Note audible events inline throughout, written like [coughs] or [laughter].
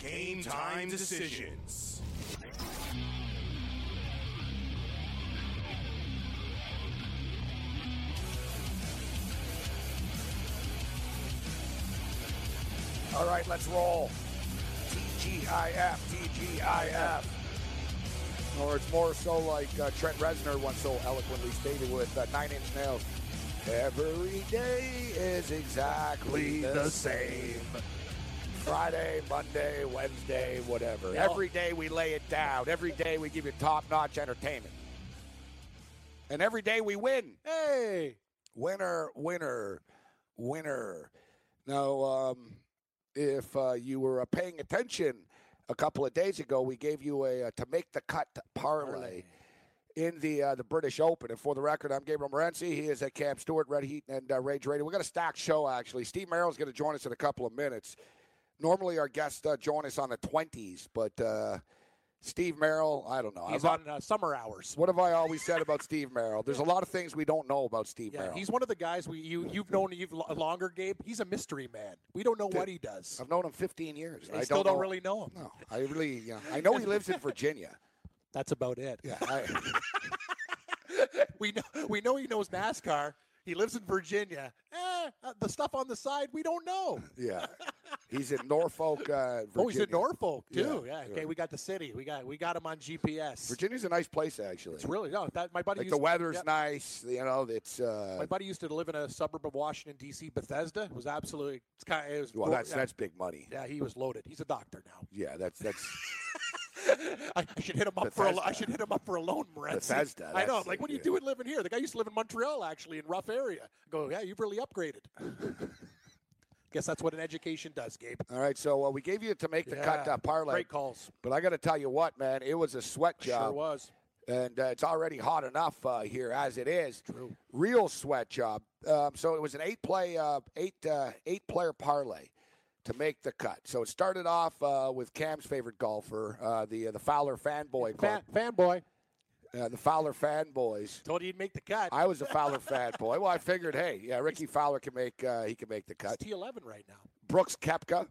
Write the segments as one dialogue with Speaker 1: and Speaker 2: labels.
Speaker 1: Game time decisions.
Speaker 2: All right, let's roll. TGIF, TGIF. Or it's more so like uh, Trent Reznor once so eloquently stated with uh, Nine Inch Nails. Every day is exactly the same. Friday, Monday, Wednesday, whatever. Every day we lay it down. Every day we give you top notch entertainment. And every day we win. Hey! Winner, winner, winner. Now, um, if uh, you were uh, paying attention a couple of days ago, we gave you a uh, to make the cut parlay in the uh, the British Open. And for the record, I'm Gabriel Morency. He is at Cam Stewart, Red Heat, and uh, Rage Radio. We got a stacked show actually. Steve Merrill's going to join us in a couple of minutes. Normally, our guests uh, join us on the 20s, but uh, Steve Merrill, I don't know.
Speaker 3: He's
Speaker 2: I've-
Speaker 3: on uh, summer hours.
Speaker 2: what have I always said about Steve Merrill? There's a lot of things we don't know about Steve
Speaker 3: Yeah,
Speaker 2: Merrill.
Speaker 3: he's one of the guys we you you've known you've lo- longer, Gabe. He's a mystery man. We don't know what he does.
Speaker 2: I've known him 15 years. and
Speaker 3: I
Speaker 2: I
Speaker 3: still don't,
Speaker 2: know-
Speaker 3: really know him.
Speaker 2: [laughs] No, I really, yeah, I know he lives in Virginia.
Speaker 3: That's about it.
Speaker 2: Yeah, I,
Speaker 3: [laughs] We know we know he knows NASCAR. He lives in Virginia. Eh, uh, the stuff on the side we don't know.
Speaker 2: yeah. He's in Norfolk, uh, Virginia.
Speaker 3: [laughs] Oh, he's in Norfolk
Speaker 2: Yeah,
Speaker 3: too. Yeah. Okay,
Speaker 2: yeah.
Speaker 3: we got the city. We got we got him on GPS.
Speaker 2: Virginia's a nice place, actually.
Speaker 3: It's really no. That my buddy.
Speaker 2: like
Speaker 3: used
Speaker 2: the weather's
Speaker 3: yeah.
Speaker 2: nice. You know, it's uh,
Speaker 3: My buddy used to live in a suburb of Washington D.C. Bethesda. It was absolutely. It's kind of. It was,
Speaker 2: well,
Speaker 3: lo-
Speaker 2: that's
Speaker 3: yeah,
Speaker 2: that's big money.
Speaker 3: yeah, he was loaded. He's a doctor now.
Speaker 2: Yeah, that's that's
Speaker 3: [laughs] I I should hit him up for a, lo- I
Speaker 2: Bethesda.
Speaker 3: should hit him up for a loan, Morency.
Speaker 2: Bethesda,
Speaker 3: I know.
Speaker 2: that's
Speaker 3: I'm like,
Speaker 2: it,
Speaker 3: what are you
Speaker 2: yeah.
Speaker 3: doing living here? The guy used to live in Montreal, actually, in rough area. I go, yeah, you've really
Speaker 2: [laughs]
Speaker 3: upgraded. Guess that's what an education does, Gabe.
Speaker 2: all right. So uh, we gave you to make the cut
Speaker 3: Yeah,
Speaker 2: uh, parlay,
Speaker 3: Great calls.
Speaker 2: but I got to tell you what, man, it was a sweat job.
Speaker 3: Sure was.
Speaker 2: and uh, it's already hot enough uh, here as it is. Real sweat job. Um, so it was an eight play, uh, eight uh, eight player parlay to make the cut. So it started off uh, with Cam's favorite golfer, uh, the uh, the Fowler fanboy club,
Speaker 3: Fan, fanboy.
Speaker 2: uh, the Fowler fanboys.
Speaker 3: Told you he'd make the cut.
Speaker 2: I was a Fowler fanboy. Well, I figured, hey, yeah, Ricky Fowler can make uh, he can make the
Speaker 3: He's
Speaker 2: cut.
Speaker 3: T11 right now.
Speaker 2: Brooks Kepka.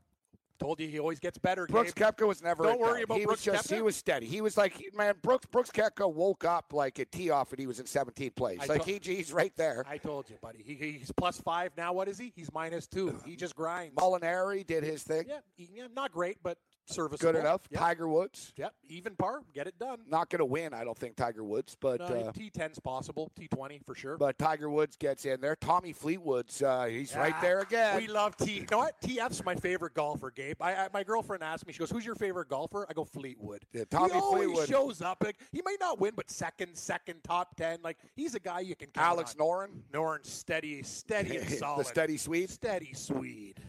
Speaker 3: Told you he always gets better,
Speaker 2: Brooks
Speaker 3: Gabe.
Speaker 2: Kepka was never.
Speaker 3: Don't
Speaker 2: a
Speaker 3: worry
Speaker 2: dud.
Speaker 3: about
Speaker 2: he
Speaker 3: Brooks
Speaker 2: was just, He
Speaker 3: Koepka.
Speaker 2: was steady. He was like, man, Brooks Brooks Kepka woke up like at tee off, and he was in 17th place.
Speaker 3: I
Speaker 2: like
Speaker 3: to-
Speaker 2: he, he's right there.
Speaker 3: I told you, buddy. He, he- he's plus five now. What is he? He's minus
Speaker 2: [laughs]
Speaker 3: two. He just grinds.
Speaker 2: Molinari did his thing.
Speaker 3: Yeah, he- yeah, not great, but serviceable.
Speaker 2: Good enough.
Speaker 3: Yep.
Speaker 2: Tiger Woods.
Speaker 3: yep. Even par. Get it done.
Speaker 2: Not going to win, I don't think, Tiger Woods, but
Speaker 3: No,
Speaker 2: uh,
Speaker 3: T10's possible. T20 for sure.
Speaker 2: but Tiger Woods gets in there. Tommy Fleetwood's, uh, he's right
Speaker 3: Yeah.
Speaker 2: there again.
Speaker 3: We love T. You know what? TF's my favorite golfer, Gabe. I, I, my girlfriend asked me, she goes, "Who's your favorite golfer?" I go, "Fleetwood."
Speaker 2: Yeah, Tommy
Speaker 3: he always
Speaker 2: Fleetwood.
Speaker 3: shows up. Like, he might not win, but second, second, top ten. Like he's a guy you can. Count
Speaker 2: Alex
Speaker 3: on.
Speaker 2: Noren,
Speaker 3: Norn, steady, steady
Speaker 2: [laughs]
Speaker 3: and
Speaker 2: the
Speaker 3: solid.
Speaker 2: steady sweep.
Speaker 3: steady Swede.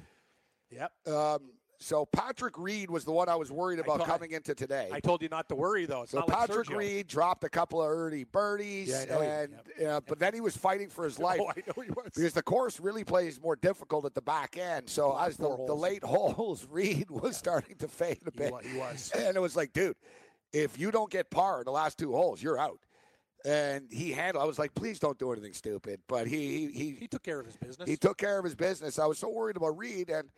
Speaker 3: Yep.
Speaker 2: Um, so Patrick Reed was the one I was worried about
Speaker 3: told-
Speaker 2: coming into today.
Speaker 3: I told you not to worry though. It's
Speaker 2: so
Speaker 3: not like
Speaker 2: Patrick
Speaker 3: Sergio.
Speaker 2: Reed dropped a couple of early birdies,
Speaker 3: Yeah, I know he-
Speaker 2: and uh, but then he was fighting for
Speaker 3: [laughs]
Speaker 2: his life.
Speaker 3: Oh, I know he was.
Speaker 2: because the course really plays more difficult at the back end. So as the,
Speaker 3: four
Speaker 2: the
Speaker 3: holes.
Speaker 2: late [laughs] holes, Reed was starting to fade a bit.
Speaker 3: wa- he was.
Speaker 2: [laughs] And it was like, dude, if you don't get par in the last two holes, you're out. And he handled. I was like, please don't do anything stupid. But he he
Speaker 3: He took care of his business.
Speaker 2: he, he took care of his business. I was so worried about Reed, and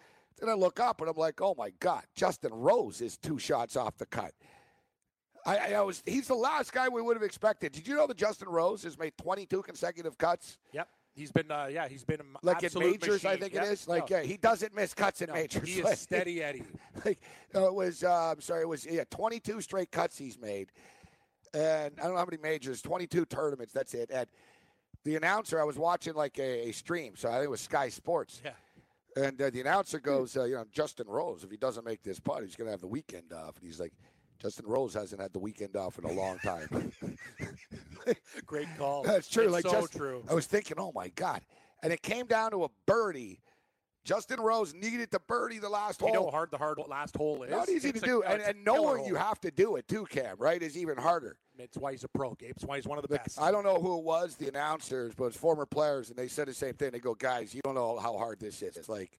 Speaker 2: then I look up and I'm like, oh my god, Justin Rose is two shots off the cut. I, I- I was he's the last guy we would have expected. Did you know that Justin Rose has made 22 consecutive cuts?
Speaker 3: Yep. He's been. Uh, yeah. He's been. a
Speaker 2: like in
Speaker 3: absolute
Speaker 2: majors, I
Speaker 3: machine.
Speaker 2: think
Speaker 3: Yep.
Speaker 2: it is. Like
Speaker 3: No,
Speaker 2: yeah, he doesn't miss cuts in
Speaker 3: no,
Speaker 2: majors. [laughs]
Speaker 3: He
Speaker 2: Like,
Speaker 3: is steady Eddie.
Speaker 2: Like uh, it was, uh, I'm sorry, it was yeah, 22 straight cuts he's made, and I don't know how many majors, 22 tournaments. That's it. And the announcer, I was watching like a, a stream, so I think it was Sky Sports,
Speaker 3: Yeah.
Speaker 2: and uh, the announcer
Speaker 3: Hmm.
Speaker 2: goes, uh, you know, Justin Rose, if he doesn't make this putt, he's going to have the weekend off, and he's like. Justin Rose hasn't had the weekend off in a long time.
Speaker 3: [laughs]
Speaker 2: [laughs]
Speaker 3: Great call.
Speaker 2: That's true.
Speaker 3: It's
Speaker 2: like
Speaker 3: so
Speaker 2: just,
Speaker 3: true.
Speaker 2: I was thinking, oh my god, and it came down to a birdie Justin Rose needed to birdie the last
Speaker 3: You know
Speaker 2: hole.
Speaker 3: how hard the hard last hole is.
Speaker 2: Oh. Not easy to
Speaker 3: It's a-
Speaker 2: do,
Speaker 3: oh,
Speaker 2: and,
Speaker 3: it's a
Speaker 2: and
Speaker 3: killer
Speaker 2: knowing
Speaker 3: hole.
Speaker 2: you have to do it too, Cam. Right, is even harder.
Speaker 3: It's why he's a pro, Gabe. It's why he's one of the best.
Speaker 2: I don't know who it was, the announcers, but it's former players, and they said the same thing. They go, guys, you don't know how hard this is. It's like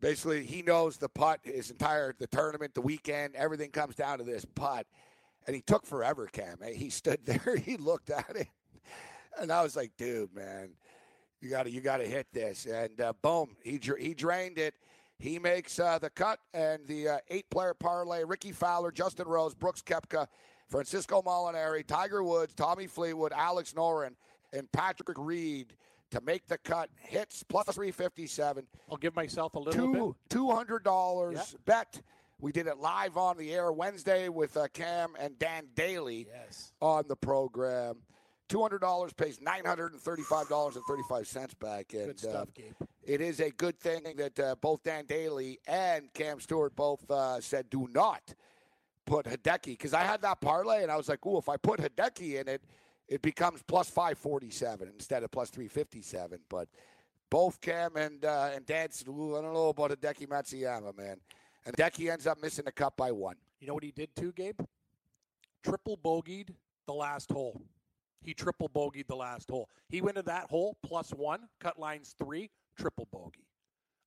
Speaker 2: basically he knows the putt, his entire the tournament, the weekend, everything comes down to this putt. And he took forever, Cam. Eh, He stood [laughs] there, he looked at it. And I was like, dude, man, you gotta you gotta hit this. And uh, boom, he dra- he drained it. He makes uh, the cut and the uh, eight-player parlay: Ricky Fowler, Justin Rose, Brooks Kepka, Francisco Molinari, Tiger Woods, Tommy Fleetwood, Alex Noren, and Patrick Reed to make the cut. Hits plus three fifty-seven,
Speaker 3: I'll give myself a little bit.
Speaker 2: two two hundred dollars bet. We did it live on the air Wednesday with uh, Cam and Dan Daly
Speaker 3: Yes.
Speaker 2: on the program. Two hundred dollars pays nine hundred and thirty-five dollars and thirty-five cents back, and
Speaker 3: Good
Speaker 2: uh,
Speaker 3: stuff, Gabe.
Speaker 2: it is a good thing that uh, both Dan Daly and Cam Stewart both uh, said do not put Hideki because I had that parlay and I was like, ooh, if I put Hideki in it, it becomes plus five forty-seven instead of plus three fifty-seven. But both Cam and uh, and Dan said, ooh, I don't know about Hideki Matsuyama, man. And Hideki ends up missing the cup by one.
Speaker 3: You know what he did too, Gabe? Triple bogeyed the last hole. He triple bogeyed the last hole. He went to that hole plus one, cut lines three, triple bogey.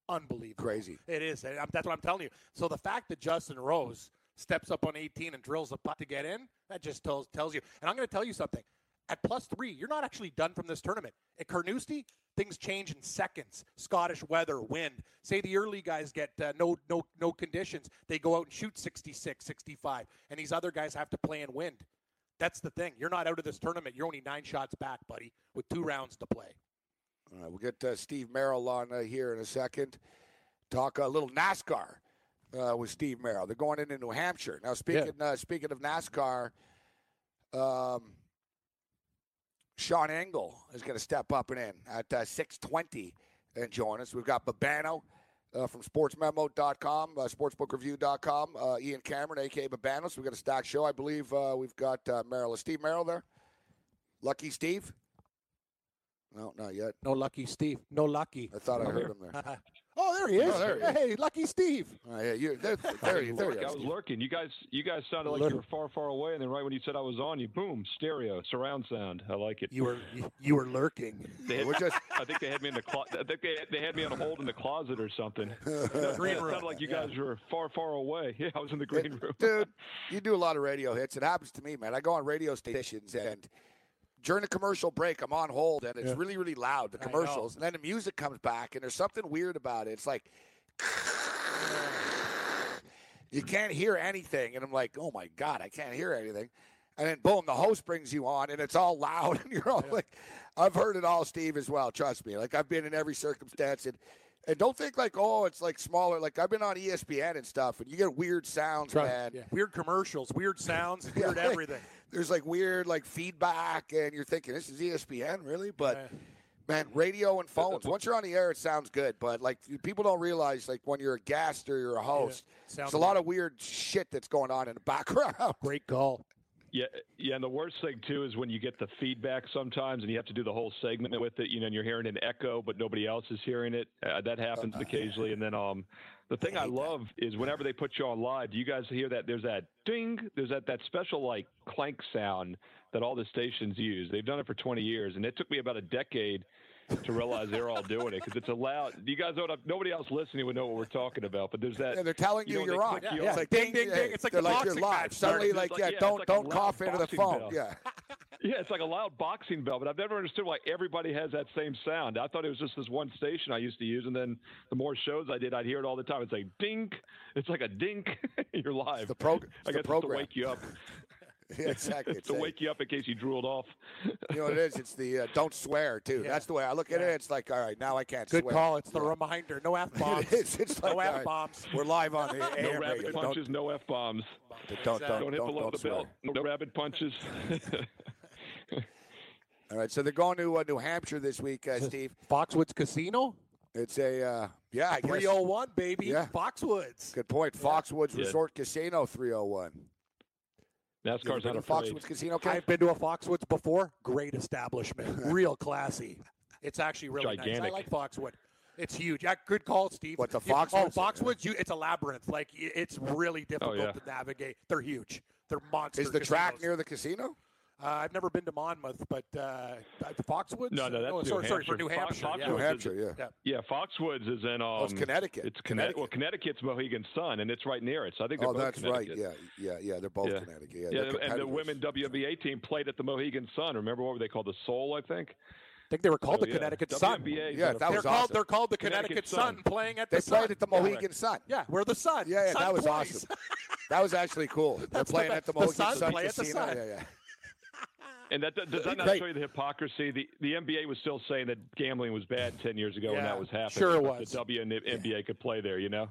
Speaker 3: Unbelievable.
Speaker 2: Crazy.
Speaker 3: It is. and I'm- That's what I'm telling you. So the fact that Justin Rose steps up on 18 and drills a putt to get in, that just tells tells you. And I'm going to tell you something. At plus three, you're not actually done from this tournament. At Carnoustie, things change in seconds. Scottish weather, wind. Say the early guys get uh, no no no conditions. They go out and shoot 66, 65, and these other guys have to play in wind. That's the thing. You're not out of this tournament. You're only nine shots back, buddy, with two rounds to play.
Speaker 2: All right, we'll get uh, Steve Merrill on uh, here in a second. Talk a little NASCAR uh, with Steve Merrill. They're going into New Hampshire now. Speaking uh, speaking of NASCAR, um, Sean Engel is going to step up and in at uh, six twenty and join us. We've got Babano uh, from SportsMemo.com, uh, SportsbookReview.com, uh, Ian Cameron, aka Babano. So we've got a stock show. I believe uh, we've got uh, Merrill. Is Steve Merrill there? Lucky Steve? No, not yet.
Speaker 3: No lucky Steve. No lucky.
Speaker 2: I thought I heard him there.
Speaker 3: oh, there he is.
Speaker 2: Oh, there he is.
Speaker 3: hey, lucky Steve.
Speaker 2: Oh, yeah, you, there, there, you- there you
Speaker 4: I
Speaker 2: are.
Speaker 4: was
Speaker 2: Steve.
Speaker 4: lurking. You guys, you guys sounded like you
Speaker 3: Lurking.
Speaker 4: were far, far away, and then right when you said I was on, you boom, stereo, surround sound. I like it.
Speaker 3: You were you- you were lurking.
Speaker 4: They had,
Speaker 2: We're just
Speaker 4: [laughs] I think they had me in the clo- I think they, they had me on hold in the closet or something.
Speaker 3: Green
Speaker 4: it
Speaker 3: room.
Speaker 4: sounded like you guys were far, far away. [laughs] Yeah, I was in the green room.
Speaker 2: dude. You do a lot of radio hits. It happens to me, man. I go on radio stations and during the commercial break, I'm on hold and it's really, really loud. The
Speaker 3: I know.
Speaker 2: commercials, and then the music comes back, and there's something weird about it. It's like you can't hear anything, and I'm like, oh my god, I can't hear anything. And then boom, the host brings you on, and it's all loud, [laughs] and you're all like, I've heard it all, Steve, as well. Trust me, like I've been in every circumstance, and and don't think like, oh, it's like smaller. Like I've been on E ESPN and stuff, and you get weird sounds, man.
Speaker 3: Yeah. Weird commercials, weird [laughs] sounds, weird
Speaker 2: like,
Speaker 3: everything.
Speaker 2: There's like weird like feedback, and you're thinking this is E ESPN, really? But
Speaker 3: Yeah.
Speaker 2: man, radio and phones. Once you're on the air, it sounds good, but like people don't realize like when you're a guest or you're a host,
Speaker 3: Sounds
Speaker 2: it's a lot of weird shit that's going on in the background. [laughs]
Speaker 3: great call.
Speaker 4: Yeah, yeah, and the worst thing too is when you get the feedback sometimes, and you have to do the whole segment with it. You know, and you're hearing an echo, but nobody else is hearing it. Uh, that
Speaker 2: Uh-huh.
Speaker 4: happens occasionally. And then, um, the thing I, love is whenever they put you on live, do you guys hear that? There's that ding. There's that that special like clank sound that all the stations use. They've done it for 20 years, and it took me about a decade to realize they're all doing it because it's a loud. You guys don't. have- Nobody else listening would know what we're talking about, but there's that.
Speaker 2: Yeah, they're telling you,
Speaker 4: you know,
Speaker 2: you
Speaker 4: they
Speaker 2: are on.
Speaker 4: click you
Speaker 2: It's
Speaker 4: on.
Speaker 2: like
Speaker 3: Ding, ding, ding. It's like
Speaker 2: they're
Speaker 3: the
Speaker 2: like you're
Speaker 3: boxing
Speaker 2: live.
Speaker 3: match
Speaker 2: Suddenly,
Speaker 4: started.
Speaker 2: like,
Speaker 4: It's like,
Speaker 2: yeah,
Speaker 4: yeah, it's
Speaker 2: don't
Speaker 4: like a
Speaker 2: don't
Speaker 4: loud
Speaker 2: cough into the
Speaker 4: boxing
Speaker 2: phone.
Speaker 4: bell.
Speaker 2: Yeah, [laughs]
Speaker 4: Yeah, it's like a loud boxing bell, but I've never understood why everybody has that same sound. I thought it was just this one station I used to use, and then the more shows I did, I'd hear it all the time. It's like dink. It's like a dink. [laughs] You're live.
Speaker 2: the prog- it's the
Speaker 4: I guess it's to
Speaker 2: program.
Speaker 4: wake you up.
Speaker 2: yeah exactly.
Speaker 4: it's
Speaker 2: [laughs]
Speaker 4: to
Speaker 2: It's a-
Speaker 4: wake you up in case you drooled off.
Speaker 2: you know what it is? It's the uh, don't swear too.
Speaker 3: Yeah.
Speaker 2: That's the way I look at it. It's like, all right, now I can't
Speaker 3: Good
Speaker 2: swear.
Speaker 3: call. It's the
Speaker 2: Yeah.
Speaker 3: reminder. No f bombs.
Speaker 2: it's, it's like,
Speaker 3: no
Speaker 2: all
Speaker 3: f
Speaker 2: right,
Speaker 3: bombs.
Speaker 2: We're live on the
Speaker 4: No
Speaker 2: air.
Speaker 4: rapid punches. No f bombs.
Speaker 2: Don't, don't,
Speaker 3: Exactly.
Speaker 2: don't,
Speaker 4: Don't hit
Speaker 2: don't-
Speaker 4: below
Speaker 2: don't
Speaker 4: the
Speaker 2: swear.
Speaker 4: belt. No rapid punches. [laughs]
Speaker 2: All right, so they're going to uh, New Hampshire this week, uh, Steve.
Speaker 3: Foxwoods Casino,
Speaker 2: It's a uh, yeah, I guess.
Speaker 3: 301 baby.
Speaker 2: Yeah.
Speaker 3: Foxwoods.
Speaker 2: Good point. Foxwoods
Speaker 4: Yeah.
Speaker 2: Resort Casino 301. You ever
Speaker 4: NASCAR's
Speaker 2: been
Speaker 4: not
Speaker 2: to
Speaker 4: afraid.
Speaker 2: Foxwoods Casino. Cam?
Speaker 3: I've been to a Foxwoods before. Great establishment. Real classy. It's actually really nice. I
Speaker 4: Gigantic.
Speaker 3: like Foxwood. It's huge. Yeah, good call, Steve.
Speaker 2: What, the
Speaker 3: You- Oh,
Speaker 2: Foxwoods?
Speaker 3: Foxwoods. You, it's a labyrinth. Like i- it's really difficult
Speaker 4: Oh, yeah.
Speaker 3: to navigate. They're huge. They're monsters.
Speaker 2: Is the track near the casino?
Speaker 3: Uh, I've never been to Monmouth, but uh, Foxwoods.
Speaker 4: No, no, that's
Speaker 3: oh,
Speaker 4: New
Speaker 3: sorry, sorry for
Speaker 4: Hampshire.
Speaker 3: New
Speaker 4: Fox-
Speaker 3: Hampshire.
Speaker 4: Foxwoods
Speaker 3: yeah.
Speaker 2: New
Speaker 4: is-
Speaker 2: Hampshire, yeah.
Speaker 3: Yeah.
Speaker 4: Yeah, Foxwoods is in. Um,
Speaker 2: Oh, it's Connecticut.
Speaker 4: It's Connecticut. Well, Connecticut's Mohegan Sun, and it's right near it. So I think they're
Speaker 2: Oh,
Speaker 4: both
Speaker 2: that's right.
Speaker 4: Connecticut.
Speaker 2: Yeah, yeah, yeah. They're both
Speaker 4: Yeah.
Speaker 2: Connecticut. Yeah,
Speaker 4: Yeah,
Speaker 2: they're
Speaker 4: and the
Speaker 2: competitors.
Speaker 4: women WNBA team played at the Mohegan Sun. Remember what were they called? The Soul, I think.
Speaker 3: I think they were called
Speaker 4: Oh,
Speaker 3: the
Speaker 4: yeah.
Speaker 3: Connecticut Sun.
Speaker 4: WNBA is
Speaker 2: Yeah,
Speaker 4: on
Speaker 2: that
Speaker 4: a
Speaker 3: They're
Speaker 2: was
Speaker 4: Friday.
Speaker 3: called.
Speaker 2: awesome.
Speaker 3: They're called the Connecticut,
Speaker 4: Connecticut
Speaker 3: Sun,
Speaker 4: Sun.
Speaker 3: playing at
Speaker 2: They
Speaker 3: the Sun.
Speaker 2: played at the Mohegan Sun.
Speaker 3: Yeah, we're the Sun.
Speaker 2: Yeah, yeah,
Speaker 3: Sun
Speaker 2: that was
Speaker 3: plays.
Speaker 2: awesome.
Speaker 4: [laughs]
Speaker 2: That was actually cool. They're
Speaker 3: That's the
Speaker 2: playing
Speaker 3: be-
Speaker 2: at the
Speaker 3: the
Speaker 2: Mohegan
Speaker 3: Suns
Speaker 2: Sun
Speaker 3: play at the
Speaker 2: Casino.
Speaker 3: Sun.
Speaker 2: Yeah, yeah.
Speaker 4: And that, that- does that not
Speaker 2: Great.
Speaker 4: show you the hypocrisy? The the NBA was still saying that gambling was bad ten years ago when
Speaker 3: Yeah,
Speaker 4: that was happening.
Speaker 3: sure it
Speaker 4: but
Speaker 3: was.
Speaker 4: The WNBA could play there, you know.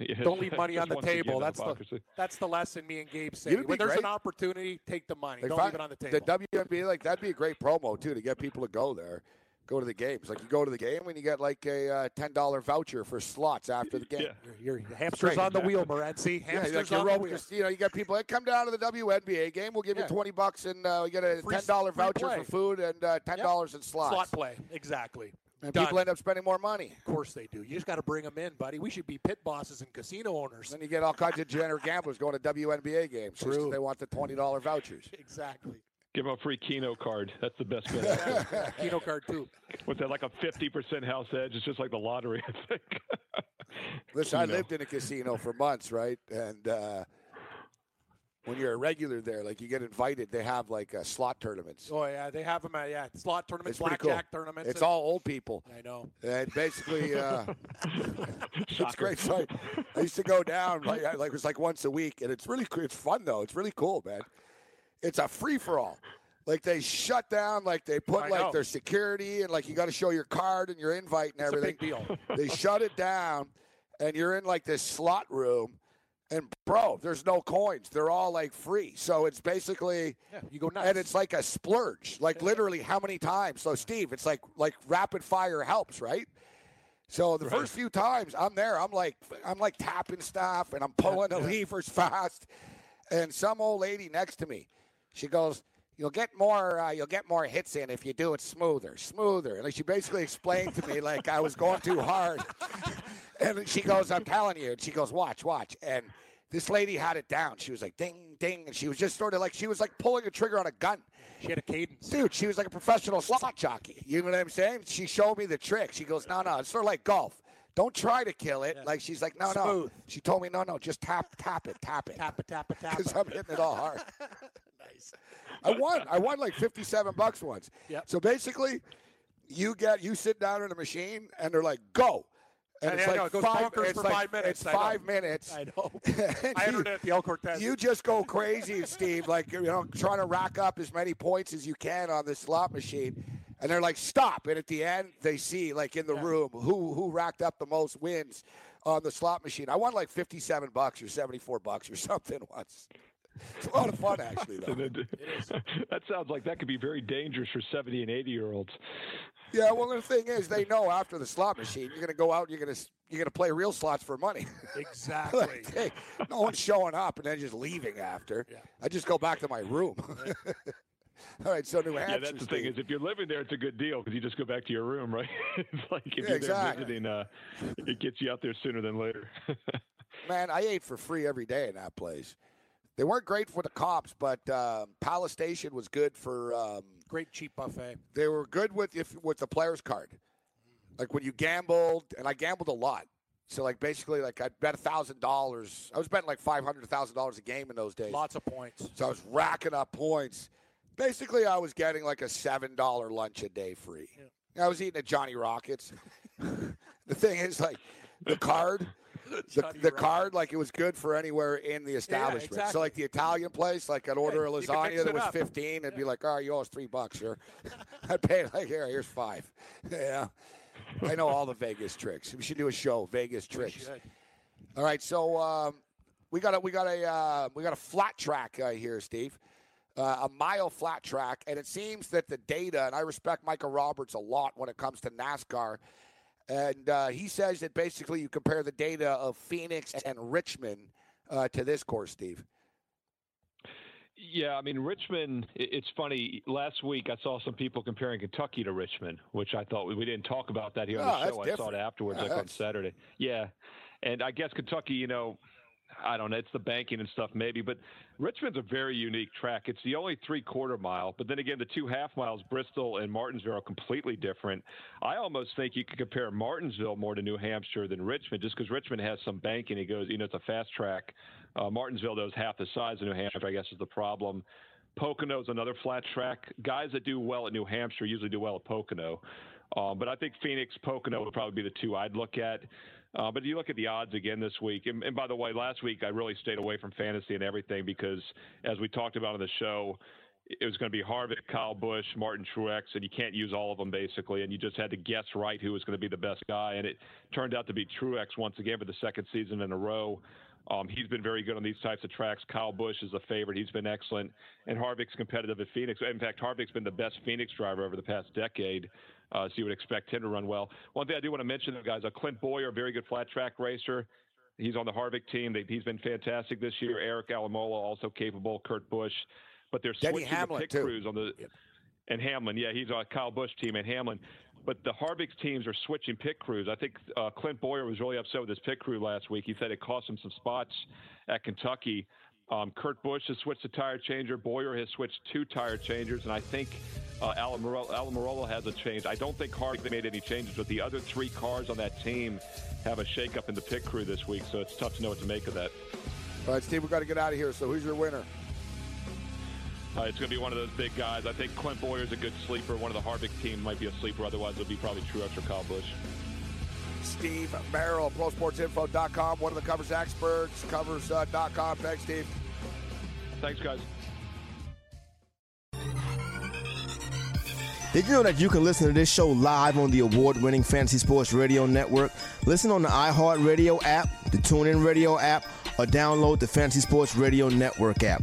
Speaker 4: [laughs]
Speaker 3: Don't leave money on
Speaker 4: Just
Speaker 3: the
Speaker 4: once again,
Speaker 3: table. That's the
Speaker 4: hypocrisy.
Speaker 3: that's the lesson me and Gabe say.
Speaker 2: It'd be
Speaker 3: When there's an
Speaker 2: great.
Speaker 3: opportunity, take the money.
Speaker 2: Like,
Speaker 3: Don't
Speaker 2: if I-
Speaker 3: leave it on the table.
Speaker 2: The WNBA, like that'd be a great promo too to get people to go there, go to the games. Like you go to the game and you get like a uh, ten dollar voucher for slots after the game.
Speaker 4: Yeah.
Speaker 3: your, your hamster's on the wheel, Morenzi.
Speaker 2: Yeah,
Speaker 3: Hamster's
Speaker 2: like you're
Speaker 3: on the
Speaker 2: over,
Speaker 3: wheel.
Speaker 2: you know, you got people that come down to the WNBA game. We'll give
Speaker 3: Yeah.
Speaker 2: you twenty bucks and uh, you get a
Speaker 3: Free-
Speaker 2: ten dollar
Speaker 3: free
Speaker 2: voucher
Speaker 3: play.
Speaker 2: for food and uh, ten dollars in slots.
Speaker 3: Slot play, exactly.
Speaker 2: and
Speaker 3: Done.
Speaker 2: people end up spending more money.
Speaker 3: Of course they do. You just got to bring them in, buddy. We should be pit bosses and casino owners.
Speaker 2: Then you get all kinds of degenerate gamblers going to WNBA games just 'cause
Speaker 3: True.
Speaker 2: they want the twenty dollar vouchers.
Speaker 3: Exactly.
Speaker 4: Give them a free Keno card. That's the best bet.
Speaker 3: [laughs]
Speaker 4: out there.
Speaker 3: Keno card too.
Speaker 4: What's that like a fifty percent house edge? It's just like the lottery, I think.
Speaker 2: Listen, I
Speaker 4: Casino.
Speaker 2: lived in a casino for months, right? And uh, when you're a regular there, like you get invited, they have like uh, slot tournaments.
Speaker 3: Oh yeah, they have them at yeah slot tournaments,
Speaker 2: It's pretty cool.
Speaker 3: blackjack tournaments.
Speaker 2: It's all old people,
Speaker 3: I know.
Speaker 2: and basically,
Speaker 3: [laughs]
Speaker 2: uh, it's
Speaker 4: Shocker. [laughs]
Speaker 2: great fun. I used to go down like I, like it was like once a week, and it's really cool. It's fun though. It's really cool, man. It's a free for all. Like they shut down, like they put
Speaker 3: I
Speaker 2: like
Speaker 3: know.
Speaker 2: their security, and like you got to show your card and your invite and
Speaker 3: It's a
Speaker 2: everything.
Speaker 3: big deal.
Speaker 2: [laughs] they shut it down, and you're in like this slot room, and bro, there's no coins. They're all like free. So it's basically,
Speaker 3: Yeah, you go nuts.
Speaker 2: and it's like a splurge. Like literally, how many times? So Steve, it's like like rapid fire helps, right? So the first few times I'm there, I'm like I'm like tapping stuff, and I'm pulling the levers [laughs] fast, and some old lady next to me, she goes. You'll get more. Uh, you'll get more hits in if you do it smoother, smoother. And like she basically explained to me like I was going too hard, [laughs] and she goes, I'm telling you. And she goes, watch, watch. And this lady had it down. She was like, ding, ding. And she was just sort of like, she was like pulling a trigger on a gun.
Speaker 3: she had a cadence.
Speaker 2: Dude, she was like a professional slot jockey. You know what I'm saying? She showed me the trick. She goes, no, no, it's sort of like golf. Don't try to kill it. Like she's like, no, no.
Speaker 3: Smooth.
Speaker 2: She told me, no, no, just tap, tap it, tap it.
Speaker 3: Tap a
Speaker 2: [laughs]
Speaker 3: tap a tap.
Speaker 2: Because I'm hitting it all hard. I won. I won like 57 bucks once.
Speaker 3: Yep.
Speaker 2: So basically, you get you sit down in a machine and they're like, go. And,
Speaker 3: Yeah,
Speaker 2: it's
Speaker 3: yeah, I
Speaker 2: like
Speaker 3: know. It goes
Speaker 2: five,
Speaker 3: bonkers
Speaker 2: it's
Speaker 3: for
Speaker 2: like-
Speaker 3: five minutes.
Speaker 2: It's
Speaker 3: I know.
Speaker 2: five minutes.
Speaker 3: I know.
Speaker 2: [laughs] And
Speaker 3: I
Speaker 2: you-
Speaker 3: entered it at the El Cortez.
Speaker 2: You just go crazy, Steve. Like you know, trying to rack up as many points as you can on this slot machine. And they're like, stop. And at the end, they see like in the room who who racked up the most wins on the slot machine. I won like fifty-seven bucks or seventy-four bucks or [laughs] something once. It's a lot of fun, actually.
Speaker 4: [laughs]
Speaker 2: Though.
Speaker 4: that sounds like that could be very dangerous for seventy and eighty year olds.
Speaker 2: Yeah, well, the thing is, they know after the slot machine, you're going to go out and you're going to you're going to play real slots for money. [laughs]
Speaker 3: exactly.
Speaker 2: like, hey, no one's showing up and then just leaving after. I just go back to my room. [laughs] All right, so New
Speaker 4: Yeah,
Speaker 2: Hampshire.
Speaker 4: that's the thing
Speaker 2: Steve.
Speaker 4: is if you're living there, it's a good deal because you just go back to your room, right? [laughs] it's like if
Speaker 2: Yeah,
Speaker 4: you're
Speaker 2: exactly.
Speaker 4: there visiting, uh, it gets you out there sooner than later. [laughs]
Speaker 2: man, I ate for free every day in that place. They weren't great for the cops, but um, Palace Station was good for. Um,
Speaker 3: Great cheap buffet.
Speaker 2: they were good with if with the player's card, like when you gambled, and I gambled a lot. So like basically, like I bet a thousand dollars. I was betting like five hundred thousand dollars a game in those days.
Speaker 3: Lots of points.
Speaker 2: So I was racking up points. Basically, I was getting like a seven dollar lunch a day free. I was eating at Johnny Rockets. [laughs] the thing is, like the
Speaker 3: [laughs]
Speaker 2: card, the,
Speaker 3: Johnny
Speaker 2: the
Speaker 3: Rockets.
Speaker 2: card, like it was good for anywhere in the establishment.
Speaker 3: exactly.
Speaker 2: So like the Italian place, like I'd order a
Speaker 3: you can mix
Speaker 2: lasagna
Speaker 3: it
Speaker 2: that was
Speaker 3: up.
Speaker 2: fifteen, and be like, "All right, you owe us three bucks here." [laughs] I'd pay like, "Here, here's five. [laughs] yeah, I know all the Vegas tricks. We should do a show, Vegas tricks.
Speaker 3: should.
Speaker 2: All right, so um, we got a we got a uh, we got a flat track uh, here, Steve, uh, a mile flat track, and it seems that the data, and I respect Michael Roberts a lot when it comes to NASCAR, and uh, he says that basically you compare the data of Phoenix and Richmond uh, to this course, Steve.
Speaker 4: Yeah, I mean Richmond. It's funny. Last week I saw some people comparing Kentucky to Richmond, which I thought we didn't talk about that here
Speaker 2: No,
Speaker 4: on the
Speaker 2: Oh, that's
Speaker 4: show. I saw
Speaker 2: different.
Speaker 4: it afterwards,
Speaker 2: Yeah,
Speaker 4: like on
Speaker 2: that's-
Speaker 4: Saturday. Yeah, and I guess Kentucky, you know, I don't know. It's the banking and stuff maybe, but Richmond's a very unique track. It's the only three quarter mile, but then again, the two half miles, Bristol and Martinsville, are completely different. I almost think you could compare Martinsville more to New Hampshire than Richmond, just because Richmond has some banking. It goes, you know, it's a fast track. Uh, Martinsville, though, is half the size of New Hampshire, I guess, is the problem. Pocono's another flat track. Guys that do well at New Hampshire usually do well at Pocono. Um, but I think Phoenix, Pocono would probably be the two I'd look at. Uh, but you look at the odds again this week. And, and by the way, last week I really stayed away from fantasy and everything because, as we talked about on the show, it was going to be Harvick, Kyle Busch, Martin Truex, and you can't use all of them basically. And you just had to guess right who was going to be the best guy. And it turned out to be Truex once again for the second season in a row. Um, he's been very good on these types of tracks. Kyle Busch is a favorite. He's been excellent. And Harvick's competitive at Phoenix. In fact, Harvick's been the best Phoenix driver over the past decade. Uh, so you would expect him to run well. One thing I do want to mention, though, guys, uh, Clint Boyer, a very good flat track racer. He's on the Harvick team. They, he's been fantastic this year. Eric Alamola, also capable. Kurt Busch. But they're
Speaker 2: Denny
Speaker 4: switching to
Speaker 2: Hamlin,
Speaker 4: pit
Speaker 2: too.
Speaker 4: crews on the and Hamlin. Yeah, he's on Kyle Busch team and Hamlin. But the Harvick's teams are switching pit crews. I think uh, Clint Boyer was really upset with his pit crew last week. He said it cost him some spots at Kentucky. Um, Kurt Busch has switched a tire changer. Boyer has switched two tire changers, and I think uh, Alamarola, Alamarola has a change. I don't think Harvick made any changes, but the other three cars on that team have a shakeup in the pit crew this week, so it's tough to know what to make of that.
Speaker 2: All right, Steve, we've got to get out of here. So who's your winner?
Speaker 4: Uh, it's going to be one of those big guys. I think Clint Boyer's a good sleeper. One of the Harvick team might be a sleeper. Otherwise, it'll be probably Truex or Kyle Busch.
Speaker 2: Steve Merrill, ProSportsInfo.com, one of the covers experts, covers.com. Uh, dot com. Thanks, Steve.
Speaker 4: Thanks, guys.
Speaker 5: Did you know that you can listen to this show live on the award-winning Fantasy Sports Radio Network? Listen on the iHeartRadio app, the TuneIn Radio app, or download the Fantasy Sports Radio Network app.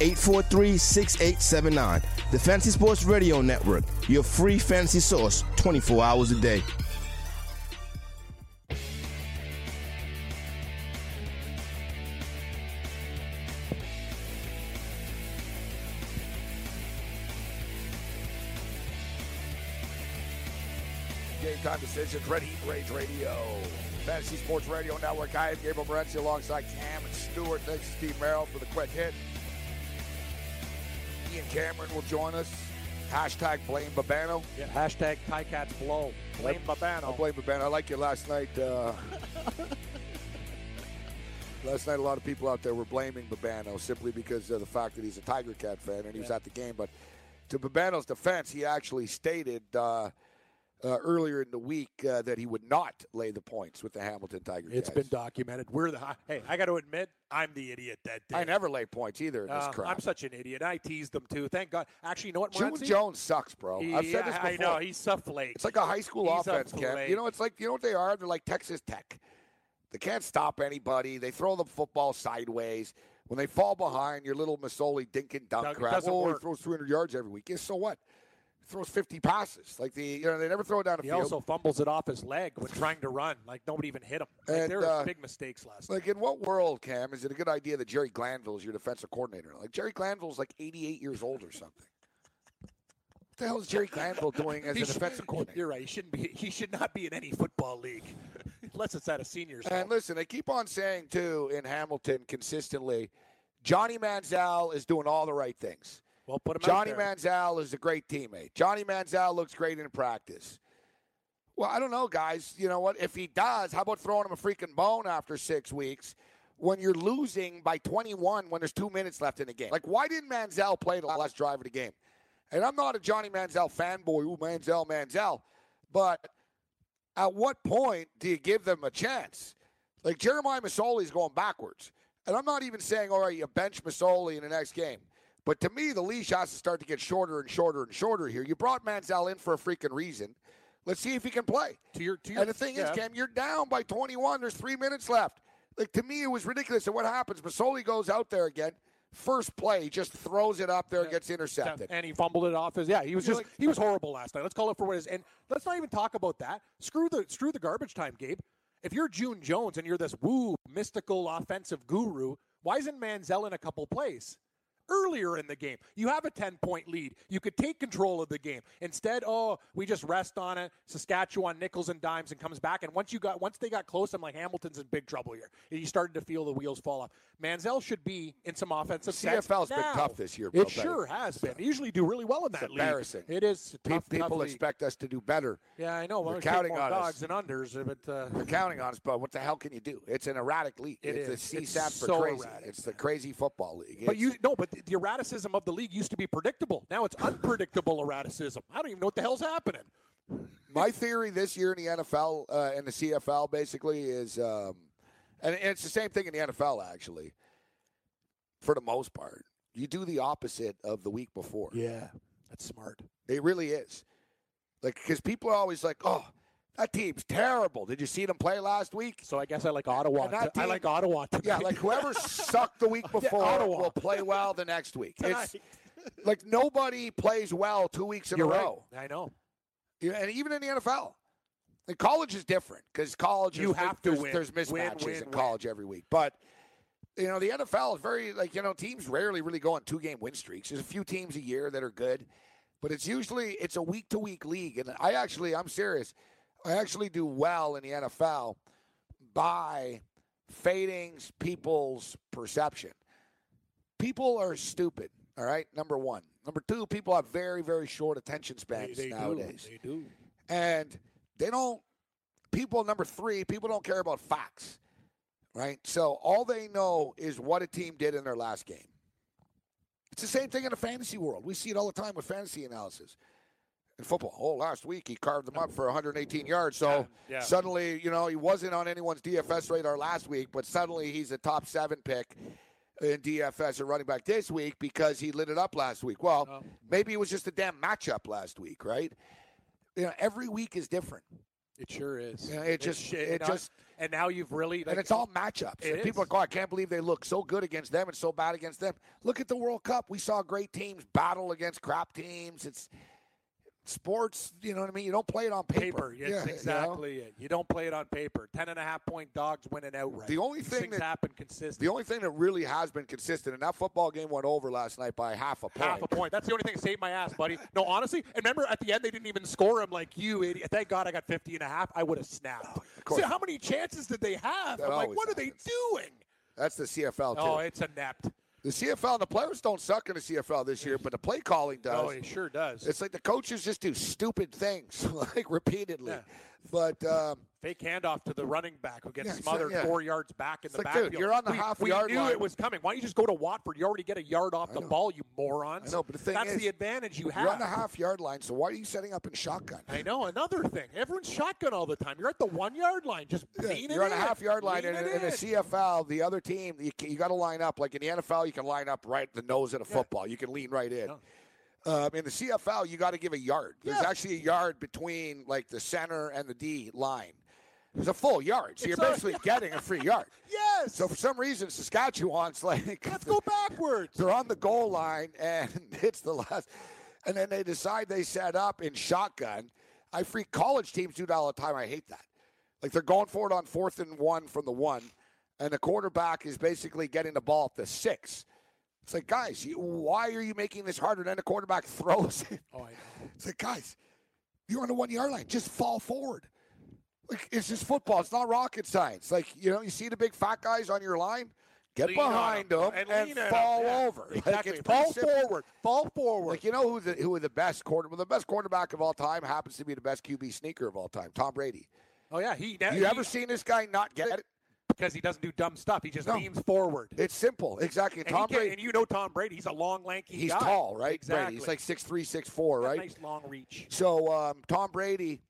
Speaker 5: 843 6879. The Fantasy Sports Radio Network, your free fantasy source 24 hours a day.
Speaker 2: Game time decisions, Red Heat Rage Radio, Fantasy Sports Radio Network. I am Gabriel Morenci alongside Cam and Stewart. Thanks to Steve Merrill for the quick hit. Ian Cameron will join us. Hashtag blame Babano.
Speaker 3: Yeah, hashtag Ty Cats blow. Blame
Speaker 2: I'll
Speaker 3: Babano.
Speaker 2: blame Babano. I like you last night.
Speaker 3: [laughs]
Speaker 2: Uh, last night, a lot of people out there were blaming Babano simply because of the fact that he's a Tiger Cat fan and he was at the game. But to Babano's defense, he actually stated uh, uh, earlier in the week uh, that he would not lay the points with the Hamilton Tiger
Speaker 3: It's
Speaker 2: Cats.
Speaker 3: been documented. We're the hi- hey. I got to admit, I'm the idiot that did.
Speaker 2: I never lay points either in this
Speaker 3: Uh,
Speaker 2: crap.
Speaker 3: I'm such an idiot. I teased them too. Thank God. Actually, you know what?
Speaker 2: June
Speaker 3: Morency?
Speaker 2: Jones sucks, bro.
Speaker 3: He-
Speaker 2: I've said this
Speaker 3: I-
Speaker 2: before.
Speaker 3: I know he's a flake.
Speaker 2: It's like a high school
Speaker 3: He's a
Speaker 2: offense, Cam. You
Speaker 3: flake.
Speaker 2: know, it's like you know what they are. They're like Texas Tech. They can't stop anybody. They throw the football sideways. When they fall behind, your little Masoli dink and dunk
Speaker 3: Doug, it
Speaker 2: crap.
Speaker 3: doesn't
Speaker 2: oh, he
Speaker 3: work.
Speaker 2: throws 300 yards every week. Yeah, so what? He throws 50 passes. Like the you know they never throw it down the
Speaker 3: He
Speaker 2: field.
Speaker 3: also fumbles it off his leg when trying to run. Like nobody even hit him. Like,
Speaker 2: And,
Speaker 3: there were
Speaker 2: uh,
Speaker 3: big mistakes last night.
Speaker 2: like in what world, Cam, is it a good idea that Jerry Glanville is your defensive coordinator? Like Jerry Glanville's like 88 years old or something. what the hell is Jerry Glanville doing as a
Speaker 3: He should-
Speaker 2: defensive coordinator?
Speaker 3: You're right. He shouldn't be. He should not be in any football league, [laughs] unless it's at a seniors.
Speaker 2: And
Speaker 3: level.
Speaker 2: listen, they keep on saying too in Hamilton consistently, Johnny Manziel is doing all the right things.
Speaker 3: well, put him
Speaker 2: Johnny
Speaker 3: out there.
Speaker 2: Manziel is a great teammate. Johnny Manziel looks great in practice. Well, I don't know, guys. You know what? If he does, how about throwing him a freaking bone after six weeks when you're losing by 21 when there's two minutes left in the game? Like, why didn't Manziel play
Speaker 3: Uh,
Speaker 2: the last drive of the game? And I'm not a Johnny Manziel fanboy. Ooh, Manziel, Manziel. But at what point do you give them a chance? Like Jeremiah Masoli's going backwards. And I'm not even saying, all right, you bench Masoli in the next game. But to me, the lead shots start to get shorter and shorter and shorter here. You brought Manziel in for a freaking reason. Let's see if he can play.
Speaker 3: To your, to your,
Speaker 2: And the thing
Speaker 3: yeah.
Speaker 2: is, Cam, you're down by 21. There's three minutes left. Like to me, it was ridiculous. And what happens? Masoli goes out there again. First play, just throws it up there, and gets intercepted.
Speaker 3: And he fumbled it off his. Yeah, he was
Speaker 2: You're
Speaker 3: just
Speaker 2: like-
Speaker 3: he was horrible last night. Let's call it for what it is. And let's not even talk about that. Screw the screw the garbage time, Gabe. If you're June Jones and you're this woo mystical offensive guru, why isn't Manziel in a couple plays? Earlier in the game, you have a 10 point lead. You could take control of the game. Instead, oh, we just rest on it. Saskatchewan nickels and dimes and comes back. And once you got once they got close, I'm like Hamilton's in big trouble here. He started to feel the wheels fall off. Manziel should be in some offensive sets
Speaker 2: CFL's been
Speaker 3: now.
Speaker 2: tough this year, Bill
Speaker 3: It
Speaker 2: Bennett.
Speaker 3: sure has been. They usually do really well in that league.
Speaker 2: embarrassing.
Speaker 3: It is
Speaker 2: Pe-
Speaker 3: tough,
Speaker 2: People
Speaker 3: tough league.
Speaker 2: expect us to do better.
Speaker 3: Yeah, I know. Well,
Speaker 2: they're
Speaker 3: we take
Speaker 2: counting
Speaker 3: more
Speaker 2: on us.
Speaker 3: dogs and unders, but uh,
Speaker 2: [laughs] They're counting on us, but what the hell can you do? It's an erratic league.
Speaker 3: It
Speaker 2: it's
Speaker 3: is.
Speaker 2: a
Speaker 3: It's
Speaker 2: CSAT for
Speaker 3: so
Speaker 2: crazy.
Speaker 3: erratic,
Speaker 2: It's the crazy football league.
Speaker 3: but
Speaker 2: It's-
Speaker 3: you no, but the, the erraticism of the league used to be predictable. Now it's unpredictable erraticism. I don't even know what the hell's happening.
Speaker 2: my theory this year in the NFL uh, and the CFL basically is, um, and, and it's the same thing in the NFL actually. For the most part, you do the opposite of the week before.
Speaker 3: Yeah, that's smart.
Speaker 2: It really is, like because people are always like, "Oh, that team's terrible." Did you see them play last week?
Speaker 3: So I guess I like Ottawa.
Speaker 2: And that
Speaker 3: to- I
Speaker 2: team-
Speaker 3: like Ottawa. Tonight.
Speaker 2: Yeah, like whoever sucked the
Speaker 3: [laughs]
Speaker 2: week before
Speaker 3: Ottawa.
Speaker 2: will play well the next week. It's
Speaker 3: [laughs] Tonight.
Speaker 2: like nobody plays well two weeks in
Speaker 3: [laughs] you're
Speaker 2: a
Speaker 3: right.
Speaker 2: row.
Speaker 3: I know.
Speaker 2: Yeah, and even in the NFL. And college is different because college
Speaker 3: You
Speaker 2: is-
Speaker 3: have to
Speaker 2: there's,
Speaker 3: win.
Speaker 2: There's
Speaker 3: Win,
Speaker 2: mismatches
Speaker 3: win,
Speaker 2: in
Speaker 3: win.
Speaker 2: college every week, but you know the NFL is very like you know teams rarely really go on two game win streaks. There's a few teams a year that are good, but it's usually it's a week to week league. And I actually I'm serious, I actually do well in the NFL by fading people's perception. People are stupid. All right, number one. Number two, people have very very short attention spans nowadays
Speaker 3: They do.
Speaker 2: and they don't people number three people don't care about facts right so all they know is what a team did in their last game it's the same thing in the fantasy world we see it all the time with fantasy analysis in football oh last week he carved them up for 118 yards so
Speaker 3: Yeah, yeah.
Speaker 2: suddenly you know he wasn't on anyone's dfs radar last week but suddenly he's a top seven pick in dfs or running back this week because he lit it up last week well
Speaker 3: No.
Speaker 2: maybe it was just a damn matchup last week right you know, every week is different,
Speaker 3: It sure is.
Speaker 2: Yeah, it just-
Speaker 3: shit,
Speaker 2: it
Speaker 3: and I-
Speaker 2: just-
Speaker 3: and now you've really like,
Speaker 2: and it's all matchups.
Speaker 3: It
Speaker 2: and people
Speaker 3: is.
Speaker 2: are like, oh, I can't believe they look so good against them and so bad against them. Look at the World Cup. We saw great teams battle against crap teams. It's sports, you know what I mean? You don't play it on paper.
Speaker 3: paper. Yes,
Speaker 2: Yeah, you know?
Speaker 3: exactly. It. You don't play it on paper. Ten and a half point dogs winning outright.
Speaker 2: The only
Speaker 3: These
Speaker 2: thing
Speaker 3: things
Speaker 2: that-
Speaker 3: happen consistently.
Speaker 2: The only thing that really has been consistent, and that football game went over last night by half a point.
Speaker 3: Half a point. That's the only thing that saved my ass, buddy. No, honestly, and remember at the end they didn't even score him like you idiot. Thank God I got 50 and a half. I would have snapped.
Speaker 2: Oh, course.
Speaker 3: See, how many chances did they have?
Speaker 2: That
Speaker 3: I'm like,
Speaker 2: always
Speaker 3: what are
Speaker 2: happens.
Speaker 3: they doing?
Speaker 2: That's the CFL, too.
Speaker 3: Oh, it's inept.
Speaker 2: the CFL, and the players don't suck in the CFL this year, but the play calling does.
Speaker 3: Oh, it sure does.
Speaker 2: It's like the coaches just do stupid things, [laughs] like repeatedly.
Speaker 3: Yeah.
Speaker 2: But um,
Speaker 3: Fake handoff to the running back who gets
Speaker 2: Yeah, so-
Speaker 3: smothered
Speaker 2: yeah.
Speaker 3: four yards back in
Speaker 2: It's
Speaker 3: the
Speaker 2: like, dude,
Speaker 3: backfield.
Speaker 2: you're on the
Speaker 3: we,
Speaker 2: half
Speaker 3: we
Speaker 2: yard
Speaker 3: knew
Speaker 2: line.
Speaker 3: it was coming. Why don't you just go to Watford? You already get a yard off the
Speaker 2: know.
Speaker 3: ball, you morons.
Speaker 2: I know, but the thing
Speaker 3: That's
Speaker 2: is,
Speaker 3: the advantage you have.
Speaker 2: You're on the half yard line, so why are you setting up in shotgun?
Speaker 3: I know. Another thing, everyone's shotgun all the time. You're at the one yard line, just
Speaker 2: Yeah,
Speaker 3: lean it
Speaker 2: You're on the
Speaker 3: in.
Speaker 2: half yard line,
Speaker 3: Lean
Speaker 2: and
Speaker 3: it
Speaker 2: in the
Speaker 3: in.
Speaker 2: CFL, the other team, you, ca- you got to line up. Like in the NFL, you can line up right at the nose of the football. You can lean right in. Um, in the CFL, you got to give a yard. There's
Speaker 3: Yeah.
Speaker 2: actually a yard between like the center and the D line. There's a full yard, so you're
Speaker 3: It's all-
Speaker 2: basically getting a free yard.
Speaker 3: Yes.
Speaker 2: So for some reason, Saskatchewan's like,
Speaker 3: Let's go backwards.
Speaker 2: they're on the goal line [laughs] and it's the last and then they decide they set up in shotgun i freak college teams do that all the time i hate that like they're going for it on fourth and one from the one and the quarterback is basically getting the ball at the six it's like guys you, why are you making this harder than the quarterback [laughs] throws it
Speaker 3: Oh, I know.
Speaker 2: it's like guys you're on the one yard line just fall forward like it's just football it's not rocket science like you know you see the big fat guys on your line get
Speaker 3: Lean on
Speaker 2: behind them
Speaker 3: 'em
Speaker 2: and,
Speaker 3: lean on 'em.
Speaker 2: fall
Speaker 3: Yeah.
Speaker 2: over [laughs] Like,
Speaker 3: Exactly.
Speaker 2: it's pretty
Speaker 3: fall
Speaker 2: simple.
Speaker 3: forward. Fall forward.
Speaker 2: Like you know who the who the best quarter well, the best quarterback of all time happens to be the best QB sneaker of all time, Tom Brady.
Speaker 3: oh yeah, he.
Speaker 2: You ever seen this guy not get it?
Speaker 3: because he doesn't do dumb stuff. He just
Speaker 2: No.
Speaker 3: leans forward.
Speaker 2: It's simple, exactly.
Speaker 3: and, he
Speaker 2: Tom
Speaker 3: can't-
Speaker 2: Brady,
Speaker 3: and you know Tom Brady. He's a long, lanky
Speaker 2: he's
Speaker 3: guy.
Speaker 2: tall, right? Brady,
Speaker 3: Exactly.
Speaker 2: he's like six three, six four,
Speaker 3: Got a
Speaker 2: right?
Speaker 3: Nice long reach.
Speaker 2: So um, Tom Brady,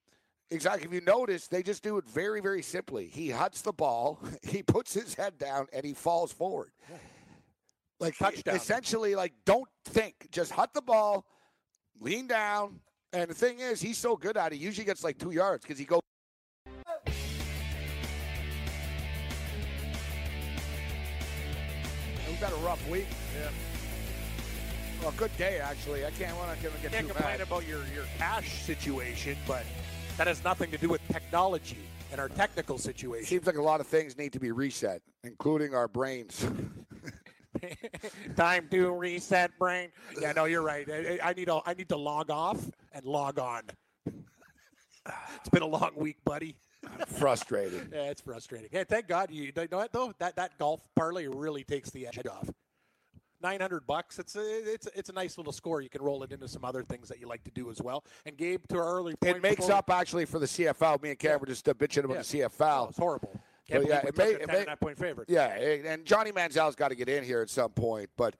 Speaker 2: exactly. If you notice, they just do it very, very [laughs] simply. He huts the ball, he puts his head down, and he falls forward. Like
Speaker 3: Touchdown.
Speaker 2: Essentially, like don't think, just hut the ball, lean down. And the thing is, he's so good at it. He usually gets like two yards because he goes. We've had a rough week. Yeah. Well, good day actually. I can't want to get
Speaker 3: can't
Speaker 2: too
Speaker 3: complain
Speaker 2: mad.
Speaker 3: about your, your cash situation, but that has nothing to do with technology and our technical
Speaker 2: It
Speaker 3: situation.
Speaker 2: seems like a lot of things need to be reset, including our
Speaker 3: [laughs]
Speaker 2: brains.
Speaker 3: [laughs] Time to reset, brain. Yeah, no, you're right. I, I- I need a, I need to log off and log on. it's been a long week, buddy.
Speaker 2: Frustrating.
Speaker 3: Yeah, it's frustrating. Hey, thank God you. You know what though? That that golf parlay really takes the edge off. Nine hundred bucks. It's a it's a- it's a nice little score. You can roll it into some other things that you like to do as well. And Gabe, to our early point,
Speaker 2: It makes
Speaker 3: before-
Speaker 2: up actually for the CFL. Me and Cam were just uh, bitching about the
Speaker 3: Yeah.
Speaker 2: CFL.
Speaker 3: Oh, it's horrible. Can't
Speaker 2: Well, yeah, it
Speaker 3: believe we
Speaker 2: may-
Speaker 3: took a
Speaker 2: it may-
Speaker 3: ten and a half point favorite.
Speaker 2: Yeah, and and Johnny Manziel's got to get in here at some point. But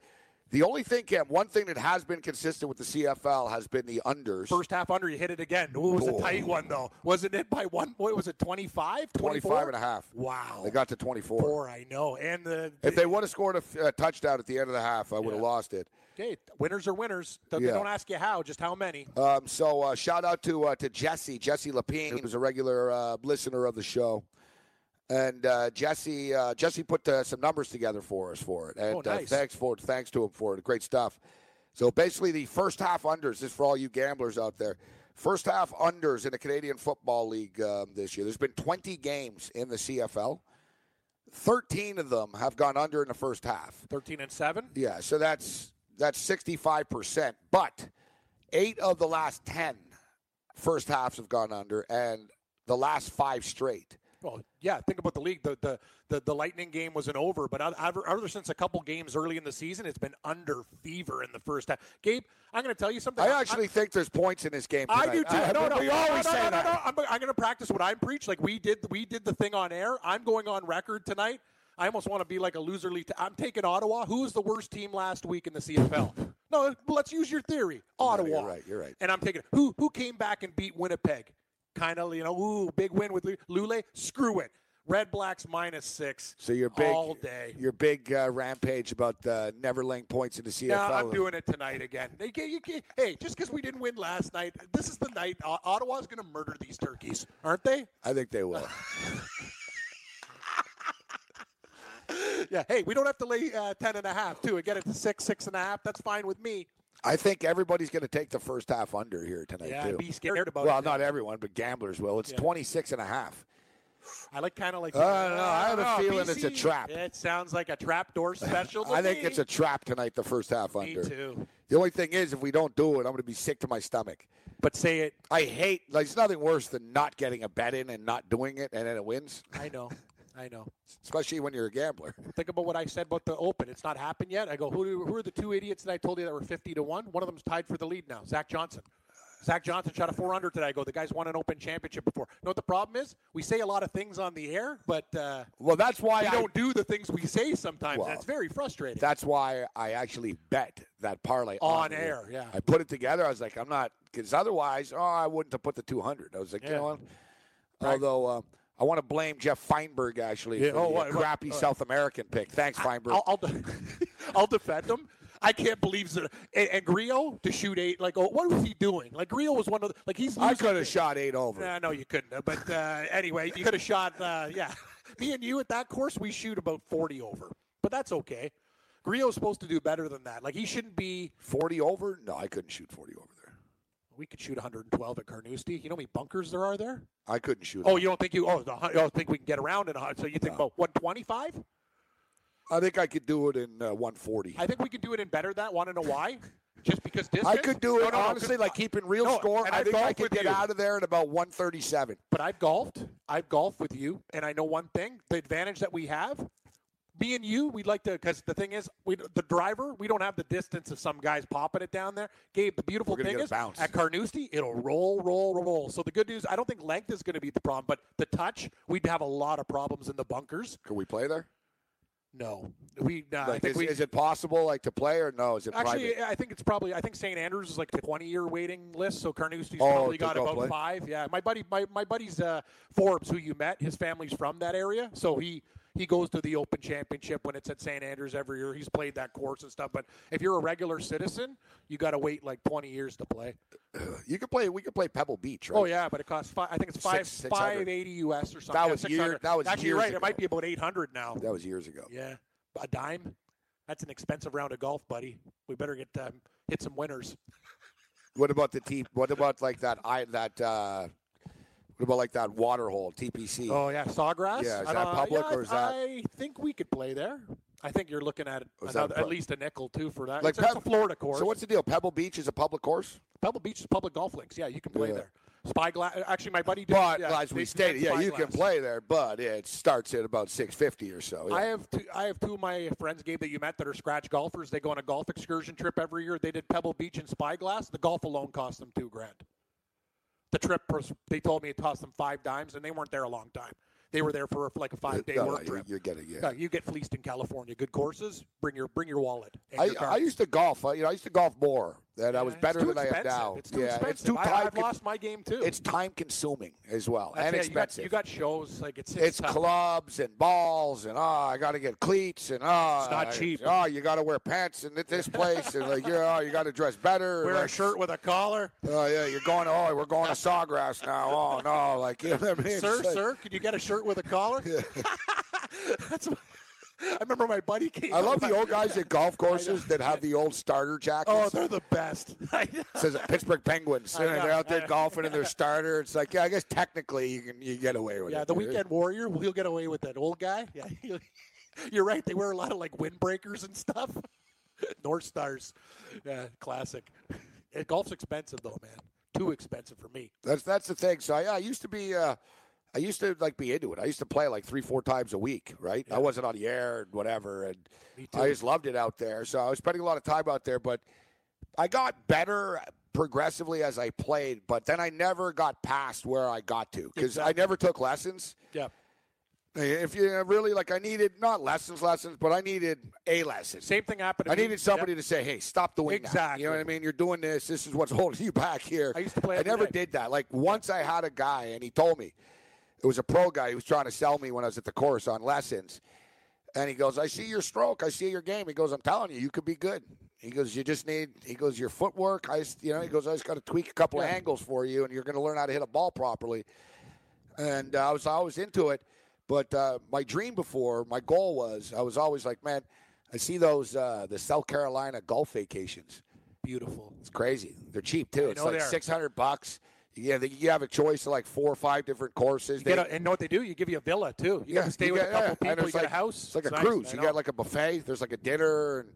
Speaker 2: the only thing, Cam, one thing that has been consistent with the CFL has been the unders.
Speaker 3: First half under, you hit it again. Ooh, it was
Speaker 2: Oh.
Speaker 3: a tight one though. Wasn't it by one point? Was it 25, 24?
Speaker 2: 25 and a half.
Speaker 3: Wow.
Speaker 2: They got to 24.
Speaker 3: four. I know. And the,
Speaker 2: If they would have scored a f- a touchdown at the end of the half, I would have
Speaker 3: Yeah.
Speaker 2: lost it.
Speaker 3: okay, winners are winners. They-
Speaker 2: Yeah.
Speaker 3: They don't ask you how, just how many.
Speaker 2: Um, so uh, shout out to uh, to Jesse Jesse Lapine, who's a regular uh, listener of the show, and uh, Jesse uh, Jesse put uh, some numbers together for us for it. And
Speaker 3: Oh, nice.
Speaker 2: uh, thanks for thanks to him for it. Great stuff. So basically, the first half unders. This is for all you gamblers out there. First half unders in the Canadian Football League um, this year. There's been 20 games in the CFL. 13 of them have gone under in the first half.
Speaker 3: 13 and 7.
Speaker 2: Yeah, so that's that's sixty five percent. But eight of the last ten first halves have gone under, and the last five straight.
Speaker 3: Well, yeah. Think about the league. The the the, the Lightning game was an over, but other, other other since a couple games early in the season, it's been under fever in the first half. Gabe, I'm going to tell you something.
Speaker 2: I
Speaker 3: I'm-
Speaker 2: actually think there's points in this game.
Speaker 3: I
Speaker 2: tonight.
Speaker 3: do too. no, no,
Speaker 2: we
Speaker 3: no,
Speaker 2: always
Speaker 3: no, no,
Speaker 2: say
Speaker 3: no,
Speaker 2: that.
Speaker 3: No, no. I'm, I'm going to practice what I preach. Like we did, we did the thing on air. I'm going on record tonight. I almost want to be like a loser league. T- I'm taking Ottawa. Who was the worst team last week in the CFL? no, let's use your theory. Ottawa.
Speaker 2: you're right, you're right.
Speaker 3: And I'm taking who who came back and beat Winnipeg. Kind of, you know, ooh, big win with Lu- Lule. Screw it. Red Blacks minus six.
Speaker 2: So you're big
Speaker 3: all day.
Speaker 2: Your big uh, rampage about uh, never laying points in the CFL.
Speaker 3: No, I'm doing it tonight again. They can't- you can't- hey, just because we didn't win last night, this is the night O- Ottawa's going to murder these turkeys, aren't they?
Speaker 2: I think they will.
Speaker 3: Yeah. Hey, we don't have to lay uh, 10 and a half, too. Get it to six, six and a half. That's fine with me.
Speaker 2: I think everybody's going to take the first half under here tonight
Speaker 3: Yeah,
Speaker 2: too.
Speaker 3: I'd be scared about
Speaker 2: well,
Speaker 3: it.
Speaker 2: not everyone, but gamblers will. It's
Speaker 3: Yeah.
Speaker 2: 26 and a half.
Speaker 3: I like kind of like.
Speaker 2: Uh, I don't know. I have a
Speaker 3: don't know,
Speaker 2: feeling it's a
Speaker 3: BC,
Speaker 2: trap.
Speaker 3: It sounds like a trap
Speaker 2: [laughs]
Speaker 3: door special. to
Speaker 2: I think
Speaker 3: me.
Speaker 2: it's a trap tonight. The first half
Speaker 3: Me
Speaker 2: under.
Speaker 3: too.
Speaker 2: The only thing is, if we don't do it, I'm going to be sick to my stomach.
Speaker 3: But say it.
Speaker 2: I hate. Like, it's nothing worse than not getting a bet in and not doing it, and then it wins. [laughs]
Speaker 3: I know. I know.
Speaker 2: Especially when you're a gambler.
Speaker 3: Think about what I said about the open. It's not happened yet. I go, who, do- who are the two idiots that I told you that were 50 to 1? One of them's tied for the lead now, Zach Johnson. Zach Johnson shot a 4 under today. I go, the guy's won an open championship before. You know what the problem is? We say a lot of things on the air, but uh,
Speaker 2: Well, that's why
Speaker 3: we
Speaker 2: I
Speaker 3: don't do the things we say sometimes.
Speaker 2: Well,
Speaker 3: That's very frustrating.
Speaker 2: That's why I actually bet that parlay
Speaker 3: On
Speaker 2: the
Speaker 3: air, yeah.
Speaker 2: I put it together. I was like, I'm not because otherwise, oh, I wouldn't have put the 200. I was like, you
Speaker 3: Yeah.
Speaker 2: know what? Although. Um, I want to blame Jeff Feinberg actually
Speaker 3: Yeah,
Speaker 2: for
Speaker 3: oh,
Speaker 2: the uh,
Speaker 3: what- what-
Speaker 2: crappy South American pick. Thanks, Feinberg.
Speaker 3: I'll, I'll, de- [laughs] I'll defend him. I can't believe that. And, and Griot to shoot eight. Like, oh, what was he doing? Like, Griot was one of the. Like, he's.
Speaker 2: I
Speaker 3: losing
Speaker 2: could have
Speaker 3: things.
Speaker 2: shot eight over.
Speaker 3: Nah, no, you couldn't. have. But uh, anyway, you could have shot. Uh, yeah, me and you at that course, we shoot about forty over, but that's okay. Griot's supposed to do better than that. Like he shouldn't be.
Speaker 2: 40 over? No, I couldn't shoot 40 over there.
Speaker 3: We could shoot 112 at Carnoustie. You know how many bunkers there are there?
Speaker 2: I couldn't shoot.
Speaker 3: Oh, you don't think you? Oh, the, hun- you don't think we can get around in a hun- So you think about 125?
Speaker 2: I think I could do it in uh, 140.
Speaker 3: I think we could do it in better than that. Want to know why? Just because distance.
Speaker 2: I could do
Speaker 3: No,
Speaker 2: it
Speaker 3: no, no,
Speaker 2: honestly,
Speaker 3: good-
Speaker 2: like keeping real
Speaker 3: No,
Speaker 2: score.
Speaker 3: and
Speaker 2: I
Speaker 3: I
Speaker 2: think I
Speaker 3: golf
Speaker 2: could
Speaker 3: with
Speaker 2: get
Speaker 3: you.
Speaker 2: out of there at about 137.
Speaker 3: But I've golfed. I've golfed with you, and I know one thing: the advantage that we have. Me and you, we'd like to because the thing is, we the driver, we don't have the distance of some guys popping it down there. Gabe, the beautiful
Speaker 2: We're gonna
Speaker 3: thing
Speaker 2: get a
Speaker 3: is
Speaker 2: bounce.
Speaker 3: at Carnoustie, it'll roll, roll, roll. So the good news, I don't think length is going to be the problem, but the touch, we'd have a lot of problems in the bunkers.
Speaker 2: Could we play there?
Speaker 3: No, we. Uh, I
Speaker 2: Like,
Speaker 3: think
Speaker 2: is,
Speaker 3: we.
Speaker 2: is it possible like to play or no? Is it
Speaker 3: Actually,
Speaker 2: private?
Speaker 3: I think it's probably. I think St. Andrews is like a twenty-year waiting list, so Carnoustie's
Speaker 2: Oh,
Speaker 3: probably
Speaker 2: to
Speaker 3: got
Speaker 2: go
Speaker 3: about
Speaker 2: play?
Speaker 3: five. Yeah, my buddy, my, my buddy's uh, Forbes, who you met, his family's from that area, so he He goes to the Open Championship when it's at St. Andrews every year. He's played that course and stuff. But if you're a regular citizen, you got to wait like 20 years to play.
Speaker 2: You could play. We could play Pebble Beach, right?
Speaker 3: Oh yeah, but it costs five. I think it's five
Speaker 2: Six- 600.
Speaker 3: five eighty US or something.
Speaker 2: That
Speaker 3: Yeah,
Speaker 2: was year-
Speaker 3: 600.
Speaker 2: that was
Speaker 3: actually you're
Speaker 2: years
Speaker 3: right.
Speaker 2: ago.
Speaker 3: It might be about 800 now.
Speaker 2: That was years ago.
Speaker 3: Yeah, a dime. That's an expensive round of golf, buddy. We better get um, hit some winners.
Speaker 2: What about the T? What about like that? I that. uh What about like that water hole TPC?
Speaker 3: Oh yeah, Sawgrass.
Speaker 2: Yeah, is
Speaker 3: I
Speaker 2: that
Speaker 3: don't-
Speaker 2: public
Speaker 3: yeah,
Speaker 2: or is that-
Speaker 3: I think we could play there. I think you're looking at
Speaker 2: Or is that
Speaker 3: another,
Speaker 2: pub-
Speaker 3: at least a nickel too for that.
Speaker 2: Like
Speaker 3: it's, it's
Speaker 2: pub-
Speaker 3: a Florida course.
Speaker 2: so what's the deal? Pebble Beach is a public course.
Speaker 3: Pebble Beach is public golf links. Yeah, you can play
Speaker 2: Yeah.
Speaker 3: there. Spyglass. Actually, my buddy did.
Speaker 2: But
Speaker 3: yeah,
Speaker 2: as we
Speaker 3: they-
Speaker 2: stated, yeah, you can
Speaker 3: Spyglass.
Speaker 2: play there, but it starts at about six fifty or so.
Speaker 3: I
Speaker 2: Yeah.
Speaker 3: have two, I have two of my friends, Gabe, that you met that are scratch golfers. They go on a golf excursion trip every year. They did Pebble Beach and Spyglass. The golf alone cost them two grand. The trip, was- they told me it cost them five dimes, and they weren't there a long time. They were there for like a five day
Speaker 2: No,
Speaker 3: work
Speaker 2: no,
Speaker 3: trip.
Speaker 2: you're, you're getting yeah.
Speaker 3: Yeah, you get fleeced in California. Good courses. Bring your bring your wallet. and
Speaker 2: I,
Speaker 3: your
Speaker 2: I
Speaker 3: cards.
Speaker 2: used to golf. I, you know, I used to golf more, and I was
Speaker 3: Yeah, it's
Speaker 2: better
Speaker 3: too
Speaker 2: than I am
Speaker 3: expensive.
Speaker 2: now.
Speaker 3: It's too
Speaker 2: yeah,
Speaker 3: expensive.
Speaker 2: it's too
Speaker 3: I,
Speaker 2: time.
Speaker 3: I've lost my game too.
Speaker 2: It's time consuming as well,
Speaker 3: That's
Speaker 2: and
Speaker 3: it. You got-
Speaker 2: expensive.
Speaker 3: You got, shows like uh, it's
Speaker 2: it's
Speaker 3: tough.
Speaker 2: clubs and balls and ah, I got to get cleats and ah,
Speaker 3: It's not cheap.
Speaker 2: Oh, you got to wear pants in th- this place and like you're oh, you got to dress better.
Speaker 3: Wear a
Speaker 2: like,
Speaker 3: shirt with a collar.
Speaker 2: Oh yeah, you're going. Oh, we're going to Sawgrass now. Oh no, like you know what I mean? [laughs]
Speaker 3: sir,
Speaker 2: It's like-
Speaker 3: sir, could you get a shirt with a collar? [laughs] That's what, [laughs] I remember my buddy came.
Speaker 2: I love
Speaker 3: over-
Speaker 2: the old guys at
Speaker 3: [laughs]
Speaker 2: golf courses that have the old starter jackets.
Speaker 3: Oh, they're the best. [laughs] I know.
Speaker 2: It says Pittsburgh Penguins.
Speaker 3: I
Speaker 2: and they're
Speaker 3: know,
Speaker 2: out there
Speaker 3: I know.
Speaker 2: golfing in their starter. It's like, yeah, I guess technically you can you get away with it.
Speaker 3: yeah, the
Speaker 2: dude.
Speaker 3: weekend warrior. He'll get away with that old guy. [laughs] Yeah, he'll- you're right. They wear a lot of like windbreakers and stuff. [laughs] North Stars, yeah, classic. Eh, golf's expensive though, man. Too expensive for me.
Speaker 2: That's that's the thing. So yeah, I used to be. Uh, I used to like be into it. I used to play like three, four times a week, right? I wasn't on the air and whatever, and
Speaker 3: Me too.
Speaker 2: I just loved it out there. So I was spending a lot of time out there, but I got better progressively as I played. But then I never got past where I got to because I
Speaker 3: Exactly.
Speaker 2: never took lessons.
Speaker 3: yeah,
Speaker 2: If you uh, really like, I needed not lessons, lessons, but I needed a lesson.
Speaker 3: same thing happened. To
Speaker 2: I
Speaker 3: me.
Speaker 2: needed somebody to say, "Hey, stop doing that." You know
Speaker 3: Exactly.
Speaker 2: what I mean? You're doing this. This is what's [laughs] holding you back here.
Speaker 3: I used to play
Speaker 2: I
Speaker 3: every
Speaker 2: never
Speaker 3: day.
Speaker 2: did that. Like once, I had a guy, and he told me it was a pro guy. He was trying to sell me when I was at the course on lessons, and he goes, "I see your stroke. I see your game." He goes, "I'm telling you, you could be good." He goes, "You just need." He goes, "Your footwork. I, just- you know." He goes, "I just got to tweak a couple of angles for you, and you're going to learn how to hit a ball properly." and uh, I was always into it. But uh, my dream before, my goal was, I was always like, man, I see those uh, the South Carolina golf vacations.
Speaker 3: Beautiful.
Speaker 2: It's crazy. They're cheap too. It's
Speaker 3: know
Speaker 2: like
Speaker 3: they are.
Speaker 2: six hundred bucks. Yeah, they, you have a choice of like four or five different courses.
Speaker 3: You get a, and know what they do? You give you a villa too. You get to stay
Speaker 2: you
Speaker 3: with
Speaker 2: get-
Speaker 3: a couple
Speaker 2: yeah, and
Speaker 3: people. You
Speaker 2: it's
Speaker 3: get
Speaker 2: like-
Speaker 3: a house.
Speaker 2: It's like a
Speaker 3: nice,
Speaker 2: cruise.
Speaker 3: I
Speaker 2: You
Speaker 3: know.
Speaker 2: got like a buffet. There's like a dinner and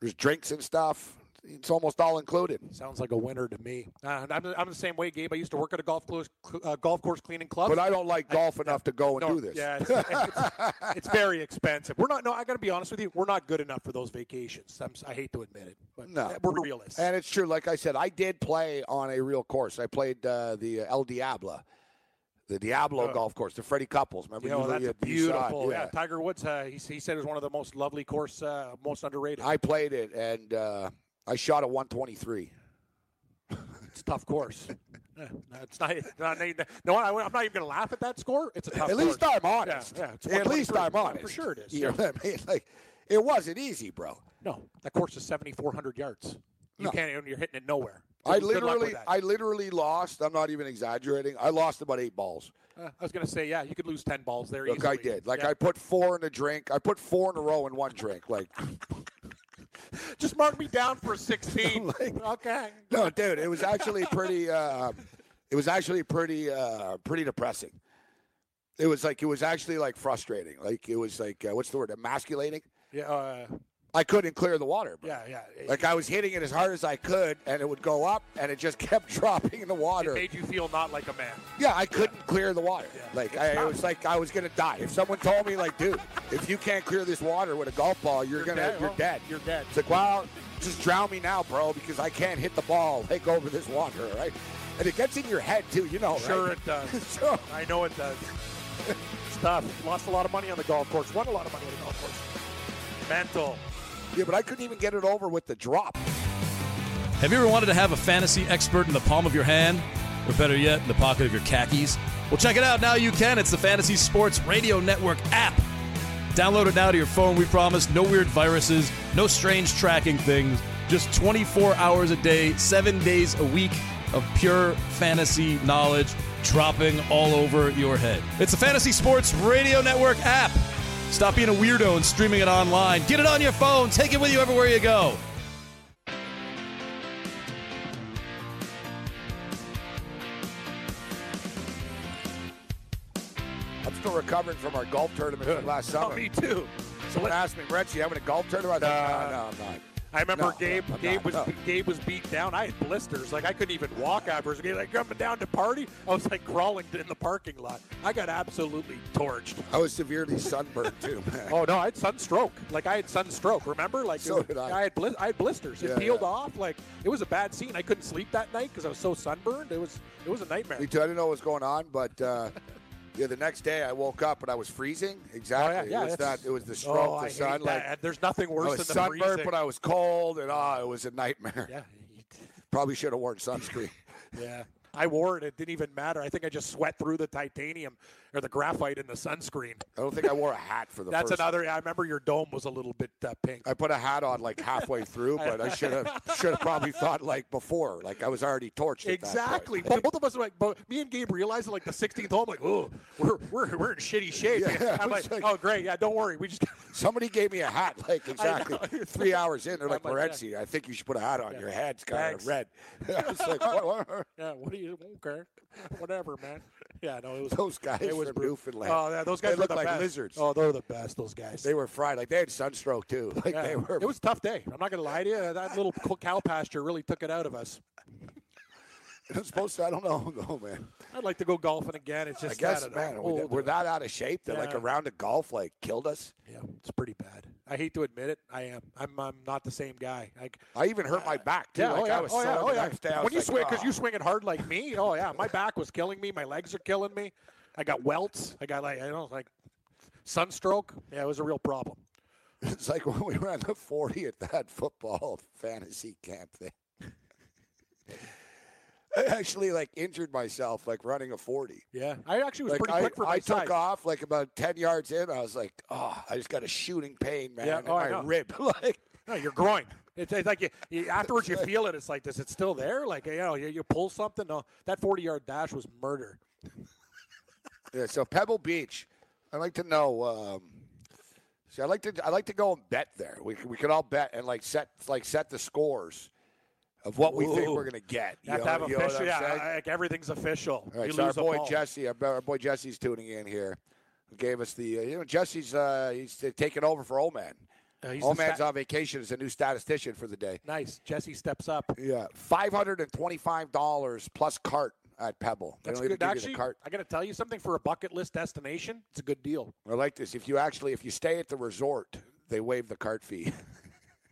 Speaker 2: there's drinks and stuff. It's almost all included.
Speaker 3: Sounds like a winner to me. Uh, I'm, I'm the same way, Gabe. I used to work at a golf, close, uh, golf course cleaning club.
Speaker 2: But I don't like golf enough to go and
Speaker 3: No,
Speaker 2: do this.
Speaker 3: Yeah,
Speaker 2: [laughs]
Speaker 3: it's, it's- it's very expensive. We're not. No, I got to be honest with you. We're not good enough for those vacations. I'm, si hate to admit it, but
Speaker 2: No.
Speaker 3: we're realists.
Speaker 2: And it's true. Like I said, I did play on a real course. I played uh, the uh, El Diablo, the Diablo golf course, the Freddie Couples. Remember?
Speaker 3: you know,
Speaker 2: you-
Speaker 3: Oh. that's
Speaker 2: you-
Speaker 3: a
Speaker 2: you saw it,
Speaker 3: beautiful. yeah. Tiger Woods. Uh, he, he said it was one of the most lovely course, uh, most underrated.
Speaker 2: I played it, and uh, I shot a 123.
Speaker 3: It's a
Speaker 2: [laughs]
Speaker 3: tough course. Yeah, no, it's not. it's not no, I, am not even going to laugh at that score. It's a tough.
Speaker 2: At least
Speaker 3: course.
Speaker 2: I'm honest.
Speaker 3: Yeah, yeah, it's
Speaker 2: At least
Speaker 3: 123.
Speaker 2: I'm honest.
Speaker 3: For sure it is.
Speaker 2: You know what I mean? [laughs] Like, it wasn't easy, bro.
Speaker 3: No, that course is 7,400 yards. You
Speaker 2: No.
Speaker 3: can't even, you're hitting it nowhere.
Speaker 2: I
Speaker 3: Good luck
Speaker 2: literally,
Speaker 3: with that.
Speaker 2: I literally lost. I'm not even exaggerating. I lost about eight balls.
Speaker 3: Uh, I was going to say, yeah, you could lose 10 balls there
Speaker 2: Look,
Speaker 3: easily.
Speaker 2: I did. Like
Speaker 3: Yeah.
Speaker 2: I put four in a drink. I put four in a row in one drink. Like [laughs]
Speaker 3: Just mark me down
Speaker 2: [laughs]
Speaker 3: for 16. okay.
Speaker 2: No, dude, it was actually pretty. [laughs] Uh, it was actually pretty, uh, pretty depressing. It was like it was actually like frustrating. Like it was like uh, what's the word? Emasculating.
Speaker 3: Yeah, uh,
Speaker 2: I couldn't clear the water. Bro.
Speaker 3: yeah, yeah. It,
Speaker 2: Like I was hitting it as hard as I could, and it would go up, and it just [laughs] kept dropping in the
Speaker 3: it
Speaker 2: water.
Speaker 3: made you feel not like a man.
Speaker 2: Yeah, I couldn't clear the water.
Speaker 3: Yeah.
Speaker 2: Like
Speaker 3: It's
Speaker 2: I, it
Speaker 3: tough.
Speaker 2: was like I was gonna die. If someone told me, like, dude, if you can't clear this water with a golf ball, you're, gonna
Speaker 3: dead.
Speaker 2: you're
Speaker 3: Oh,
Speaker 2: dead.
Speaker 3: you're dead.
Speaker 2: It's like, well, just drown me now, bro, because I can't hit the ball. Take over this water, all right? And it gets in your head too. You know,
Speaker 3: Sure
Speaker 2: right?
Speaker 3: it does.
Speaker 2: [laughs] So,
Speaker 3: I know it does. Stuff. Lost a lot of money on the golf course. Won a lot of money on the golf course. Mental.
Speaker 2: yeah, but I couldn't even get it over with the drop.
Speaker 6: Have you ever wanted to have a fantasy expert in the palm of your hand? Or better yet, in the pocket of your khakis? Well, check it out. Now you can. It's the Fantasy Sports Radio Network app. Download it now to your phone, we promise. No weird viruses, no strange tracking things. Just 24 hours a day, seven days a week of pure fantasy knowledge dropping all over your head. It's the Fantasy Sports Radio Network app. Stop being a weirdo and streaming it online. Get it on your phone, take it with you everywhere you go.
Speaker 2: I'm still recovering from our golf tournament from last
Speaker 3: Oh,
Speaker 2: summer.
Speaker 3: me uh, too. So
Speaker 2: Someone
Speaker 3: let,
Speaker 2: asked me, Rich, you having a golf tournament? I was like,
Speaker 3: Nah.
Speaker 2: no, no, I'm not.
Speaker 3: I remember
Speaker 2: No,
Speaker 3: Gabe.
Speaker 2: I'm
Speaker 3: Gabe
Speaker 2: not,
Speaker 3: was
Speaker 2: no.
Speaker 3: Gabe was beat down. I had blisters. Like I couldn't even walk afterwards. Gabe, like coming down to party, I was like crawling in the parking lot. I got absolutely torched.
Speaker 2: I was severely sunburned too, [laughs] man.
Speaker 3: Oh no, I had sunstroke. Like I had sunstroke. Remember? Like
Speaker 2: So
Speaker 3: it was-
Speaker 2: did I.
Speaker 3: had blis- I had blisters. It
Speaker 2: Yeah,
Speaker 3: peeled
Speaker 2: yeah.
Speaker 3: off. Like it was a bad scene. I couldn't sleep that night because I was so sunburned. It was it was a nightmare.
Speaker 2: Me too. I didn't know what was going on, but uh, yeah, the next day I woke up and I was freezing. Exactly. it was
Speaker 3: Oh, that's-
Speaker 2: that. It was the stroke,
Speaker 3: Oh, I
Speaker 2: the
Speaker 3: hate
Speaker 2: sun. Like
Speaker 3: that. There's nothing worse
Speaker 2: I was
Speaker 3: than the
Speaker 2: sunburned,
Speaker 3: freezing.
Speaker 2: but I was cold, and ah, it was a nightmare.
Speaker 3: yeah,
Speaker 2: [laughs] Probably should have worn sunscreen.
Speaker 3: yeah. [laughs] I wore it. It didn't even matter. I think I just sweat through the titanium or the graphite in the sunscreen.
Speaker 2: I don't think I wore a hat for the
Speaker 3: That's
Speaker 2: first.
Speaker 3: another. I remember your dome was a little bit uh, pink.
Speaker 2: I put a hat on like halfway through, but I should have should have probably thought like before, like I was already torched. at that point. [laughs]
Speaker 3: Exactly. Bo- Both of us were like, but me and Gabe realized it like the 16th hole. I'm like, oh, we're, we're, we're in shitty shape.
Speaker 2: Yeah,
Speaker 3: I'm
Speaker 2: I was
Speaker 3: like,
Speaker 2: like-
Speaker 3: oh, great. Yeah, don't worry. We just,
Speaker 2: Somebody gave me a hat,
Speaker 3: [laughs]
Speaker 2: like exactly
Speaker 3: know.
Speaker 2: three hours in. They're like,
Speaker 3: I'm like,
Speaker 2: Morenzi, I think you should put a hat on. Your head's kind
Speaker 3: Thanks.
Speaker 2: of red. [laughs] I was
Speaker 3: [laughs]
Speaker 2: like, what, what?
Speaker 3: yeah, what do you, okay. Whatever, man. Yeah, no, it was.
Speaker 2: Those guys
Speaker 3: it was
Speaker 2: from
Speaker 3: brutal.
Speaker 2: Newfoundland.
Speaker 3: Oh, yeah, those
Speaker 2: They
Speaker 3: guys were
Speaker 2: looked
Speaker 3: the
Speaker 2: like
Speaker 3: best.
Speaker 2: lizards.
Speaker 3: Oh, they're the best, those guys.
Speaker 2: They were [laughs] fried. Like they had sunstroke too. Like
Speaker 3: Yeah,
Speaker 2: they were.
Speaker 3: It was a tough day. I'm not going to lie to you. That little co- cow pasture really took it out of us.
Speaker 2: it was [laughs] supposed to. I don't know, no, man.
Speaker 3: I'd like to go golfing again. It's
Speaker 2: I
Speaker 3: just
Speaker 2: guess,
Speaker 3: that I'm
Speaker 2: man, we're,
Speaker 3: old. uh,
Speaker 2: we're that out of shape that like
Speaker 3: Yeah.
Speaker 2: a round of golf like killed us.
Speaker 3: Yeah, it's pretty bad. I hate to admit it. I am. I'm. I'm not the same guy. Like
Speaker 2: I even hurt my back too.
Speaker 3: oh,
Speaker 2: like I was sore the next day. I
Speaker 3: When
Speaker 2: was
Speaker 3: you
Speaker 2: like,
Speaker 3: swing, because
Speaker 2: "Ah."
Speaker 3: you swing it hard like me. Oh yeah, my back was killing me. My legs are killing me. I got welts. I got like I don't know, like sunstroke. Yeah, it was a real problem.
Speaker 2: "Ah." It's like when we were on the 40 at that football [laughs] fantasy camp thing. [laughs] I actually like injured myself like running a 40.
Speaker 3: Yeah, I actually was
Speaker 2: Like
Speaker 3: pretty
Speaker 2: I,
Speaker 3: quick for my
Speaker 2: I
Speaker 3: size.
Speaker 2: took off like about 10 yards in. I was like, oh, I just got a shooting pain, man,
Speaker 3: Yeah,
Speaker 2: in
Speaker 3: oh, I
Speaker 2: my
Speaker 3: know.
Speaker 2: rib. [laughs] like,
Speaker 3: No, your groin. It's, it's like you,
Speaker 2: [laughs]
Speaker 3: you, afterwards you feel it. It's like this. It's still there. Like you know, you, you pull something. No, that forty-yard dash was murder.
Speaker 2: yeah, so Pebble Beach, I'd like to know. Um, see, I like to I like to go and bet there. We c- we could all bet and like set like set the scores of what we think
Speaker 3: Ooh.
Speaker 2: we're gonna get.
Speaker 3: You have
Speaker 2: know-
Speaker 3: to have
Speaker 2: you know what
Speaker 3: official.
Speaker 2: I'm
Speaker 3: Yeah,
Speaker 2: saying?
Speaker 3: like everything's official.
Speaker 2: All right,
Speaker 3: you
Speaker 2: so our
Speaker 3: lose a
Speaker 2: boy
Speaker 3: ball.
Speaker 2: Jesse, our, our boy Jesse's tuning in here. Who gave us the? Uh, you know, Jesse's uh, he's t- taking over for Old Man.
Speaker 3: Uh, he's
Speaker 2: Old
Speaker 3: the
Speaker 2: Man's
Speaker 3: sta-
Speaker 2: on vacation as a new statistician for the day.
Speaker 3: Nice. Jesse steps up.
Speaker 2: Yeah, five hundred and twenty-five dollars plus cart at Pebble. They
Speaker 3: That's
Speaker 2: don't even
Speaker 3: good.
Speaker 2: give you the
Speaker 3: Actually,
Speaker 2: cart.
Speaker 3: I got to tell you something for a bucket list destination. It's a good deal.
Speaker 2: I like this. If you actually, if you stay at the resort, they waive the cart fee. [laughs]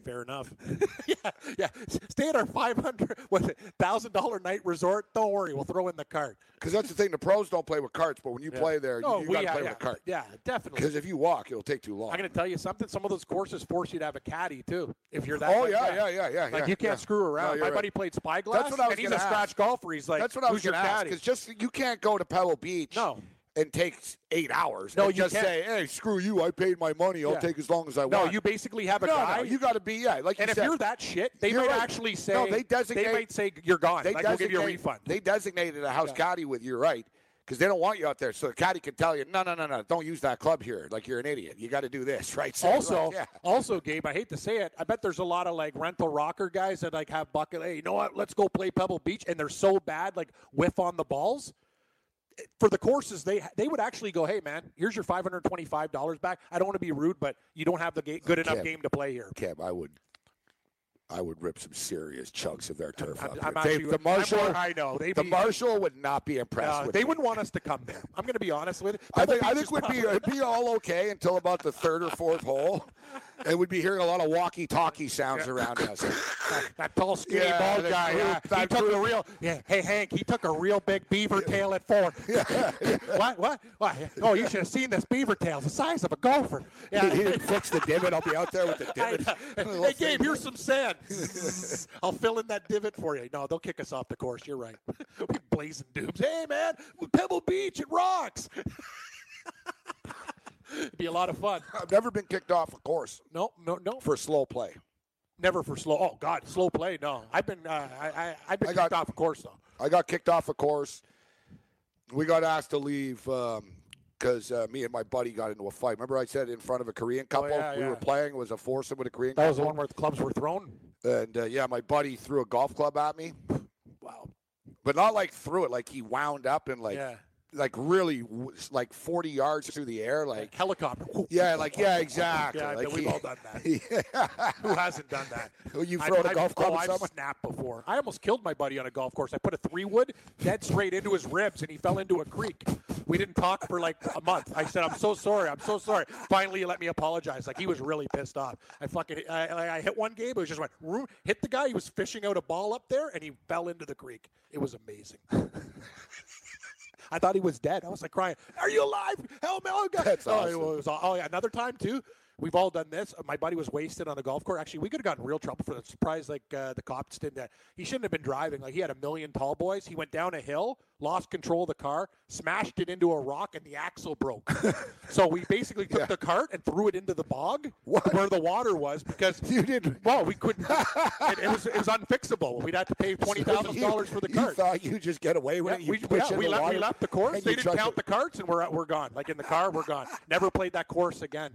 Speaker 3: Fair enough. [laughs] yeah, yeah. S- Stay at our five hundred, what thousand dollar night resort. Don't worry, we'll throw in the cart.
Speaker 2: Because that's the thing. The pros don't play with carts, but when you play there, you-
Speaker 3: No,
Speaker 2: you,
Speaker 3: we-
Speaker 2: got to
Speaker 3: yeah,
Speaker 2: play
Speaker 3: yeah,
Speaker 2: with a cart.
Speaker 3: Yeah, definitely.
Speaker 2: Because if you walk, it'll take too long.
Speaker 3: I'm going to tell you something. Some of those courses force you to have a caddy too. If you're that.
Speaker 2: Oh,
Speaker 3: like
Speaker 2: yeah,
Speaker 3: that.
Speaker 2: yeah, yeah, yeah,
Speaker 3: Like
Speaker 2: yeah,
Speaker 3: you can't
Speaker 2: yeah.
Speaker 3: screw around.
Speaker 2: No,
Speaker 3: My
Speaker 2: you're
Speaker 3: buddy
Speaker 2: right.
Speaker 3: played Spyglass,
Speaker 2: what I was
Speaker 3: and he's a
Speaker 2: gonna
Speaker 3: scratch
Speaker 2: ask.
Speaker 3: golfer. He's like,
Speaker 2: That's what I was
Speaker 3: who's your
Speaker 2: going to ask.
Speaker 3: caddy?
Speaker 2: Because just you can't go to Pebble Beach.
Speaker 3: No.
Speaker 2: And take s- eight hours.
Speaker 3: No,
Speaker 2: and
Speaker 3: you
Speaker 2: just
Speaker 3: can't.
Speaker 2: say, "Hey, screw you! I paid my money. I'll
Speaker 3: Yeah.
Speaker 2: take as long as I
Speaker 3: no,
Speaker 2: want."
Speaker 3: you basically have a
Speaker 2: no,
Speaker 3: guy.
Speaker 2: no, you got to be yeah. Like
Speaker 3: and
Speaker 2: you
Speaker 3: if
Speaker 2: said,
Speaker 3: you're that shit, they
Speaker 2: You're
Speaker 3: might
Speaker 2: right.
Speaker 3: actually say
Speaker 2: No, they designate-
Speaker 3: might say you're gone.
Speaker 2: they
Speaker 3: like we'll give you a
Speaker 2: designate-
Speaker 3: refund.
Speaker 2: They designated a house caddy with you, right? Because they don't want you out there, so the caddy can tell you, "No, no, no, no! Don't use that club here. Like you're an idiot. You got to do this, [laughs] right?" So,
Speaker 3: also,
Speaker 2: like, yeah.
Speaker 3: also, Gabe, I hate to say it, I bet there's a lot of like rental rocker guys that like have bucket. Hey, you know what? Let's go play Pebble Beach, and they're so bad, like whiff on the balls. For the courses, they they would actually go, "Hey, man, here's your five hundred twenty-five dollars back. I don't want to be rude, but you don't have the ga- good enough
Speaker 2: Can't.
Speaker 3: game to play here."
Speaker 2: Cam, I would, I would rip some serious chunks of their turf
Speaker 3: I'm-
Speaker 2: up. here.
Speaker 3: I'm
Speaker 2: They-
Speaker 3: actually-
Speaker 2: the
Speaker 3: I'm
Speaker 2: marshal,
Speaker 3: more- I know, they'd
Speaker 2: the
Speaker 3: be-
Speaker 2: marshal would not be impressed.
Speaker 3: Uh,
Speaker 2: with
Speaker 3: they
Speaker 2: me.
Speaker 3: wouldn't want us to come there. I'm going to be honest with you.
Speaker 2: I think
Speaker 3: Pebble
Speaker 2: I
Speaker 3: Beach
Speaker 2: think
Speaker 3: is
Speaker 2: we'd be
Speaker 3: probably-
Speaker 2: it'd be all okay until about the third or fourth hole, and we'd be hearing a lot of walkie-talkie sounds around
Speaker 3: [coughs]
Speaker 2: us.
Speaker 3: That tall, skinny,
Speaker 2: Yeah,
Speaker 3: bald
Speaker 2: the
Speaker 3: guy.
Speaker 2: group,
Speaker 3: yeah. he
Speaker 2: that
Speaker 3: took a
Speaker 2: group.
Speaker 3: real. Yeah. Hey, Hank. He took a real big beaver tail
Speaker 2: [laughs]
Speaker 3: at four. [laughs] what? What? What? Oh, you should have seen this beaver tail. It's the size of a gopher.
Speaker 2: he
Speaker 3: Yeah.
Speaker 2: didn't fix the divot. I'll be out there with
Speaker 3: [laughs]
Speaker 2: the divot. [laughs]
Speaker 3: hey, Gabe. Here's some sand. I'll fill in that divot for you. No, they'll kick us off the course. You're right. [laughs] we blazing dooms. Hey, man. Pebble Beach. It rocks. [laughs] It'd be a lot of fun.
Speaker 2: I've never been kicked off a course
Speaker 3: No, no, no.
Speaker 2: for slow play.
Speaker 3: Never for slow. Oh God, slow play. No, I've been, uh, I, I, I've been
Speaker 2: I
Speaker 3: kicked
Speaker 2: got-
Speaker 3: off a course though.
Speaker 2: I got kicked off a course. We got asked to leave because uh, me and my buddy got into a fight. Remember, I said in front of a Korean couple
Speaker 3: Oh, yeah,
Speaker 2: we
Speaker 3: yeah.
Speaker 2: were playing. It was a foursome with a Korean
Speaker 3: That was the
Speaker 2: couple.
Speaker 3: one where the clubs were thrown.
Speaker 2: And uh, yeah, my buddy threw a golf club at me. Wow. But not like threw it. Like he wound up and like
Speaker 3: Yeah.
Speaker 2: like really w- like forty yards through the air.
Speaker 3: Like
Speaker 2: Like
Speaker 3: helicopter.
Speaker 2: yeah, like
Speaker 3: [laughs]
Speaker 2: yeah, exactly.
Speaker 3: Yeah, I
Speaker 2: like
Speaker 3: bet we've
Speaker 2: he-
Speaker 3: all done that.
Speaker 2: [laughs] yeah.
Speaker 3: Who hasn't done [laughs] that?
Speaker 2: Well, you've
Speaker 3: I've-
Speaker 2: thrown a
Speaker 3: I've-
Speaker 2: golf club
Speaker 3: oh,
Speaker 2: at
Speaker 3: I've
Speaker 2: someone?
Speaker 3: snapped before. I almost killed my buddy on a golf course. I put a three wood dead straight into his ribs, and he fell into a creek. We didn't talk for like a month. I said, "I'm so sorry. I'm so sorry." Finally, he let me apologize. Like he was really pissed off. I fucking I- I, I hit one game. It was just went room, hit the guy. He was fishing out a ball up there, and he fell into the creek. It was amazing. I thought he was dead. I was like crying, "Are you alive? Help me!" Oh, God.
Speaker 2: That's
Speaker 3: Oh,
Speaker 2: awesome.
Speaker 3: it was- oh, yeah. Another time too. We've all done this. My buddy was wasted on a golf course. Actually, we could have gotten in real trouble for the surprise. Like uh, the cops did that. He shouldn't have been driving. Like he had a million tall boys. He went down a hill, lost control of the car, smashed it into a rock, and the axle
Speaker 2: [laughs]
Speaker 3: broke. so we basically took the cart and threw it into the bog
Speaker 2: What?
Speaker 3: where the water was because
Speaker 2: You didn't-
Speaker 3: Well, we couldn't. it, it was it was unfixable. We'd have to
Speaker 2: [laughs]
Speaker 3: pay twenty thousand dollars for the
Speaker 2: You-
Speaker 3: cart.
Speaker 2: You thought you just get away with
Speaker 3: Yeah,
Speaker 2: it. You
Speaker 3: we,
Speaker 2: push
Speaker 3: yeah,
Speaker 2: in
Speaker 3: we
Speaker 2: the
Speaker 3: left, we
Speaker 2: water
Speaker 3: left the course.
Speaker 2: and
Speaker 3: They
Speaker 2: you
Speaker 3: didn't
Speaker 2: trust
Speaker 3: count
Speaker 2: it.
Speaker 3: the carts, and we're we're gone. Like in the car, we're gone. Never played that
Speaker 2: [laughs]
Speaker 3: course again.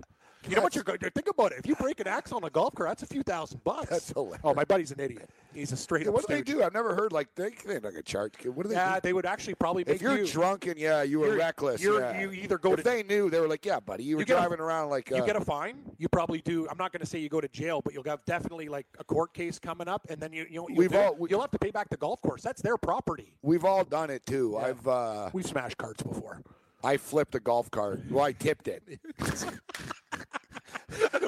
Speaker 3: You know what you're going to think about it. If you break an axle on a golf cart, that's a few thousand bucks.
Speaker 2: That's hilarious.
Speaker 3: Oh, my buddy's an idiot. He's a straight
Speaker 2: Yeah,
Speaker 3: up.
Speaker 2: what do they
Speaker 3: stooge.
Speaker 2: do? I've never heard like they they're not gonna charge. What do they
Speaker 3: Yeah,
Speaker 2: do?
Speaker 3: they would actually probably make
Speaker 2: If you're
Speaker 3: you.
Speaker 2: drunk and yeah, you were
Speaker 3: You're-
Speaker 2: reckless.
Speaker 3: you're-
Speaker 2: yeah.
Speaker 3: you either go
Speaker 2: if
Speaker 3: to-
Speaker 2: they knew they were like, yeah, buddy, you were
Speaker 3: You get a-
Speaker 2: driving around like
Speaker 3: you
Speaker 2: uh,
Speaker 3: get a fine. You probably do. I'm not going to say you go to jail, but you'll have definitely like a court case coming up, and then you you know what you'll
Speaker 2: We've
Speaker 3: do?
Speaker 2: all- we-
Speaker 3: you'll have to pay back the golf course. That's their property.
Speaker 2: We've all done it too. I've uh,
Speaker 3: We've smashed
Speaker 2: [laughs]
Speaker 3: carts before.
Speaker 2: I flipped a golf cart. Well, I tipped it.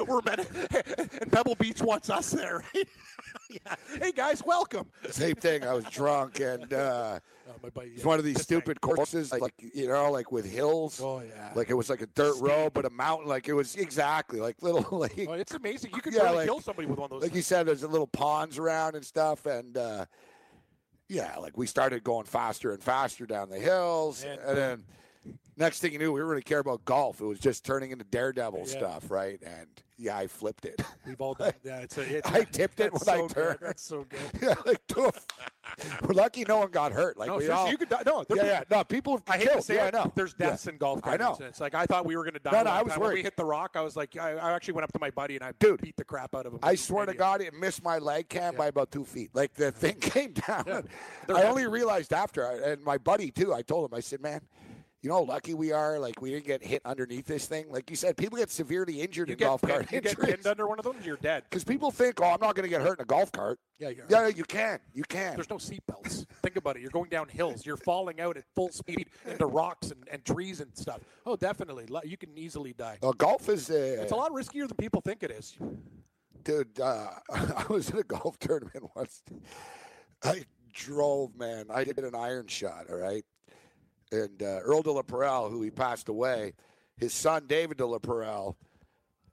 Speaker 3: We're men, [laughs] and Pebble Beach wants us there. right? [laughs] yeah. Hey guys, welcome.
Speaker 2: Same thing. I was drunk and uh,
Speaker 3: [laughs] Oh, my buddy,
Speaker 2: it's
Speaker 3: yeah,
Speaker 2: one of these
Speaker 3: just saying.
Speaker 2: stupid courses, like you know, like with hills.
Speaker 3: Oh, yeah.
Speaker 2: Like it was like a dirt road, but a mountain. Like it was exactly like little [laughs] like
Speaker 3: Oh, it's amazing. You could
Speaker 2: Yeah,
Speaker 3: really
Speaker 2: like-
Speaker 3: kill somebody with one of those.
Speaker 2: like you
Speaker 3: things.
Speaker 2: said, there's little ponds around and stuff, and uh, yeah, like we started going faster and faster down the hills,
Speaker 3: Man.
Speaker 2: and then next thing you knew, we didn't really care about golf. It was just turning into daredevil
Speaker 3: Yeah.
Speaker 2: stuff, right? And yeah, I flipped it. [laughs]
Speaker 3: We've all done. Yeah, it's a, it's
Speaker 2: I tipped it
Speaker 3: that's
Speaker 2: when I
Speaker 3: so good.
Speaker 2: turned.
Speaker 3: That's so good.
Speaker 2: yeah, like [laughs] poof. We're lucky no one got hurt. Like
Speaker 3: No,
Speaker 2: we
Speaker 3: seriously,
Speaker 2: all,
Speaker 3: you could die. No, there-
Speaker 2: yeah, yeah, no, people have
Speaker 3: I hate
Speaker 2: killed.
Speaker 3: to say
Speaker 2: yeah,
Speaker 3: it,
Speaker 2: I know.
Speaker 3: there's
Speaker 2: Yeah.
Speaker 3: deaths in golf cart
Speaker 2: I know.
Speaker 3: incidents. Like I thought we were going to die.
Speaker 2: No, no,
Speaker 3: one
Speaker 2: I was
Speaker 3: time. When we
Speaker 2: worried.
Speaker 3: hit the rock, I was like, I, I actually went up to my buddy and I
Speaker 2: Dude,
Speaker 3: beat the crap out of him.
Speaker 2: I
Speaker 3: He was an
Speaker 2: swear to
Speaker 3: idiot.
Speaker 2: God, it missed my leg cam by about two feet. Like the thing [laughs] came down.
Speaker 3: Yeah. They're
Speaker 2: I only
Speaker 3: heavy.
Speaker 2: realized after, I- and my buddy too. I told him, I said, "Man, you know, how lucky we are. Like we didn't get hit underneath this thing. Like you said, people get severely injured
Speaker 3: you
Speaker 2: in
Speaker 3: get
Speaker 2: golf
Speaker 3: pinned-
Speaker 2: cart
Speaker 3: you get pinned
Speaker 2: injuries
Speaker 3: under one of them, you're dead.
Speaker 2: because people think, "Oh, I'm not going to get hurt in a golf cart."
Speaker 3: Yeah, you're-
Speaker 2: yeah, you can, you can.
Speaker 3: There's no seatbelts. Think about it. You're going down hills. You're falling out at full speed into rocks and, and trees and stuff. Oh, definitely. Li- You can easily die.
Speaker 2: Uh, golf is uh,
Speaker 3: It's a lot riskier than people think it is.
Speaker 2: dude. Uh, [laughs] I was in a golf [laughs] tournament once. I drove, man. I did an iron shot. All right, and uh, Earl de La Perel, who he passed away, his son David de La Perel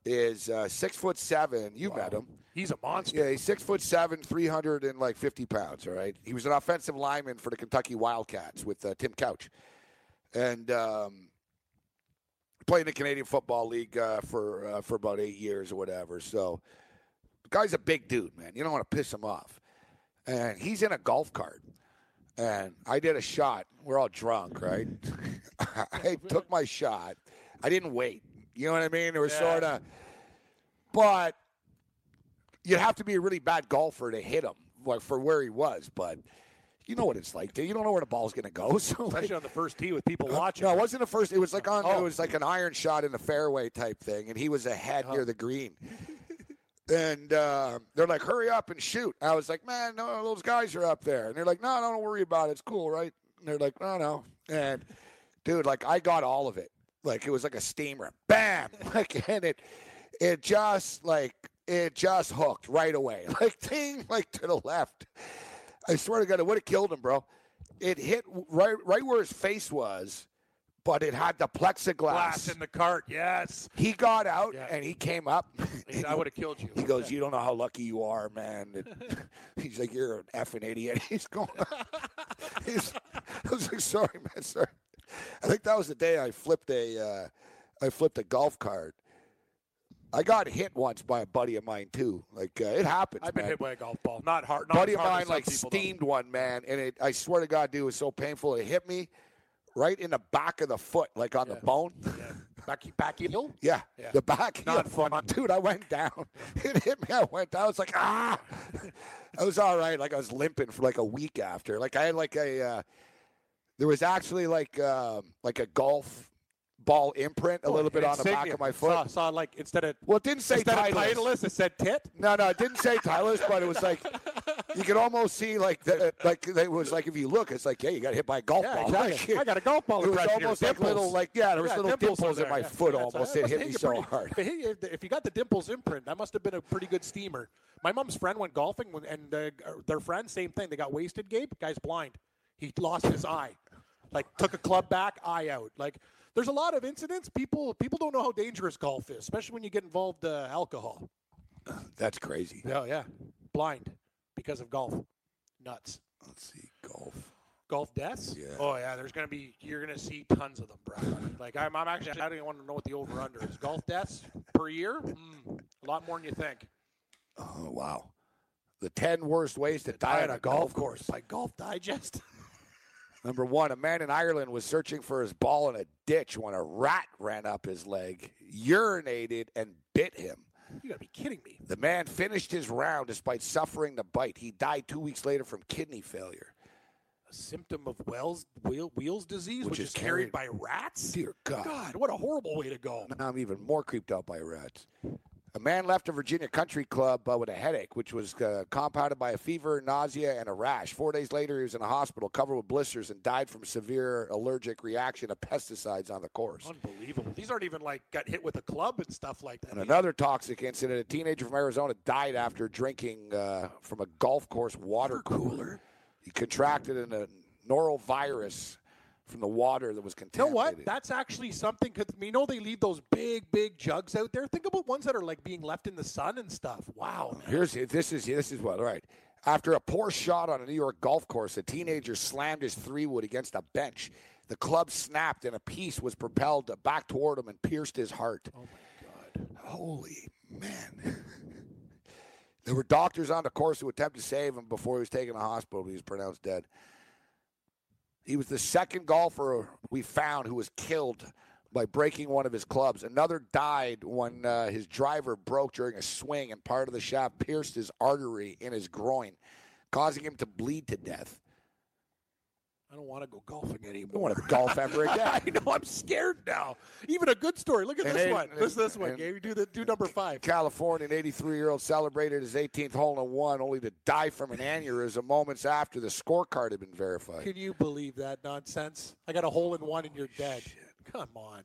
Speaker 2: is uh, six foot seven. You met him.
Speaker 3: He's a monster.
Speaker 2: Yeah, he's six foot seven, three hundred and like fifty pounds. All right, he was an offensive lineman for the Kentucky Wildcats with uh, Tim Couch, and um, played in the Canadian Football League uh, for uh, for about eight years or whatever. So, the guy's a big dude, man. You don't want to piss him off, and he's in a golf cart. And I did a shot. We're all drunk, right? [laughs] I took my shot. I didn't wait. You know what I mean? It was
Speaker 3: Yeah.
Speaker 2: sort of, but you'd have to be a really bad golfer to hit him like, for where he was, but you know what it's like. dude. You don't know where the ball's going to go. [laughs] So like,
Speaker 3: Especially on the first tee with people watching.
Speaker 2: no, it wasn't the first. It was like on.
Speaker 3: Oh.
Speaker 2: It was like an iron shot in the fairway type thing, and he was ahead
Speaker 3: Uh-huh.
Speaker 2: near the green. and uh, they're like, "Hurry up and shoot!" I was like, "Man, no, those guys are up there." And they're like, "No, no, don't worry about it. It's cool, right?" And they're like, "No, no." And dude, like I got all of it. Like it was like a steamer. Bam! [laughs] Like and it, it just like it just hooked right away. [laughs] Like ding, like to the left. I swear to God, it would have killed him, bro. It hit w- right right where his face was, but it had the
Speaker 3: Glass
Speaker 2: plexiglass.
Speaker 3: in the cart. Yes.
Speaker 2: he got out
Speaker 3: Yeah.
Speaker 2: and he came up.
Speaker 3: I
Speaker 2: [laughs]
Speaker 3: would have killed you.
Speaker 2: He goes, "You don't know how lucky you are,
Speaker 3: [laughs]
Speaker 2: man." And [laughs] he's like, "You're an effing idiot." [laughs] He's going.
Speaker 3: [laughs]
Speaker 2: he's, I was like, "Sorry, man, sorry." I think that was the day I flipped a. Uh, I flipped a golf cart. I got hit once by a buddy of mine too. Like uh, it happens.
Speaker 3: I've been
Speaker 2: man.
Speaker 3: hit by a golf ball. Not hard. Not
Speaker 2: buddy
Speaker 3: as
Speaker 2: of
Speaker 3: hard
Speaker 2: mine
Speaker 3: as some
Speaker 2: like
Speaker 3: people, though.
Speaker 2: steamed one man, and it I swear to God, dude, it was so painful. It hit me right in the back of the foot, like on the bone.
Speaker 3: Yeah. Back, back heel.
Speaker 2: Yeah,
Speaker 3: Yeah.
Speaker 2: the back. [laughs] heel.
Speaker 3: Not fun.
Speaker 2: dude. I went down. [laughs] It hit me. I went down. I was like, ah. [laughs] I was all right. Like I was limping for like a week after. Like I had like a. Uh, there was actually like um, like a golf ball imprint a little bit on the back
Speaker 3: Insignia.
Speaker 2: of my
Speaker 3: Saw,
Speaker 2: foot.
Speaker 3: saw like instead of
Speaker 2: Well, it didn't say
Speaker 3: instead of
Speaker 2: Titleist.
Speaker 3: Titleist, it said tit.
Speaker 2: No, no, it didn't say Tyler's, but it was like you could almost see like the, like it was like if you look, it's like yeah, you got hit by a golf
Speaker 3: Yeah,
Speaker 2: ball.
Speaker 3: exactly.
Speaker 2: Like,
Speaker 3: I got a golf ball
Speaker 2: It was
Speaker 3: impression here.
Speaker 2: almost like
Speaker 3: Dimples.
Speaker 2: little like yeah, there was
Speaker 3: Yeah,
Speaker 2: little dimples,
Speaker 3: were
Speaker 2: in
Speaker 3: there,
Speaker 2: my
Speaker 3: yeah.
Speaker 2: foot
Speaker 3: That's-
Speaker 2: almost.
Speaker 3: that
Speaker 2: It
Speaker 3: must
Speaker 2: hit
Speaker 3: have
Speaker 2: me
Speaker 3: you
Speaker 2: so
Speaker 3: pretty-
Speaker 2: hard.
Speaker 3: it [laughs] hit you- If you got the dimples imprint, that must have been a pretty good steamer. My mom's friend went golfing with, and uh, their friend, same thing. They got wasted. Gabe, guy's blind. He lost his eye. Like took a club back, eye out. Like there's a lot of incidents. People people don't know how dangerous golf is, especially when you get involved uh, alcohol.
Speaker 2: That's crazy.
Speaker 3: Yeah, yeah. Blind because of golf. Nuts.
Speaker 2: Let's see golf.
Speaker 3: Golf deaths?
Speaker 2: Yeah.
Speaker 3: Oh yeah, there's gonna be you're gonna see tons of them, bro. like I'm, I'm actually I don't even want to know what the over under is. Golf deaths per year? Mm, a lot more than you think.
Speaker 2: Oh wow, the ten worst ways to die on a golf course.
Speaker 3: by Golf Digest. [laughs]
Speaker 2: Number one, a man in Ireland was searching for his ball in a ditch when a rat ran up his leg, urinated, and bit him.
Speaker 3: you gotta be kidding me.
Speaker 2: The man finished his round despite suffering the bite. He died two weeks later from kidney failure.
Speaker 3: A symptom of Wells wheel, Wheels disease, which, is, carried, by rats.
Speaker 2: Dear God.
Speaker 3: God, what a horrible way to [laughs] go.
Speaker 2: Now I'm even more creeped out by rats. A man left a Virginia country club uh, with a headache, which was uh, compounded by a fever, nausea, and a rash. Four days later, he was in a hospital covered with blisters and died from severe allergic reaction to pesticides on the course.
Speaker 3: Unbelievable. These aren't even like got hit with a club and stuff like that.
Speaker 2: And another toxic incident: a teenager from Arizona died after drinking uh, from a golf course water cooler. He contracted an, a norovirus from the water that was
Speaker 3: You know
Speaker 2: contaminated.
Speaker 3: what? That's actually something. Cause we know they leave those big, big jugs out there. Think about ones that are like being left in the sun and stuff. Wow, man.
Speaker 2: Here's this is this is what all right. After a poor shot on a New York golf course, a teenager slammed his three wood against a bench. The club snapped and a piece was propelled back toward him and pierced his heart. Oh my god. Holy man. [laughs] there were doctors on the course who attempted to save him before he was taken to hospital, but he was pronounced dead. He was the second golfer we found who was killed by breaking one of his clubs. Another died when uh, his driver broke during a swing and part of the shaft pierced his artery in his groin, causing him to bleed to death.
Speaker 3: I don't want to go golfing
Speaker 2: I don't
Speaker 3: anymore.
Speaker 2: want to golf ever
Speaker 3: [laughs]
Speaker 2: again.
Speaker 3: I know I'm scared now. Even a good story. Look at
Speaker 2: And
Speaker 3: this
Speaker 2: they-
Speaker 3: one. This this one.
Speaker 2: and-
Speaker 3: Gabe. Do the do number five.
Speaker 2: Californian 83 year old celebrated his 18th hole in one only to die from an aneurysm moments after the scorecard had been verified.
Speaker 3: Can you believe that nonsense? I got a hole in one and you're dead. Come on.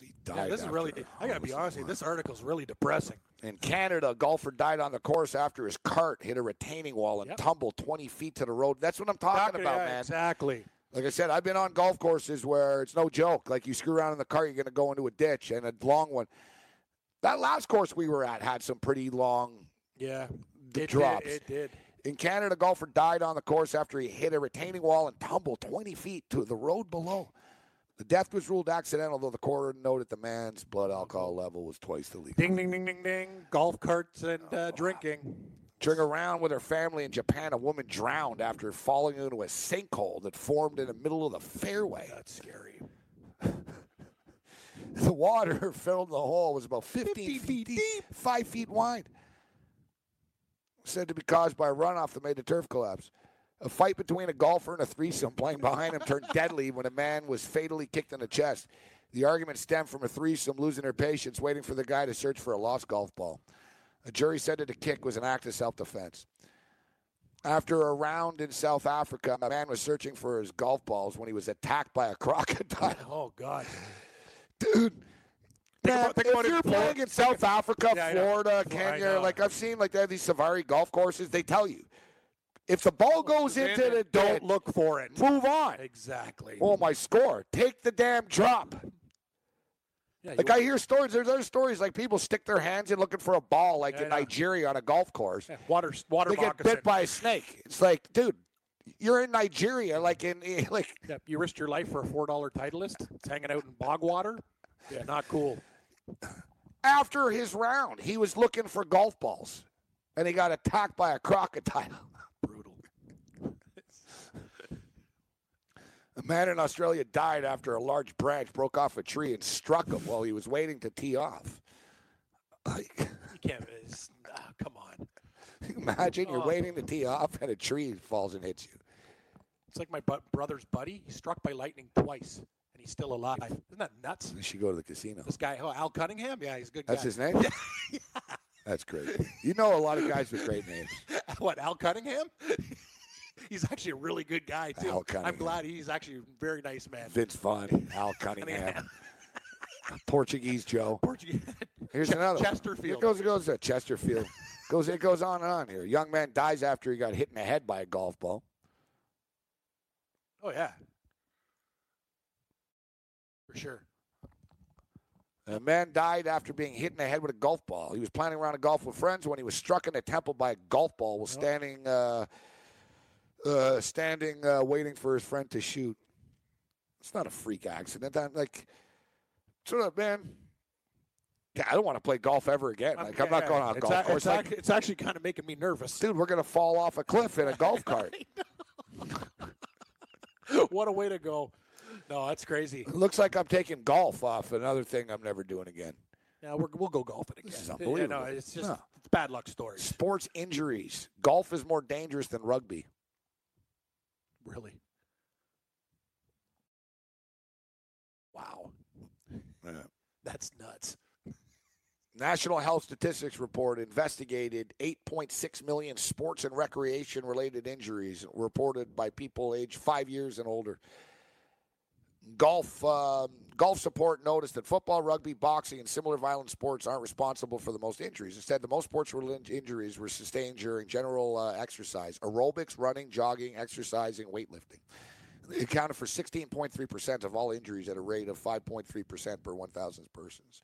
Speaker 2: He
Speaker 3: Yeah,
Speaker 2: died
Speaker 3: this is
Speaker 2: after
Speaker 3: really.
Speaker 2: a
Speaker 3: I gotta
Speaker 2: hole
Speaker 3: be
Speaker 2: in
Speaker 3: honest. with you, This article's really depressing.
Speaker 2: In Canada, a golfer died on the course after his cart hit a retaining wall and
Speaker 3: Yep.
Speaker 2: tumbled 20 feet to the road. That's what I'm talking about,
Speaker 3: Yeah,
Speaker 2: man.
Speaker 3: Exactly.
Speaker 2: Like I said, I've been on golf courses where it's no joke. Like you screw around in the cart, you're going to go into a ditch and a long one. That last course we were at had some pretty long.
Speaker 3: Yeah.
Speaker 2: The
Speaker 3: it
Speaker 2: drops.
Speaker 3: Did, it did.
Speaker 2: In Canada, a golfer died on the course after he hit a retaining wall and tumbled 20 feet to the road below. The death was ruled accidental, though the coroner noted the man's blood alcohol level was twice the legal.
Speaker 3: Ding ding ding ding ding. Golf carts and
Speaker 2: Oh,
Speaker 3: uh, drinking.
Speaker 2: During a round with her family in Japan, a woman drowned after falling into a sinkhole that formed in the middle of the fairway.
Speaker 3: That's scary.
Speaker 2: [laughs] The water [laughs] filled the hole was about 15
Speaker 3: 15
Speaker 2: feet
Speaker 3: feet
Speaker 2: deep, five feet wide. Said to be caused by a runoff that made the turf collapse. A fight between a golfer and a threesome playing behind him turned deadly when a man was fatally kicked in the chest. The argument stemmed from a threesome losing their patience, waiting for the guy to search for a lost golf ball. A jury said that the kick was an act of self defense. After a round in South Africa, a man was searching for his golf balls when he was attacked by a [laughs] crocodile.
Speaker 3: Oh God.
Speaker 2: dude. Man,
Speaker 3: about- think
Speaker 2: if
Speaker 3: about it,
Speaker 2: you're
Speaker 3: Flor-
Speaker 2: playing in South Africa,
Speaker 3: Yeah, I know.
Speaker 2: Florida,
Speaker 3: Fl- I
Speaker 2: Kenya,
Speaker 3: know.
Speaker 2: like I've seen, like they have these safari golf courses. They tell you if the ball goes into the
Speaker 3: Don't
Speaker 2: don't
Speaker 3: look for it.
Speaker 2: move on.
Speaker 3: Exactly.
Speaker 2: Oh my score! Take the damn drop.
Speaker 3: Yeah, you
Speaker 2: Like I hear stories. There's other stories like people stick their hands in looking for a ball, like
Speaker 3: Yeah,
Speaker 2: in
Speaker 3: I know. [laughs]
Speaker 2: Nigeria on a golf course.
Speaker 3: Yeah, Water, water
Speaker 2: They get
Speaker 3: moccasin.
Speaker 2: bit by a snake. It's like, dude, you're in Nigeria, like in [laughs] like
Speaker 3: Yeah, you risked your life for a four dollar Titleist. It's hanging out in bog water. Yeah, not cool.
Speaker 2: after his round, he was looking for golf balls, and he got attacked by a crocodile. [laughs]
Speaker 3: Brutal.
Speaker 2: A man in Australia died after a large branch broke off a tree and struck him while he was waiting to tee off. Like, [laughs]
Speaker 3: You can't. It's, ah, come on.
Speaker 2: imagine you're
Speaker 3: Oh.
Speaker 2: waiting to tee off and a tree falls and hits you.
Speaker 3: It's like my bu- brother's buddy. He's struck by lightning twice, and he's still alive. Isn't that nuts?
Speaker 2: You should go to the casino.
Speaker 3: This guy, oh, Al Cunningham. Yeah, he's a good guy.
Speaker 2: That's his name. That's great. You know a lot of guys with great names.
Speaker 3: [laughs] what Al Cunningham? [laughs] he's actually a really good guy too.
Speaker 2: Al
Speaker 3: I'm
Speaker 2: Cunningham.
Speaker 3: glad he's actually a very nice man.
Speaker 2: Vince Vaughn, Al Cunningham, uh, Portuguese Joe.
Speaker 3: Portuguese.
Speaker 2: Here's another one.
Speaker 3: Chesterfield.
Speaker 2: It goes, it goes uh, Chesterfield. goes, it goes on and on here. Young man dies after he got hit in the head by a golf ball.
Speaker 3: [laughs] oh yeah, for sure.
Speaker 2: A man died after being hit in the head with a golf ball. He was planning around a golf with friends when he was struck in the temple by a golf ball while standing, uh, uh, standing, uh, waiting for his friend to shoot. It's not a freak accident. I'm like, sort of, man. Yeah, I don't want to play golf ever again. Like, I'm not
Speaker 3: yeah,
Speaker 2: going on a
Speaker 3: it's
Speaker 2: golf
Speaker 3: ac-
Speaker 2: course.
Speaker 3: It's,
Speaker 2: Like,
Speaker 3: ac- it's actually kind of making me nervous.
Speaker 2: dude, we're gonna fall off a cliff in a
Speaker 3: [laughs]
Speaker 2: golf cart.
Speaker 3: what a way to go! No, that's crazy.
Speaker 2: Looks like I'm taking golf off. Another thing I'm never doing again.
Speaker 3: Yeah, we're, we'll go golfing again.
Speaker 2: This is
Speaker 3: Yeah, no,
Speaker 2: unbelievable.
Speaker 3: it's just
Speaker 2: No.
Speaker 3: it's bad luck stories.
Speaker 2: Sports injuries. Golf is more dangerous than rugby.
Speaker 3: Really. Wow. That's nuts.
Speaker 2: National Health Statistics Report investigated 8.6 million sports and recreation related injuries reported by people aged five years and older. Golf, um, golf support noticed that football, rugby, boxing, and similar violent sports aren't responsible for the most injuries. Instead, the most sports related injuries were sustained during general uh, exercise aerobics, running, jogging, exercising, weightlifting. It accounted for 16.3% of all injuries at a rate of 5.3% per 1,000 persons.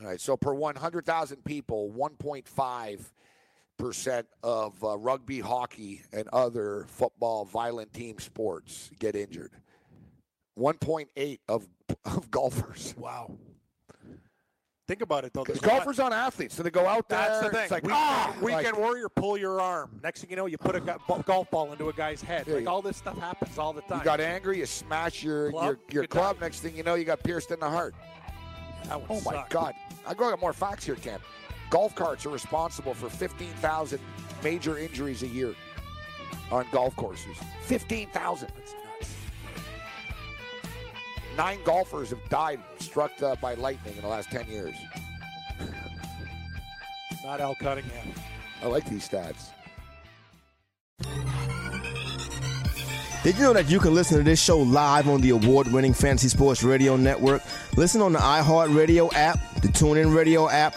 Speaker 2: All right. So per 100,000 people, 1.5% of uh, rugby, hockey, and other football violent team sports get injured. 1.8 of of golfers.
Speaker 3: Wow. Think about it though.
Speaker 2: Because
Speaker 3: there's a lot-
Speaker 2: golfers aren't athletes, so they go out there.
Speaker 3: That's the thing.
Speaker 2: It's like,
Speaker 3: Weekend-
Speaker 2: ah,
Speaker 3: weekend
Speaker 2: like,
Speaker 3: warrior, pull your arm. Next thing you know, you put a go- bo- golf ball into a guy's head.
Speaker 2: Yeah,
Speaker 3: like
Speaker 2: you-
Speaker 3: all this stuff happens all the time.
Speaker 2: you got angry, you smash your
Speaker 3: Club?
Speaker 2: your, your
Speaker 3: Good
Speaker 2: club.
Speaker 3: night.
Speaker 2: Next thing you know, you got pierced in the heart.
Speaker 3: That would
Speaker 2: Oh my
Speaker 3: suck.
Speaker 2: God! I got more facts here, Cam. Golf carts are responsible for 15,000 major injuries a year on golf courses. 15,000.
Speaker 3: That's nuts.
Speaker 2: Nine golfers have died struck uh, by lightning in the last 10 years.
Speaker 3: Not Al Cunningham.
Speaker 2: I like these stats.
Speaker 5: Did you know that you can listen to this show live on the award winning Fantasy Sports Radio Network? Listen on the iHeartRadio app, the TuneIn Radio app,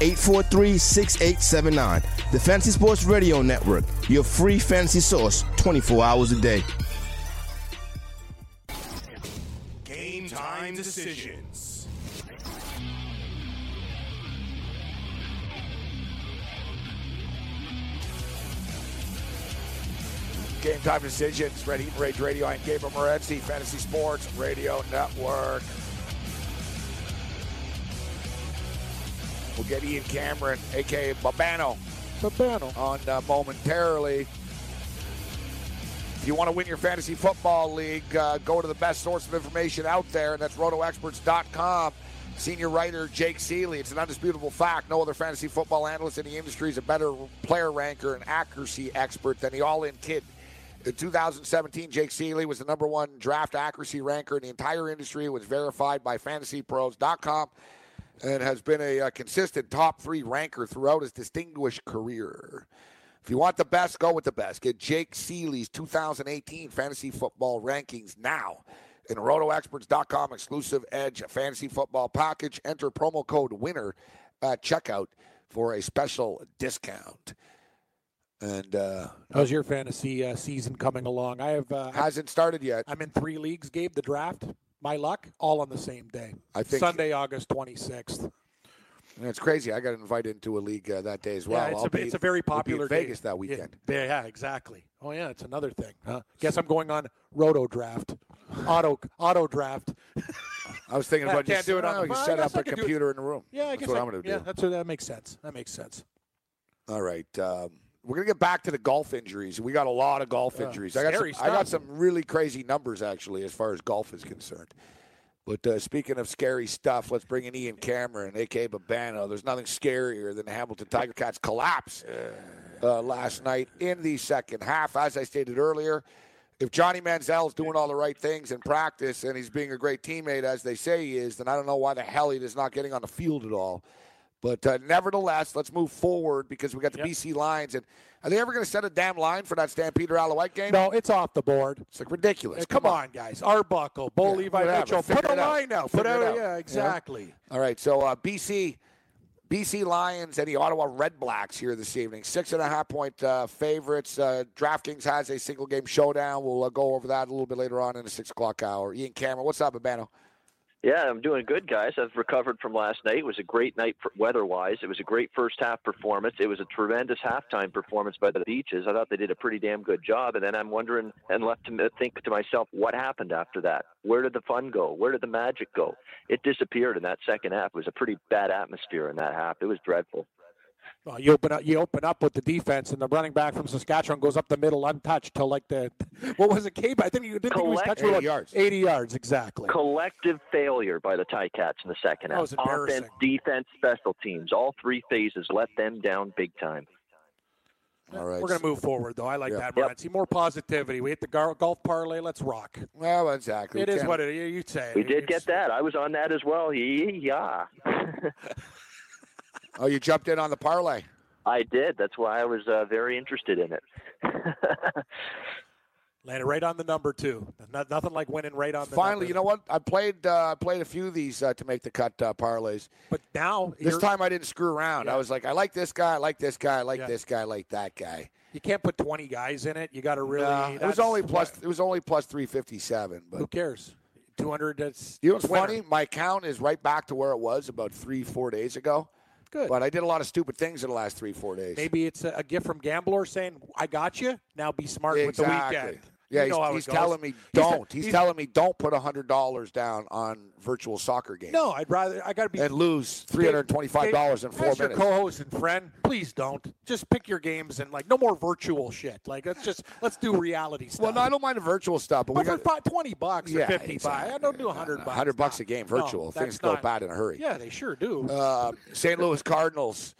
Speaker 5: 843 6879. The Fantasy Sports Radio Network, your free fantasy source 24 hours a day.
Speaker 1: Game time decisions.
Speaker 2: Game time decisions, Red Heat and Rage Radio. I'm Gabriel Morenzi, Fantasy Sports Radio Network. We'll get Ian Cameron, aka Babano, Babano, on uh, momentarily. If you want to win your fantasy football league, uh, go to the best source of information out there, and that's rotoexperts.com. Senior writer Jake Seeley. It's an undisputable fact. No other fantasy football analyst in the industry is a better player ranker and accuracy expert than the all in kid. In 2017, Jake Seeley was the number one draft accuracy ranker in the entire industry. It was verified by fantasypros.com and has been a, uh consistent top three ranker throughout his distinguished career. If you want the best, go with the best. Get Jake Seeley's 2018 fantasy football rankings now in rotoexperts.com exclusive edge fantasy football package. Enter promo code winner at checkout for a special discount. And uh,
Speaker 3: How's your fantasy uh, season coming along? I have. Uh,
Speaker 2: hasn't started yet.
Speaker 3: I'm in three leagues. Gabe, the draft, my luck, all on the same day.
Speaker 2: I think-
Speaker 3: Sunday, August 26th.
Speaker 2: And it's crazy. I got invited into a league uh, that day as well.
Speaker 3: yeah, it's,
Speaker 2: I'll
Speaker 3: a,
Speaker 2: be-
Speaker 3: it's a very
Speaker 2: we'll be in
Speaker 3: popular day.
Speaker 2: Vegas that weekend.
Speaker 3: Yeah, yeah, exactly. Oh yeah, it's another thing. Huh? Guess I'm going on roto draft, auto auto draft.
Speaker 2: I was thinking
Speaker 3: Yeah,
Speaker 2: about
Speaker 3: can't
Speaker 2: just
Speaker 3: do it on
Speaker 2: oh,
Speaker 3: the
Speaker 2: you
Speaker 3: phone. I
Speaker 2: set
Speaker 3: guess
Speaker 2: up
Speaker 3: I
Speaker 2: a
Speaker 3: could do it.
Speaker 2: computer in a room.
Speaker 3: Yeah, I
Speaker 2: that's
Speaker 3: guess
Speaker 2: what
Speaker 3: I,
Speaker 2: am going to
Speaker 3: yeah,
Speaker 2: do.
Speaker 3: that's what, that makes sense. That makes sense.
Speaker 2: All right, um, we're going to get back to the golf injuries. We got a lot of golf injuries. I got some,
Speaker 3: scary
Speaker 2: I got
Speaker 3: stuff.
Speaker 2: some really crazy numbers actually, as far as golf is concerned. But uh, speaking of scary stuff, let's bring in Ian Cameron, aka Babano. There's nothing scarier than the Hamilton Tiger Cats collapse uh, last night in the second half. As I stated earlier, if Johnny Manziel's doing all the right things in practice and he's being a great teammate, as they say he is, then I don't know why the hell he is not getting on the field at all. But uh, nevertheless, let's move forward because we got the BC Lions. And are they ever going to set a damn line for that Stampeder Alouette game?
Speaker 3: No, it's off the board.
Speaker 2: It's like ridiculous.
Speaker 3: Hey, come on, guys. Arbuckle, Bo Levi
Speaker 2: whatever.
Speaker 3: Mitchell.
Speaker 2: Figure
Speaker 3: Put a
Speaker 2: it out.
Speaker 3: line out.
Speaker 2: Figure
Speaker 3: Put
Speaker 2: it
Speaker 3: out.
Speaker 2: out. You know?
Speaker 3: Yeah, exactly.
Speaker 2: All right, so uh, BC, BC Lions and the Ottawa Red Blacks here this evening. Six and a half point uh, favorites. Uh, DraftKings has a single game showdown. We'll uh, go over that a little bit later on in the six o'clock hour. Ian Cameron, what's up, Abano?
Speaker 7: Yeah, I'm doing good, guys. I've recovered from last night. It was a great night for weather-wise. It was a great first half performance. It was a tremendous halftime performance by the Beaches. I thought they did a pretty damn good job. And then I'm wondering and left to m- think to myself, what happened after that? Where did the fun go? Where did the magic go? It disappeared in that second half. It was a pretty bad atmosphere in that half. It was dreadful.
Speaker 3: Well, Uh, you open up, you open up with the defense, and the running back from Saskatchewan goes up the middle untouched till like the [laughs] what was it, Cabe? I think you didn't think he was touched for
Speaker 7: 80
Speaker 3: like
Speaker 2: yards.
Speaker 3: eighty yards exactly.
Speaker 7: Collective failure by the Tie Cats in the second
Speaker 3: That
Speaker 7: half.
Speaker 3: was embarrassing.
Speaker 7: Offense, defense, special teams. All three phases let them down big time.
Speaker 2: All right,
Speaker 3: We're gonna move forward though. I like
Speaker 2: Yeah.
Speaker 3: that. Brian. See more positivity. We hit the gar- golf parlay. Let's rock.
Speaker 2: well, exactly.
Speaker 3: It is
Speaker 2: Cam-
Speaker 3: what it is. You say it.
Speaker 7: We did
Speaker 2: uh,
Speaker 3: It's-
Speaker 7: get that. I was on that as well. Yeah.
Speaker 2: Oh, you jumped in on the parlay.
Speaker 7: [laughs] I did. That's why I was uh, very interested in it. [laughs]
Speaker 3: Landed right on the number two. No- nothing like winning right on the number.
Speaker 2: Finally, you know what? I played uh, played a few of these uh, to make the cut uh, parlays.
Speaker 3: But now
Speaker 2: This
Speaker 3: you're-
Speaker 2: time I didn't screw around. I was like, I like this guy, I like this guy, I like
Speaker 3: Yeah.
Speaker 2: this guy, I like that guy.
Speaker 3: you can't put twenty guys in it. You got to really.
Speaker 2: Nah, it was
Speaker 3: that's
Speaker 2: only
Speaker 3: what-
Speaker 2: plus. It was only plus three fifty seven. But
Speaker 3: Who cares? Two hundred. That's
Speaker 2: You know what's
Speaker 3: winner.
Speaker 2: funny? My account is right back to where it was about three, four days ago.
Speaker 3: Good.
Speaker 2: But I did a lot of stupid things in the last three, four days.
Speaker 3: Maybe it's a, a gift from Gambler saying, "I got you. Now be smart
Speaker 2: exactly.
Speaker 3: with the weekend."
Speaker 2: Yeah,
Speaker 3: You know
Speaker 2: he's-
Speaker 3: how it
Speaker 2: he's,
Speaker 3: goes.
Speaker 2: telling me
Speaker 3: He's te-
Speaker 2: don't. He's, telling me don't put hundred dollars down on virtual soccer games.
Speaker 3: No, I'd rather. I got to be.
Speaker 2: and lose three hundred twenty-five dollars in
Speaker 3: Dave,
Speaker 2: four
Speaker 3: as
Speaker 2: minutes.
Speaker 3: Your co-host and friend, please don't. Just pick your games and like no more virtual shit. Like let's just let's do reality stuff.
Speaker 2: well, no, I don't mind the virtual stuff, but,
Speaker 3: But
Speaker 2: we
Speaker 3: for
Speaker 2: got
Speaker 3: fi- twenty bucks or
Speaker 2: Yeah,
Speaker 3: fifty
Speaker 2: exactly.
Speaker 3: bucks, I don't do hundred bucks.
Speaker 2: hundred bucks
Speaker 3: No.
Speaker 2: a game
Speaker 3: No,
Speaker 2: virtual.
Speaker 3: that's
Speaker 2: Things go
Speaker 3: not-
Speaker 2: bad in a hurry.
Speaker 3: Yeah, they sure do.
Speaker 2: Uh, St. Louis Cardinals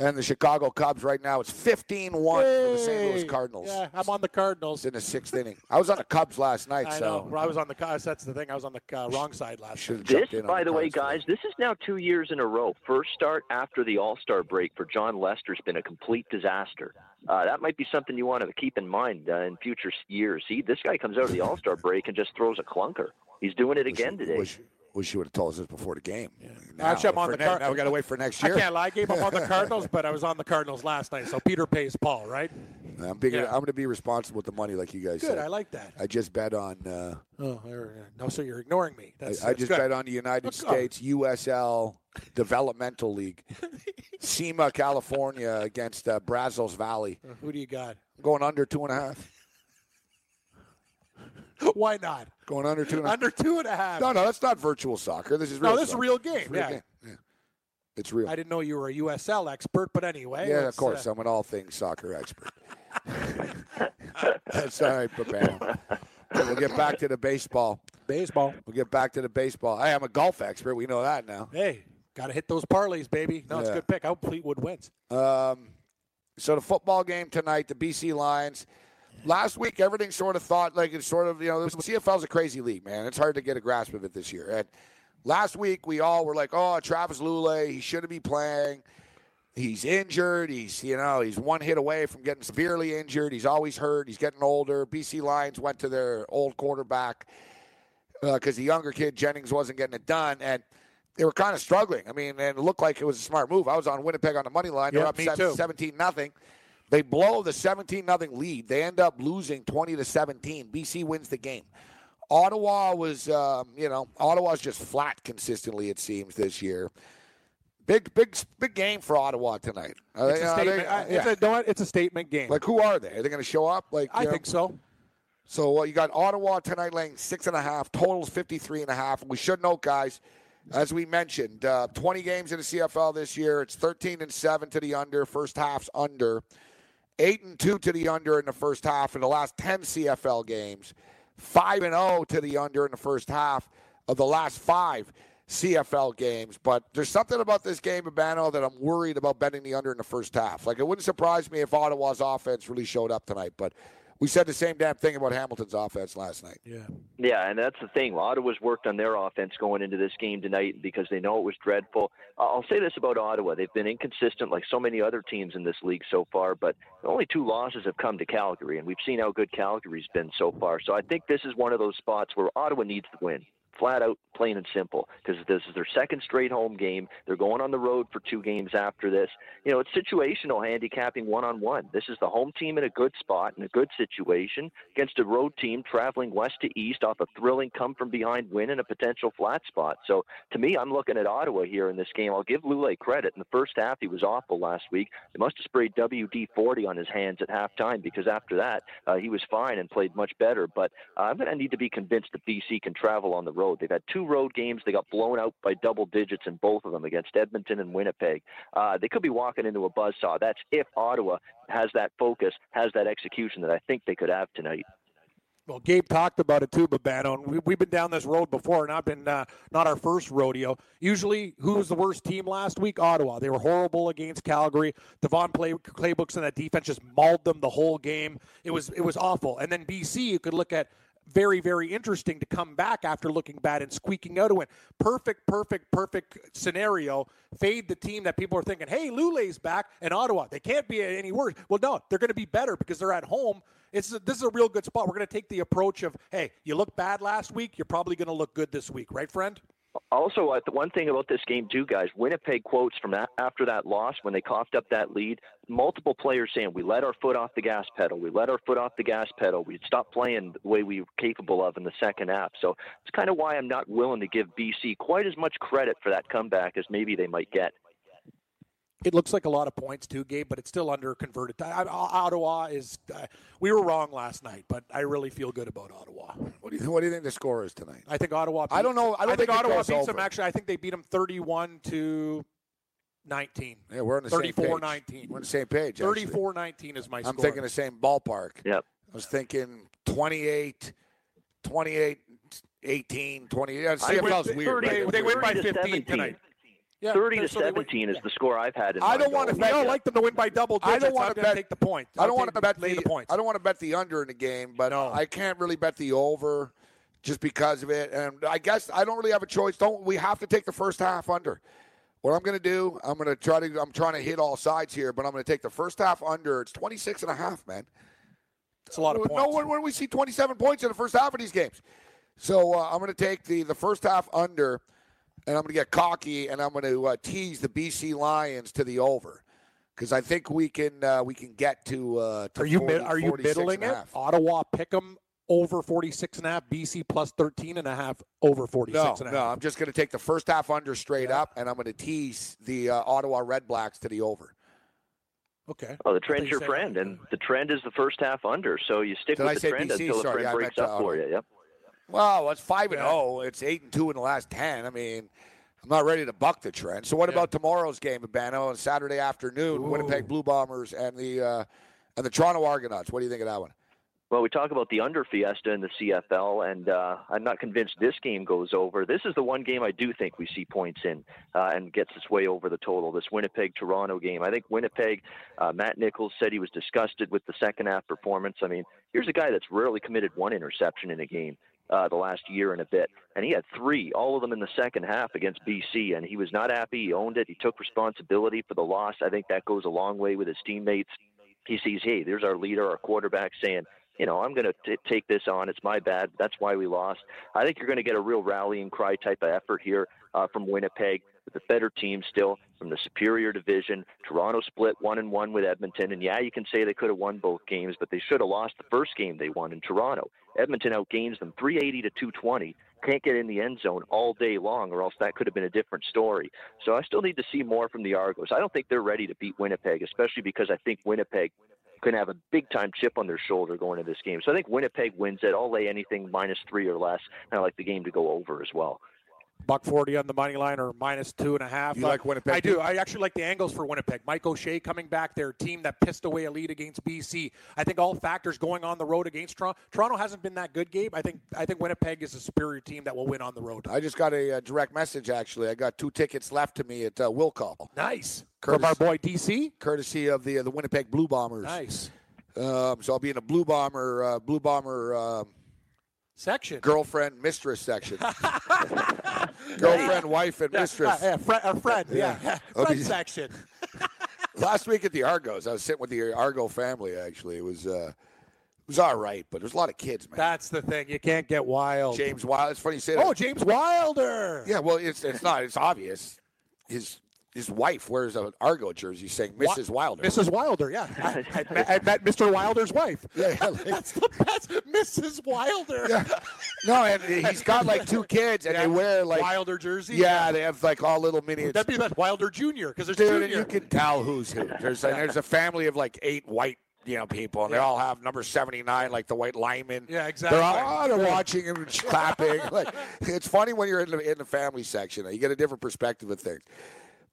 Speaker 2: and the Chicago Cubs right now. It's 15-1 for the St. Louis
Speaker 3: Hey,
Speaker 2: Cardinals.
Speaker 3: Yeah, I'm on the Cardinals.
Speaker 2: It's in the sixth inning. I was on the Cubs last night,
Speaker 3: I know.
Speaker 2: so
Speaker 3: Well, I was on the. Cubs. That's the thing. I was on the uh, wrong side last.
Speaker 2: should have
Speaker 7: This,
Speaker 2: jumped in. on
Speaker 7: by the way,
Speaker 2: Cubs
Speaker 7: guys, this is now two years in a row. First start after the All Star break for John Lester's been a complete disaster. Uh, that might be something you want to keep in mind uh, in future s- years. See, this guy comes out of the All Star break and just throws a clunker. He's doing it again
Speaker 2: Wish-
Speaker 7: today.
Speaker 2: Wish, wish you would have told us this before the game. Now,
Speaker 3: Actually, I'm on
Speaker 2: for
Speaker 3: the
Speaker 2: ne-
Speaker 3: Car-
Speaker 2: now we got to wait for next
Speaker 3: I
Speaker 2: year.
Speaker 3: can't lie, I gave up on the Cardinals, but I was on the Cardinals last night, so Peter pays Paul, right?
Speaker 2: I'm, being,
Speaker 3: Yeah.
Speaker 2: I'm going to be responsible with the money, like you guys
Speaker 3: Good,
Speaker 2: said.
Speaker 3: I like that.
Speaker 2: I just bet on. Uh,
Speaker 3: Oh, there- no, so you're ignoring me. That's,
Speaker 2: I, I
Speaker 3: that's
Speaker 2: just
Speaker 3: good.
Speaker 2: bet on the United
Speaker 3: Look, oh.
Speaker 2: States USL Developmental
Speaker 3: [laughs]
Speaker 2: League, SEMA, California against uh, Brazos Valley.
Speaker 3: Who do you got? [laughs]
Speaker 2: I'm going under two and a half.
Speaker 3: Why not?
Speaker 2: Going under two and a half.
Speaker 3: Under two and a half.
Speaker 2: No, no, that's not virtual soccer. This is real.
Speaker 3: No, this is
Speaker 2: soccer.
Speaker 3: a real game.
Speaker 2: It's real
Speaker 3: yeah.
Speaker 2: game. Yeah. It's real.
Speaker 3: I didn't know you were a USL expert, but anyway.
Speaker 2: Yeah, of
Speaker 3: let's, uh,
Speaker 2: course. I'm an all things soccer expert. [laughs] That's all right, Babano. We'll get back to the baseball.
Speaker 3: baseball.
Speaker 2: We'll get back to the baseball. I am a golf expert. We know that now.
Speaker 3: Hey, got to hit those parlays, baby. No, it's a
Speaker 2: Yeah.
Speaker 3: good pick. I hope Fleetwood wins.
Speaker 2: Um, so the football game tonight, the BC Lions. Last week, everything sort of thought like it's sort of you know the CFL's a crazy league, man. It's hard to get a grasp of it this year. And last week, we all were like, "Oh, Travis Lule, he shouldn't be playing. he's injured. He's you know he's one hit away from getting severely injured. He's always hurt. He's getting older. BC Lions went to their old quarterback because the younger kid Jennings wasn't getting it done, and they were kind of struggling. I mean, and it looked like it was a smart move. I was on Winnipeg on the money line. They're
Speaker 3: Yeah,
Speaker 2: up
Speaker 3: me
Speaker 2: seven-
Speaker 3: too.
Speaker 2: 17 nothing. They blow the 17 nothing lead. They end up losing 20 to 17. BC wins the game. Ottawa was, um, you know, Ottawa's just flat consistently. It seems this year. Big, big, big game for Ottawa tonight. Are
Speaker 3: It's
Speaker 2: they-
Speaker 3: a
Speaker 2: are they- uh,
Speaker 3: statement. I-
Speaker 2: yeah.
Speaker 3: It's a no, it's a statement game.
Speaker 2: Like, who are they? Are they going to show up? Like,
Speaker 3: I
Speaker 2: you know?
Speaker 3: think so.
Speaker 2: So well, you got Ottawa tonight laying six and a half. Totals 53 and a half. We should note, guys, as we mentioned, uh, 20 games in the CFL this year. It's 13 and seven to the under. First half's under. Eight and two to the under in the first half in the last 10 CFL games. Five and 0 to the under in the first half of the last five CFL games. But there's something about this game, Abano, that I'm worried about betting the under in the first half. Like it wouldn't surprise me if Ottawa's offense really showed up tonight, but. We said the same damn thing about Hamilton's offense last night.
Speaker 7: Yeah, and that's the thing. Ottawa's worked on their offense going into this game tonight because they know it was dreadful. I- I'll say this about Ottawa. They've been inconsistent like so many other teams in this league so far, but only two losses have come to Calgary, and we've seen how good Calgary's been so far. So I think this is one of those spots where Ottawa needs to win. Flat out, plain and simple, because this is their second straight home game. They're going on the road for two games after this. You know, it's situational handicapping one on one. This is the home team in a good spot, in a good situation, against a road team traveling west to east off a thrilling come from behind win and a potential flat spot. So to me, I'm looking at Ottawa here in this game. I'll give Lule credit. In the first half, he was awful last week. They must have sprayed WD 40 on his hands at halftime because after that, uh, he was fine and played much better. But uh, I'm going to need to be convinced that BC can travel on the road. They've had two road games. They got blown out by double digits in both of them against Edmonton and Winnipeg. Uh, they could be walking into a buzzsaw. That's if Ottawa has that focus, has that execution that I think they could have tonight.
Speaker 3: Well, Gabe talked about it too, Babano, and we, we've been down this road before, and I've been uh, not our first rodeo. Usually, who was the worst team last week? Ottawa. They were horrible against Calgary. Devon play, playbooks and that defense just mauled them the whole game. It was it was awful. And then BC, you could look at very very interesting to come back after looking bad and squeaking out a win. Perfect, perfect, perfect scenario. Fade the team that people are thinking, hey, Lule's back, and Ottawa. They can't be any worse. Well, no, they're going to be better because they're at home. It's a, this is a real good spot. We're going to take the approach of, hey, you look bad last week, you're probably going to look good this week, right, friend?
Speaker 7: Also, uh, the one thing about this game, too, guys, Winnipeg quotes from that, after that loss when they coughed up that lead, multiple players saying, We let our foot off the gas pedal. We let our foot off the gas pedal. We stopped playing the way we were capable of in the second half. So it's kind of why I'm not willing to give BC quite as much credit for that comeback as maybe they might get.
Speaker 3: It looks like a lot of points too, Gabe, but it's still under converted. I, I, Ottawa is. Uh, we were wrong last night, but I really feel good about Ottawa.
Speaker 2: What do you what do you think the score is tonight?
Speaker 3: I think Ottawa. Beat,
Speaker 2: I don't know. I don't think it
Speaker 3: Ottawa
Speaker 2: goes
Speaker 3: beats them.
Speaker 2: over.
Speaker 3: Actually, I think they beat them thirty-one to nineteen.
Speaker 2: Yeah, we're on the same page.
Speaker 3: 34-19.
Speaker 2: We're on the same page. actually.
Speaker 3: Thirty-four nineteen is my
Speaker 2: I'm
Speaker 3: score.
Speaker 2: thinking the same ballpark.
Speaker 7: Yep.
Speaker 2: I was thinking 28, 28, 18, 20. Yeah,
Speaker 7: I went
Speaker 2: CFL's weird.
Speaker 7: 30
Speaker 2: right?
Speaker 3: They win by 15
Speaker 7: 17.
Speaker 3: tonight. Yeah,
Speaker 7: 30 to
Speaker 3: so they win-
Speaker 7: 17 is the score I've had in
Speaker 2: I
Speaker 7: my
Speaker 2: don't wanna
Speaker 7: goal.
Speaker 3: We all
Speaker 2: Yeah.
Speaker 3: like them to win by double digits.
Speaker 2: I don't want
Speaker 3: I'm
Speaker 2: to
Speaker 3: gonna
Speaker 2: bet
Speaker 3: take the point.
Speaker 2: I don't want
Speaker 3: to
Speaker 2: to bet
Speaker 3: lay
Speaker 2: the,
Speaker 3: the points.
Speaker 2: I don't want to bet the under in the game, but
Speaker 3: No.
Speaker 2: I can't really bet the over just because of it. And I guess I don't really have a choice. Don't we have to take the first half under? What I'm going to do, I'm going to try to I'm trying to hit all sides here, but I'm going to take the first half under. It's 26 and a half, man.
Speaker 3: It's a lot of points.
Speaker 2: No one when we see 27 points in the first half of these games. So uh, I'm going to take the the first half under, and I'm going to get cocky, and I'm going to uh, tease the BC Lions to the over, because I think we can uh, we can get to. Uh, to
Speaker 3: Are you
Speaker 2: 40,
Speaker 3: mid, are you
Speaker 2: 46
Speaker 3: middling
Speaker 2: and a
Speaker 3: it? Oh,
Speaker 2: half.
Speaker 3: Ottawa pick 'em over 46 and a half, BC plus 13 and a half over 46
Speaker 2: No,
Speaker 3: and a
Speaker 2: no,
Speaker 3: half.
Speaker 2: I'm just going to take the first half under straight up, and I'm going to tease the uh, Ottawa Red Blacks to the over.
Speaker 3: Okay.
Speaker 7: Oh, the
Speaker 3: I thought
Speaker 7: trend's
Speaker 3: you
Speaker 7: your
Speaker 3: said-
Speaker 7: friend, and the trend is the first half under. So you stick
Speaker 2: Did
Speaker 7: with
Speaker 2: I
Speaker 7: the
Speaker 2: say
Speaker 7: trend
Speaker 2: BC?
Speaker 7: until the
Speaker 2: Sorry,
Speaker 7: trend
Speaker 2: I meant uh,
Speaker 7: breaks
Speaker 2: to-
Speaker 7: up for you. Yep.
Speaker 2: Well, it's five and zero. It's eight and two in the last ten. I mean, I'm not ready to buck the trend. So, what about tomorrow's game, Bano, on Saturday afternoon? Winnipeg Blue Bombers and the uh, and the Toronto Argonauts. What do you think of that one?
Speaker 7: Well, we talk about the under fiesta in the CFL, and uh, I'm not convinced this game goes over. This is the one game I do think we see points in uh, and gets its way over the total. This Winnipeg Toronto game. I think Winnipeg. Uh, Matt Nichols said he was disgusted with the second half performance. I mean, here's a guy that's rarely committed one interception in a game. uh, the last year and a bit. And he had three, all of them in the second half against BC, and he was not happy. He owned it. He took responsibility for the loss. I think that goes a long way with his teammates. He sees, hey, there's our leader, our quarterback saying, you know, I'm going to take this on. It's my bad. That's why we lost. I think you're going to get a real rallying cry type of effort here uh, from Winnipeg with a better team still from the superior division. Toronto split one and one with Edmonton, and yeah, you can say they could have won both games, but they should have lost the first game they won in Toronto. Edmonton outgains them 380 to 220. Can't get in the end zone all day long, or else that could have been a different story. So I still need to see more from the Argos. I don't think they're ready to beat Winnipeg, especially because I think Winnipeg can have a big time chip on their shoulder going into this game. So I think Winnipeg wins it. I'll lay anything minus three or less, and I like the game to go over as well
Speaker 3: buck forty on the money line or minus two and a half. Uh,
Speaker 2: You like Winnipeg,
Speaker 3: I
Speaker 2: too?
Speaker 3: do. I actually like the angles for Winnipeg. Mike O'Shea coming back there, team that pissed away a lead against BC. I think all factors going on the road against Toronto. Toronto hasn't been that good, Gabe. I think I think Winnipeg is a superior team that will win on the road.
Speaker 2: I just got a, uh direct message, actually. I got two tickets left to me at uh, Will Call,
Speaker 3: Nice
Speaker 2: Curtis.
Speaker 3: from our boy DC.
Speaker 2: courtesy of the uh, the Winnipeg Blue Bombers.
Speaker 3: Nice
Speaker 2: Um, so I'll be in a Blue Bomber, uh, Blue Bomber um
Speaker 3: section.
Speaker 2: girlfriend mistress
Speaker 3: [laughs]
Speaker 2: section. girlfriend, wife, and
Speaker 3: Yeah,
Speaker 2: mistress.
Speaker 3: yeah, yeah, fri- uh, friend, yeah,
Speaker 2: Yeah. Oh,
Speaker 3: friend
Speaker 2: Okay.
Speaker 3: section.
Speaker 2: Last week at the Argos, I was sitting with the Argo family. Actually, it was uh, it was all right, but there's a lot of kids, man.
Speaker 3: That's the thing. You can't get wild.
Speaker 2: James Wild. It's funny you say that.
Speaker 3: oh, James Wilder.
Speaker 2: Yeah, well, it's it's not. It's obvious. His his wife wears an Argo jersey saying
Speaker 3: Wi-
Speaker 2: Mrs. Wilder.
Speaker 3: Mrs. Wilder, yeah. I, I, met, I met Mr. Wilder's wife.
Speaker 2: [laughs] Yeah, yeah, like-
Speaker 3: [laughs] That's the best. Mrs. Wilder.
Speaker 2: no, and he's got like two kids, and
Speaker 3: Yeah.
Speaker 2: they wear like
Speaker 3: Wilder jersey.
Speaker 2: yeah, they have like all little miniatures.
Speaker 3: That'd be the best Wilder Jr. because there's
Speaker 2: Dude, and
Speaker 3: Junior.
Speaker 2: you can tell who's who. There's a, there's a family of like eight white you know people, and they all have number seventy nine, like the white lineman.
Speaker 3: Yeah, exactly.
Speaker 2: They're all oh, they're watching
Speaker 3: [laughs]
Speaker 2: him and clapping. like it's funny when you're in the, in the family section, you get a different perspective of things.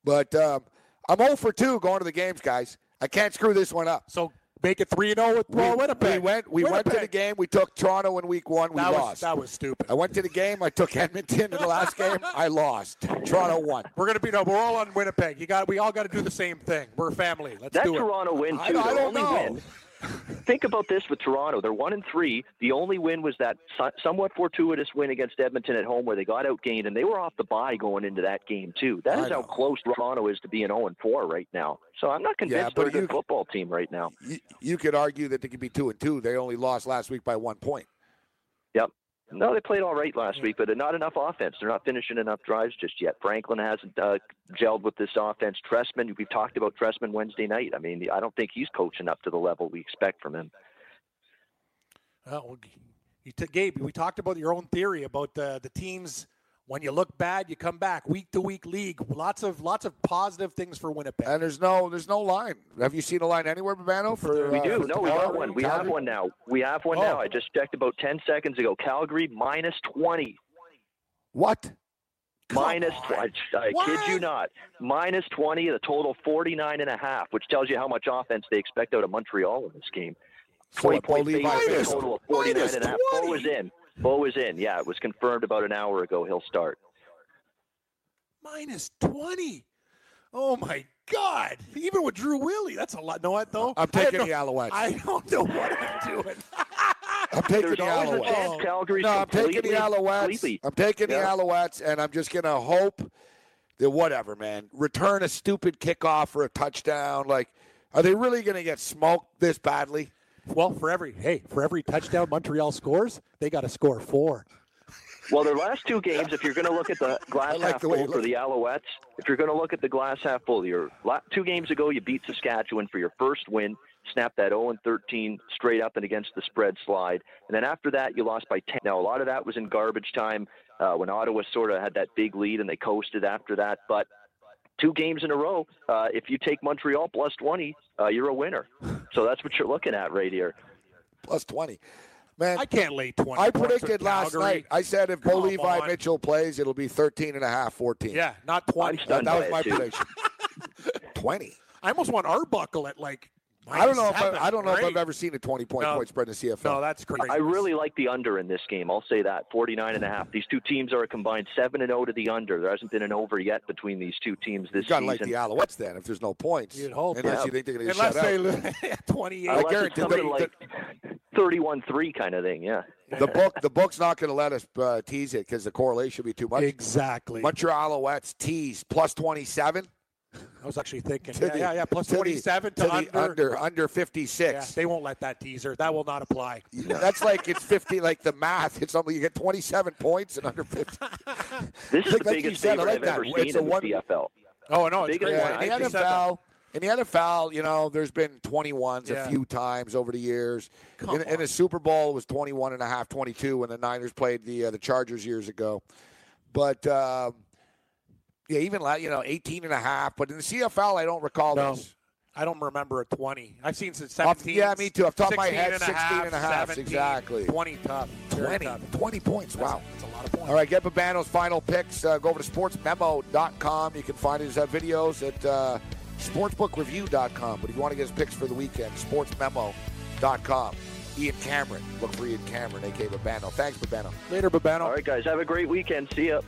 Speaker 2: But um, I'm 0 for two going to the games, guys. I can't screw this one up.
Speaker 3: so make it three and zero with well,
Speaker 2: we
Speaker 3: Winnipeg.
Speaker 2: went we went to the
Speaker 3: Winnipeg.
Speaker 2: game. We took Toronto in week one. We
Speaker 3: That was
Speaker 2: lost.
Speaker 3: that was stupid.
Speaker 2: I went to the game. I took Edmonton in the last
Speaker 3: [laughs]
Speaker 2: game. I lost. Toronto won.
Speaker 3: We're gonna be no. We're all on Winnipeg. You got. We all got to do the same thing. We're family. Let's
Speaker 7: That
Speaker 3: do it.
Speaker 7: Toronto win, too,
Speaker 2: I- I
Speaker 7: their
Speaker 2: don't
Speaker 7: only
Speaker 2: know.
Speaker 7: win. Think about this with Toronto. They're one and three. The only win was that so- somewhat fortuitous win against Edmonton at home, where they got outgained, and they were off the bye going into that game too. That is
Speaker 2: I know.
Speaker 7: how close Toronto is to being zero and four right now. So I'm not convinced
Speaker 2: but
Speaker 7: they're a good
Speaker 2: you-
Speaker 7: football team right now.
Speaker 2: You, you could argue that they could be two and two. They only lost last week by one point.
Speaker 7: Yep. No, they played all right last week, but not enough offense. They're not finishing enough drives just yet. Franklin hasn't uh, gelled with this offense. Tressman, we've talked about Tressman Wednesday night. I mean, I don't think he's coaching up to the level we expect from him.
Speaker 3: Uh, well, G- you t- Gabe, we talked about your own theory about uh, the teams. When you look bad, you come back. Week to week league. Lots of lots of positive things for Winnipeg.
Speaker 2: And there's no there's no line. Have you seen a line anywhere, Babano? For
Speaker 7: We
Speaker 2: uh,
Speaker 7: do.
Speaker 2: for
Speaker 7: No, we
Speaker 2: tomorrow?
Speaker 7: got one. We have
Speaker 2: Calgary? Oh.
Speaker 7: one now. We have one now. I just checked about 10 seconds ago. Calgary minus 20.
Speaker 2: What?
Speaker 7: Minus, tw- I, I kid you not, minus 20, the total 49 and a half, which tells you how much offense they expect out of Montreal in this game.
Speaker 2: So
Speaker 7: 20
Speaker 2: what,
Speaker 7: point
Speaker 2: Bo Levi-
Speaker 7: favorite,
Speaker 2: Minus-
Speaker 7: total of 49
Speaker 2: minus
Speaker 7: and a half. Bo is in. Bo is in. Yeah, it was confirmed about an hour ago he'll start.
Speaker 3: Minus twenty. Oh my God! Even with Drew Willie, that's a lot. Know what though?
Speaker 2: I'm
Speaker 3: I had
Speaker 2: taking
Speaker 3: no-
Speaker 2: the Alouettes.
Speaker 3: I don't know what I'm doing.
Speaker 2: I'm taking
Speaker 7: There's
Speaker 2: the
Speaker 7: always a
Speaker 2: Alouettes.
Speaker 3: Oh.
Speaker 7: chance Calgary's
Speaker 2: No, I'm taking the
Speaker 7: completely-
Speaker 2: Alouettes.
Speaker 7: completely-
Speaker 2: I'm taking
Speaker 7: Yeah.
Speaker 2: the Alouettes, and I'm just gonna hope that whatever, man. Return a stupid kickoff or a touchdown. Like, are they really gonna get smoked this badly?
Speaker 3: well, for every hey, for every touchdown Montreal scores, they got to score four.
Speaker 7: Well, their last two games, if you're going to look at the glass
Speaker 2: like
Speaker 7: half
Speaker 2: the way
Speaker 7: full
Speaker 2: you
Speaker 7: for the Alouettes, if you're going to look at the glass half full, your la- two games ago you beat Saskatchewan for your first win, snapped that 0 and 13 straight up and against the spread slide, and then after that you lost by 10. Now a lot of that was in garbage time uh, when Ottawa sort of had that big lead and they coasted after that, but. Two games in a row. Uh, if you take Montreal plus 20, uh, you're a winner. So that's what you're looking at right here.
Speaker 2: Plus twenty, man.
Speaker 3: I can't lay twenty.
Speaker 2: I
Speaker 3: points on
Speaker 2: predicted last
Speaker 3: Calgary.
Speaker 2: night. I said if Bo
Speaker 3: Come
Speaker 2: Levi
Speaker 3: on.
Speaker 2: Mitchell plays, it'll be 13 and a half, 14.
Speaker 3: Yeah, not
Speaker 7: I'm
Speaker 3: twenty.
Speaker 2: That,
Speaker 7: stunned
Speaker 2: that was
Speaker 7: by
Speaker 2: my
Speaker 7: it, too.
Speaker 3: [laughs]
Speaker 2: prediction. 20.
Speaker 3: I almost want Arbuckle at like.
Speaker 2: I don't know if
Speaker 3: minus
Speaker 2: I, I don't know if
Speaker 3: seven.
Speaker 2: I've ever seen a 20 point
Speaker 3: No.
Speaker 2: point spread in the CFL.
Speaker 3: No, that's crazy.
Speaker 7: I really like the under in this game. I'll say that. 49 and a half. These two teams are a combined 7 and 0 to the under. There hasn't been an over yet between these two teams this
Speaker 2: you got to
Speaker 7: season.
Speaker 2: like the Alouettes then if there's no points.
Speaker 3: You'd hope,
Speaker 2: Unless
Speaker 7: yeah.
Speaker 2: you think they're going to shut
Speaker 3: [laughs] Unless they
Speaker 2: out.
Speaker 3: lose twenty-eight.
Speaker 7: Unless it's
Speaker 2: guarantee
Speaker 7: something
Speaker 2: they-
Speaker 7: like 31-3 kind of thing, yeah.
Speaker 2: the book the book's not going to let us uh, tease it because the correlation would be too much.
Speaker 3: Exactly.
Speaker 2: Montreal Alouettes tease plus twenty seven.
Speaker 3: I was actually thinking. Yeah, yeah, yeah. Plus 27 to,
Speaker 2: the
Speaker 3: under.
Speaker 2: under under fifty
Speaker 3: Yeah,
Speaker 2: six.
Speaker 3: they won't let that teaser. That will not apply.
Speaker 2: That's like it's fifty. Like the math, it's something you get twenty seven points and under fifty.
Speaker 7: This is
Speaker 2: Like-
Speaker 7: the
Speaker 2: like you
Speaker 7: biggest
Speaker 2: said, I
Speaker 7: favorite
Speaker 2: like
Speaker 7: I've ever
Speaker 2: that.
Speaker 7: seen
Speaker 2: It's a
Speaker 7: in
Speaker 2: one-
Speaker 7: the CFL.
Speaker 3: Oh no, it's
Speaker 7: Biggest
Speaker 3: great.
Speaker 7: one.
Speaker 3: I
Speaker 2: Yeah,
Speaker 7: I
Speaker 3: think
Speaker 2: in
Speaker 3: they
Speaker 2: the
Speaker 3: said that.
Speaker 2: NFL, in the NFL, you know, there's been 21s
Speaker 3: Yeah.
Speaker 2: a few times over the years.
Speaker 3: Come
Speaker 2: In, in the Super Bowl, it was 21 and a half, 22 when the Niners played the uh, the Chargers years ago. But um, yeah, even la- you know, 18 and a half. But in the CFL, I don't recall
Speaker 3: No.
Speaker 2: this.
Speaker 3: I don't remember a 20. I've seen since
Speaker 2: Off-
Speaker 3: 17.
Speaker 2: yeah, me too. Off the top of my
Speaker 3: 16
Speaker 2: head,
Speaker 3: and
Speaker 2: 16 and a half,
Speaker 3: 17,
Speaker 2: exactly.
Speaker 3: 20 tough. Very
Speaker 2: 20,
Speaker 3: tough.
Speaker 2: 20 points. Wow.
Speaker 3: That's a lot of points.
Speaker 2: All right, get Babano's final picks. Uh, go over to sportsmemo.com. You can find his uh, videos at uh, sportsbookreview.com. But if you want to get his picks for the weekend, sportsmemo.com. Ian Cameron. Look for Ian Cameron, a.k.a. Babano. Thanks, Babano.
Speaker 3: Later, Babano.
Speaker 7: All right, guys, have a great weekend. See ya.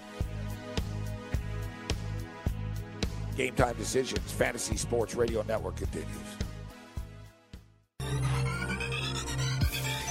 Speaker 2: Game time decisions. Fantasy Sports Radio Network continues.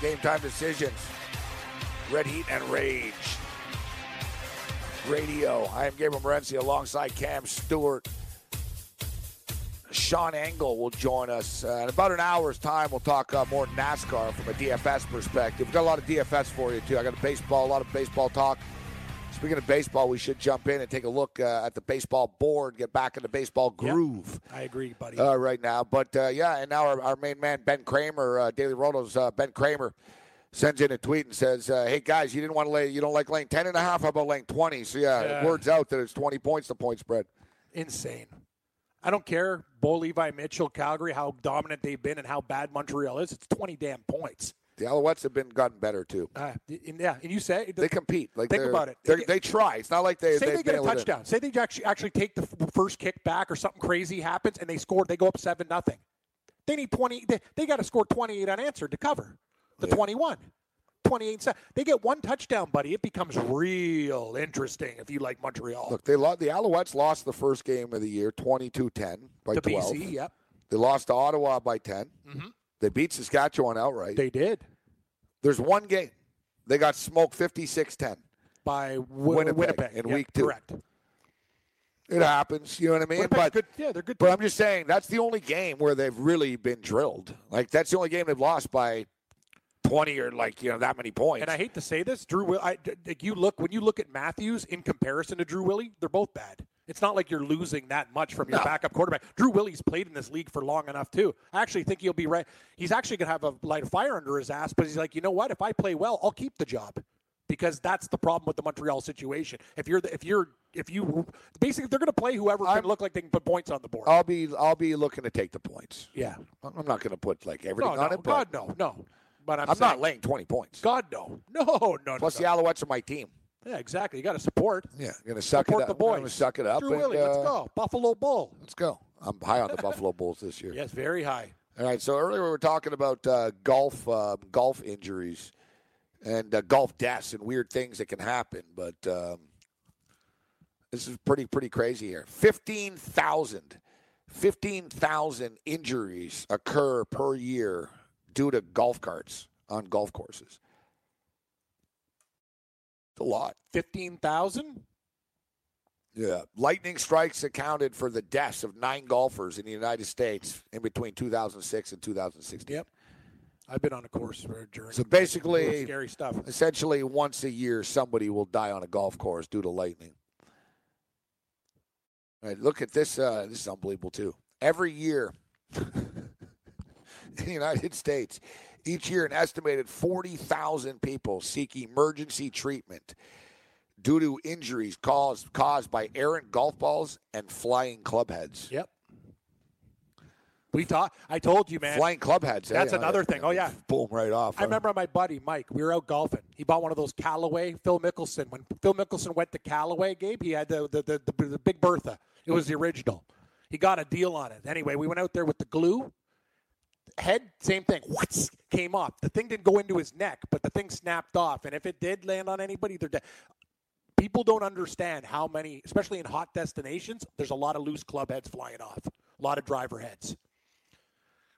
Speaker 2: Game time decisions. Red Heat and Rage. Radio. I am Gabriel Morenzi alongside Cam Stewart. Sean Engel will join us. Uh, in about an hour's time, we'll talk uh, more NASCAR from a DFS perspective. We've got a lot of DFS for you, too. I got a baseball, a lot of baseball talk. Speaking of baseball, we should jump in and take a look uh, at the baseball board, get back in the baseball groove
Speaker 3: I agree, buddy.
Speaker 2: uh, right now. But uh, yeah, and now our, our main man Ben Kramer, uh, Daily Roto's uh, Ben Kramer, sends in a tweet and says, uh, "Hey guys, you didn't want to lay, you don't like laying ten and a half. How about laying 20? So yeah,
Speaker 3: Yeah.
Speaker 2: it words out that it's twenty points the point spread.
Speaker 3: Insane. I don't care, Bo Levi Mitchell, Calgary, how dominant they've been and how bad Montreal is. It's 20 damn points.
Speaker 2: The Alouettes have been gotten better too.
Speaker 3: Uh, and yeah, and you say
Speaker 2: They compete. Like
Speaker 3: Think
Speaker 2: they're-
Speaker 3: about it.
Speaker 2: they're- they try. It's not like they
Speaker 3: say they, get a
Speaker 2: nail it in.
Speaker 3: touchdown. Say they actually actually take the f- first kick back or something crazy happens and they score. They go up seven nothing. They need twenty. They, they got to score twenty eight unanswered to cover the 21. 28 se- They get one touchdown, buddy. It becomes real interesting if you like Montreal.
Speaker 2: Look, they lost. The Alouettes lost the first game of the year, 22-10 by
Speaker 3: to
Speaker 2: twelve.
Speaker 3: BC, yep, Mm-hmm.
Speaker 2: They lost to Ottawa by 10 They beat Saskatchewan outright.
Speaker 3: they did
Speaker 2: There's one game they got smoked 56-10.
Speaker 3: by Wi-
Speaker 2: Winnipeg
Speaker 3: Winnipeg,
Speaker 2: in
Speaker 3: Yep,
Speaker 2: week two.
Speaker 3: Correct.
Speaker 2: It happens. You know what I mean?
Speaker 3: Winnipeg's
Speaker 2: but
Speaker 3: good. Yeah, they're good.
Speaker 2: But I'm just saying that's the only game where they've really been drilled. Like that's the only game they've lost by 20 or like you know that many points.
Speaker 3: and I hate to say this, Drew. Will, I, d- like you look when you look at Matthews in comparison to Drew Willie, they're both bad. It's not like you're losing that much from your
Speaker 2: No.
Speaker 3: backup quarterback. Drew Willie's played in this league for long enough too. I actually think he'll be right. He's actually gonna have a light of fire under his ass, but he's like, you know what? If I play well, I'll keep the job because that's the problem with the Montreal situation. If you're the, if you're if you basically they're gonna play whoever
Speaker 2: I'm- Oh,
Speaker 3: can look like they can put points on the board.
Speaker 2: I'll be I'll be looking to take the points.
Speaker 3: yeah,
Speaker 2: I'm not going to put like everything
Speaker 3: no,
Speaker 2: on
Speaker 3: no,
Speaker 2: it. But
Speaker 3: God no, no. But I'm,
Speaker 2: I'm not
Speaker 3: saying-
Speaker 2: laying 20 points.
Speaker 3: God no, no, no. no,
Speaker 2: Plus
Speaker 3: no.
Speaker 2: the Alouettes are my team.
Speaker 3: yeah, exactly. You got to support.
Speaker 2: Yeah, going to suck
Speaker 3: Support
Speaker 2: it up.
Speaker 3: the boys.
Speaker 2: I'm going to suck it up.
Speaker 3: Drew
Speaker 2: and,
Speaker 3: Willie, let's
Speaker 2: uh,
Speaker 3: go. Buffalo Bull.
Speaker 2: Let's go. I'm high on the Buffalo Bulls this
Speaker 3: [laughs]
Speaker 2: year.
Speaker 3: Yes, very high.
Speaker 2: All right. So earlier we were talking about uh, golf, uh, golf injuries, and uh, golf deaths and weird things that can happen. But um, this is pretty pretty crazy here. 15,000 15,000 injuries occur per year due to golf carts on golf courses. It's a lot.
Speaker 3: 15,000?
Speaker 2: Yeah. Lightning strikes accounted for the deaths of nine golfers in the United States in between 2006 and 2016.
Speaker 3: Yep. I've been on a course for a journey.
Speaker 2: So basically-
Speaker 3: scary stuff.
Speaker 2: Essentially, once a year, somebody will die on a golf course due to lightning. All right, look at this. Uh, this is unbelievable, too. Every year [laughs] in the United States, each year, an estimated 40,000 people seek emergency treatment due to injuries caused, caused by errant golf balls and flying clubheads.
Speaker 3: Yep. We taught. I told you, man.
Speaker 2: Flying clubheads. eh?
Speaker 3: That's
Speaker 2: Oh,
Speaker 3: another
Speaker 2: yeah.
Speaker 3: thing. Oh, yeah.
Speaker 2: Boom, right off.
Speaker 3: I remember my buddy Mike. We were out golfing. He bought one of those Callaway. Phil Mickelson. When Phil Mickelson went to Callaway, Gabe, he had the the, the the the Big Bertha. It was the original. He got a deal on it. Anyway, we went out there with the glue. Head, same thing. What came off? The thing didn't go into his neck, but the thing snapped off. And if it did land on anybody, they're dead. People don't understand how many, especially in hot destinations, there's a lot of loose club heads flying off, a lot of driver heads.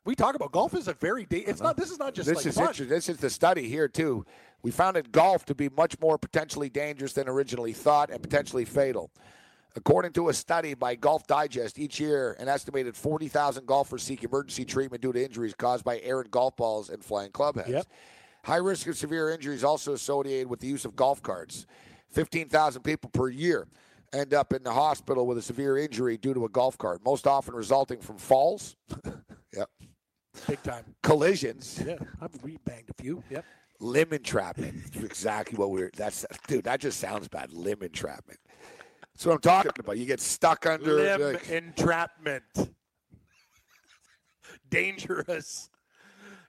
Speaker 3: We talk about golf is a very da- it's not this is not just
Speaker 2: Uh-huh. this
Speaker 3: like
Speaker 2: is
Speaker 3: fun.
Speaker 2: interesting. This is the study here too. We found that golf to be much more potentially dangerous than originally thought and potentially fatal. According to a study by Golf Digest, each year an estimated 40,000 golfers seek emergency treatment due to injuries caused by errant golf balls and flying clubheads.
Speaker 3: Yep.
Speaker 2: High risk of severe injuries also associated with the use of golf carts. 15,000 people per year end up in the hospital with a severe injury due to a golf cart, most often resulting from falls, [laughs] yep,
Speaker 3: Big time.
Speaker 2: collisions,
Speaker 3: Yeah, I've re banged a few. Yep.
Speaker 2: Limb entrapment. exactly what we're. That's dude. That just sounds bad. Limb entrapment. That's what I'm talking about. You get stuck under.
Speaker 3: Limb
Speaker 2: like-
Speaker 3: entrapment. [laughs] Dangerous.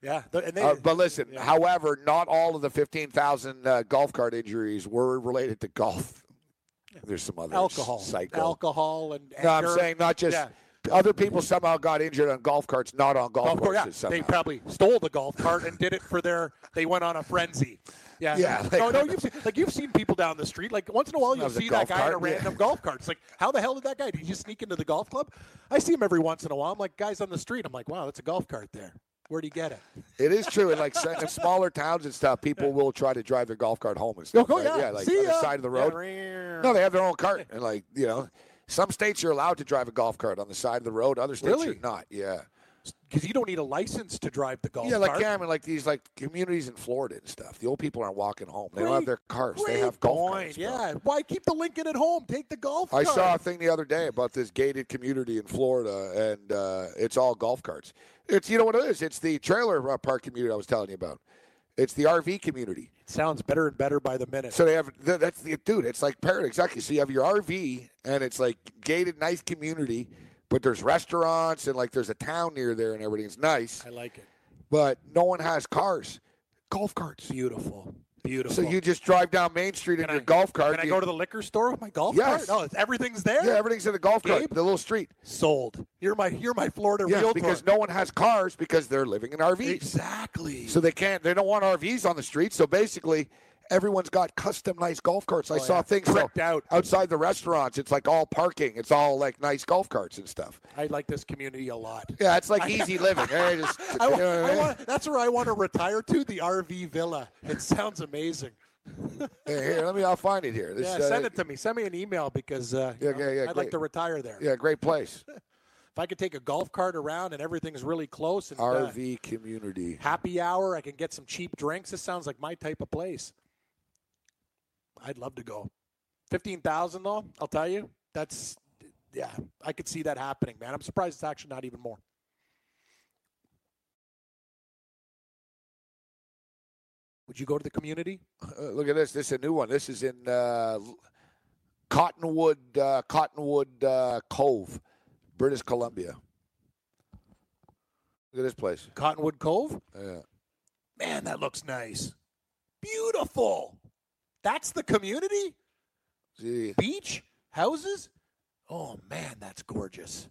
Speaker 3: Yeah, th- and they,
Speaker 2: uh, but listen. However, not all of the 15,000 uh, golf cart injuries were related to golf. There's some other
Speaker 3: alcohol,
Speaker 2: Cycle.
Speaker 3: alcohol, and
Speaker 2: no, I'm
Speaker 3: anger.
Speaker 2: saying not just.
Speaker 3: Yeah.
Speaker 2: Other people somehow got injured on golf carts, not on golf,
Speaker 3: Golf course, yeah.
Speaker 2: courses. Somehow.
Speaker 3: They probably stole the golf cart and did it for their. They went on a frenzy. Yeah,
Speaker 2: Yeah,
Speaker 3: no,
Speaker 2: like-
Speaker 3: no, you've seen, like you've seen people down the street. Like once in a while, you'll
Speaker 2: Loves a
Speaker 3: see that
Speaker 2: golf
Speaker 3: guy in a
Speaker 2: cart, yeah.
Speaker 3: random golf cart. It's like, how the hell did that guy? Did he just sneak into the golf club? I see him every once in a while. I'm like, guys on the street. I'm like, wow, that's a golf cart there. Where'd he get it?
Speaker 2: It is true. In like s- in smaller towns and stuff, people will try to drive their golf cart home and
Speaker 3: Oh,
Speaker 2: stuff.
Speaker 3: go
Speaker 2: right?
Speaker 3: yeah.
Speaker 2: like
Speaker 3: See
Speaker 2: on the
Speaker 3: ya.
Speaker 2: side of the road.
Speaker 3: Yeah.
Speaker 2: No, they have their own cart, and like you know, some states you're allowed to drive a golf cart on the side of the road. Other states
Speaker 3: Really?
Speaker 2: you're not. Yeah,
Speaker 3: because you don't need a license to drive the golf
Speaker 2: yeah. Like
Speaker 3: cart.
Speaker 2: Cameron, like these like communities in Florida and stuff. The old people aren't walking home. They don't have
Speaker 3: Great-
Speaker 2: their cars. They
Speaker 3: Great
Speaker 2: have golf carts.
Speaker 3: point.
Speaker 2: bro.
Speaker 3: Yeah, why keep the Lincoln at home? Take the golf
Speaker 2: I
Speaker 3: cart.
Speaker 2: saw a thing the other day about this gated community in Florida, and uh, it's all golf carts. It's you know what it is. It's the trailer uh, park community I was telling you about. It's the RV community.
Speaker 3: Sounds better and better by the minute.
Speaker 2: So they have th- that's the dude. It's like parrot exactly. So you have your RV and it's like gated, nice community, but there's restaurants and like there's a town near there and everything's nice.
Speaker 3: I like it.
Speaker 2: But no one has cars, golf carts.
Speaker 3: Beautiful, beautiful.
Speaker 2: So you just drive down Main Street in
Speaker 3: Can
Speaker 2: your
Speaker 3: I-
Speaker 2: golf cart.
Speaker 3: Can I
Speaker 2: you-
Speaker 3: go to the liquor store with my golf
Speaker 2: Yes.
Speaker 3: cart? No, it's, everything's there.
Speaker 2: yeah, everything's in the golf cart,
Speaker 3: Gabe?
Speaker 2: the little street.
Speaker 3: Sold. You're my you're my Florida
Speaker 2: Yeah,
Speaker 3: realtor.
Speaker 2: because no one has cars because they're living in RVs.
Speaker 3: exactly.
Speaker 2: So they can't. They don't want RVs on the street. So basically, everyone's got custom nice golf carts. I
Speaker 3: Oh,
Speaker 2: saw
Speaker 3: yeah.
Speaker 2: things so
Speaker 3: Tricked out.
Speaker 2: outside the restaurants. It's like all parking. It's all like nice golf carts and stuff.
Speaker 3: I like this community a lot.
Speaker 2: Yeah, it's like easy living. eh? Just-
Speaker 3: [laughs] I,
Speaker 2: you know
Speaker 3: wa-
Speaker 2: what I
Speaker 3: I
Speaker 2: mean?
Speaker 3: want, that's where I want to retire to the RV villa. It sounds amazing.
Speaker 2: Hey, [laughs] here, let me. I'll find it here. This,
Speaker 3: Yeah,
Speaker 2: uh,
Speaker 3: send it to me. Send me an email because uh, you
Speaker 2: Yeah,
Speaker 3: know,
Speaker 2: yeah, yeah,
Speaker 3: I'd like
Speaker 2: great.
Speaker 3: to retire there.
Speaker 2: Yeah, great
Speaker 3: [laughs]
Speaker 2: place.
Speaker 3: If I could take a golf cart around and everything's really close and uh,
Speaker 2: RV community.
Speaker 3: happy hour, I can get some cheap drinks. This sounds like my type of place. I'd love to go. Fifteen thousand though, I'll tell you, that's yeah, I could see that happening, man. I'm surprised it's actually not even more. Would you go to the community?
Speaker 2: Uh, look at this. This is a new one. This is in uh, L- Cottonwood, uh, Cottonwood uh, Cove, British Columbia. Look at this place. Uh,
Speaker 3: Cottonwood Cove?
Speaker 2: Yeah.
Speaker 3: Man, that looks nice. Beautiful. That's the community?
Speaker 2: See,
Speaker 3: beach houses. Oh man, that's gorgeous.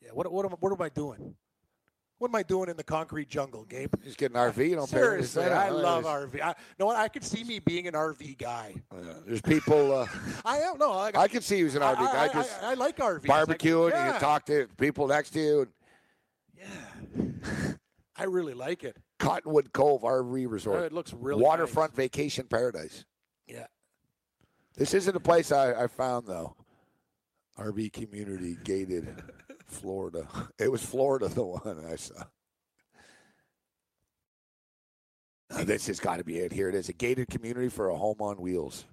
Speaker 3: Yeah, what what am, what am I doing? What am I doing in the concrete jungle, Gabe?
Speaker 2: just get an RV. You don't pay anything.
Speaker 3: Seriously, I love RV. I, you know what? I could see me being an RV guy.
Speaker 2: Yeah, There's people. Uh, [laughs]
Speaker 3: I don't know. Like,
Speaker 2: I could see he was an
Speaker 3: I,
Speaker 2: RV guy.
Speaker 3: I, I,
Speaker 2: Just
Speaker 3: I, I like RVs.
Speaker 2: barbecuing.
Speaker 3: Like,
Speaker 2: and You
Speaker 3: yeah,
Speaker 2: can talk to people next to you.
Speaker 3: yeah. I really like it.
Speaker 2: Cottonwood Cove RV Resort.
Speaker 3: It looks really
Speaker 2: waterfront vacation paradise.
Speaker 3: nice. Yeah.
Speaker 2: This isn't a place I, I found though. RB community gated,
Speaker 3: [laughs]
Speaker 2: Florida. It was Florida the one I saw. Uh, This has got to be it. Here it is: a gated community for a home on wheels.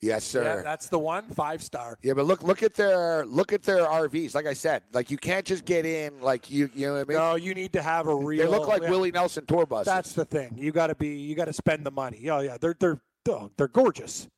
Speaker 2: Yes, sir.
Speaker 3: Yeah, that's the one. Five star.
Speaker 2: Yeah, but look look at their look at their RVs. Like I said, like you can't just get in like you you know what I mean?
Speaker 3: No, you need to have a real.
Speaker 2: they look like
Speaker 3: yeah,
Speaker 2: Willie Nelson tour buses.
Speaker 3: That's the thing. You got to be. You got to spend the money. Yeah, yeah. They're they're oh, they're gorgeous.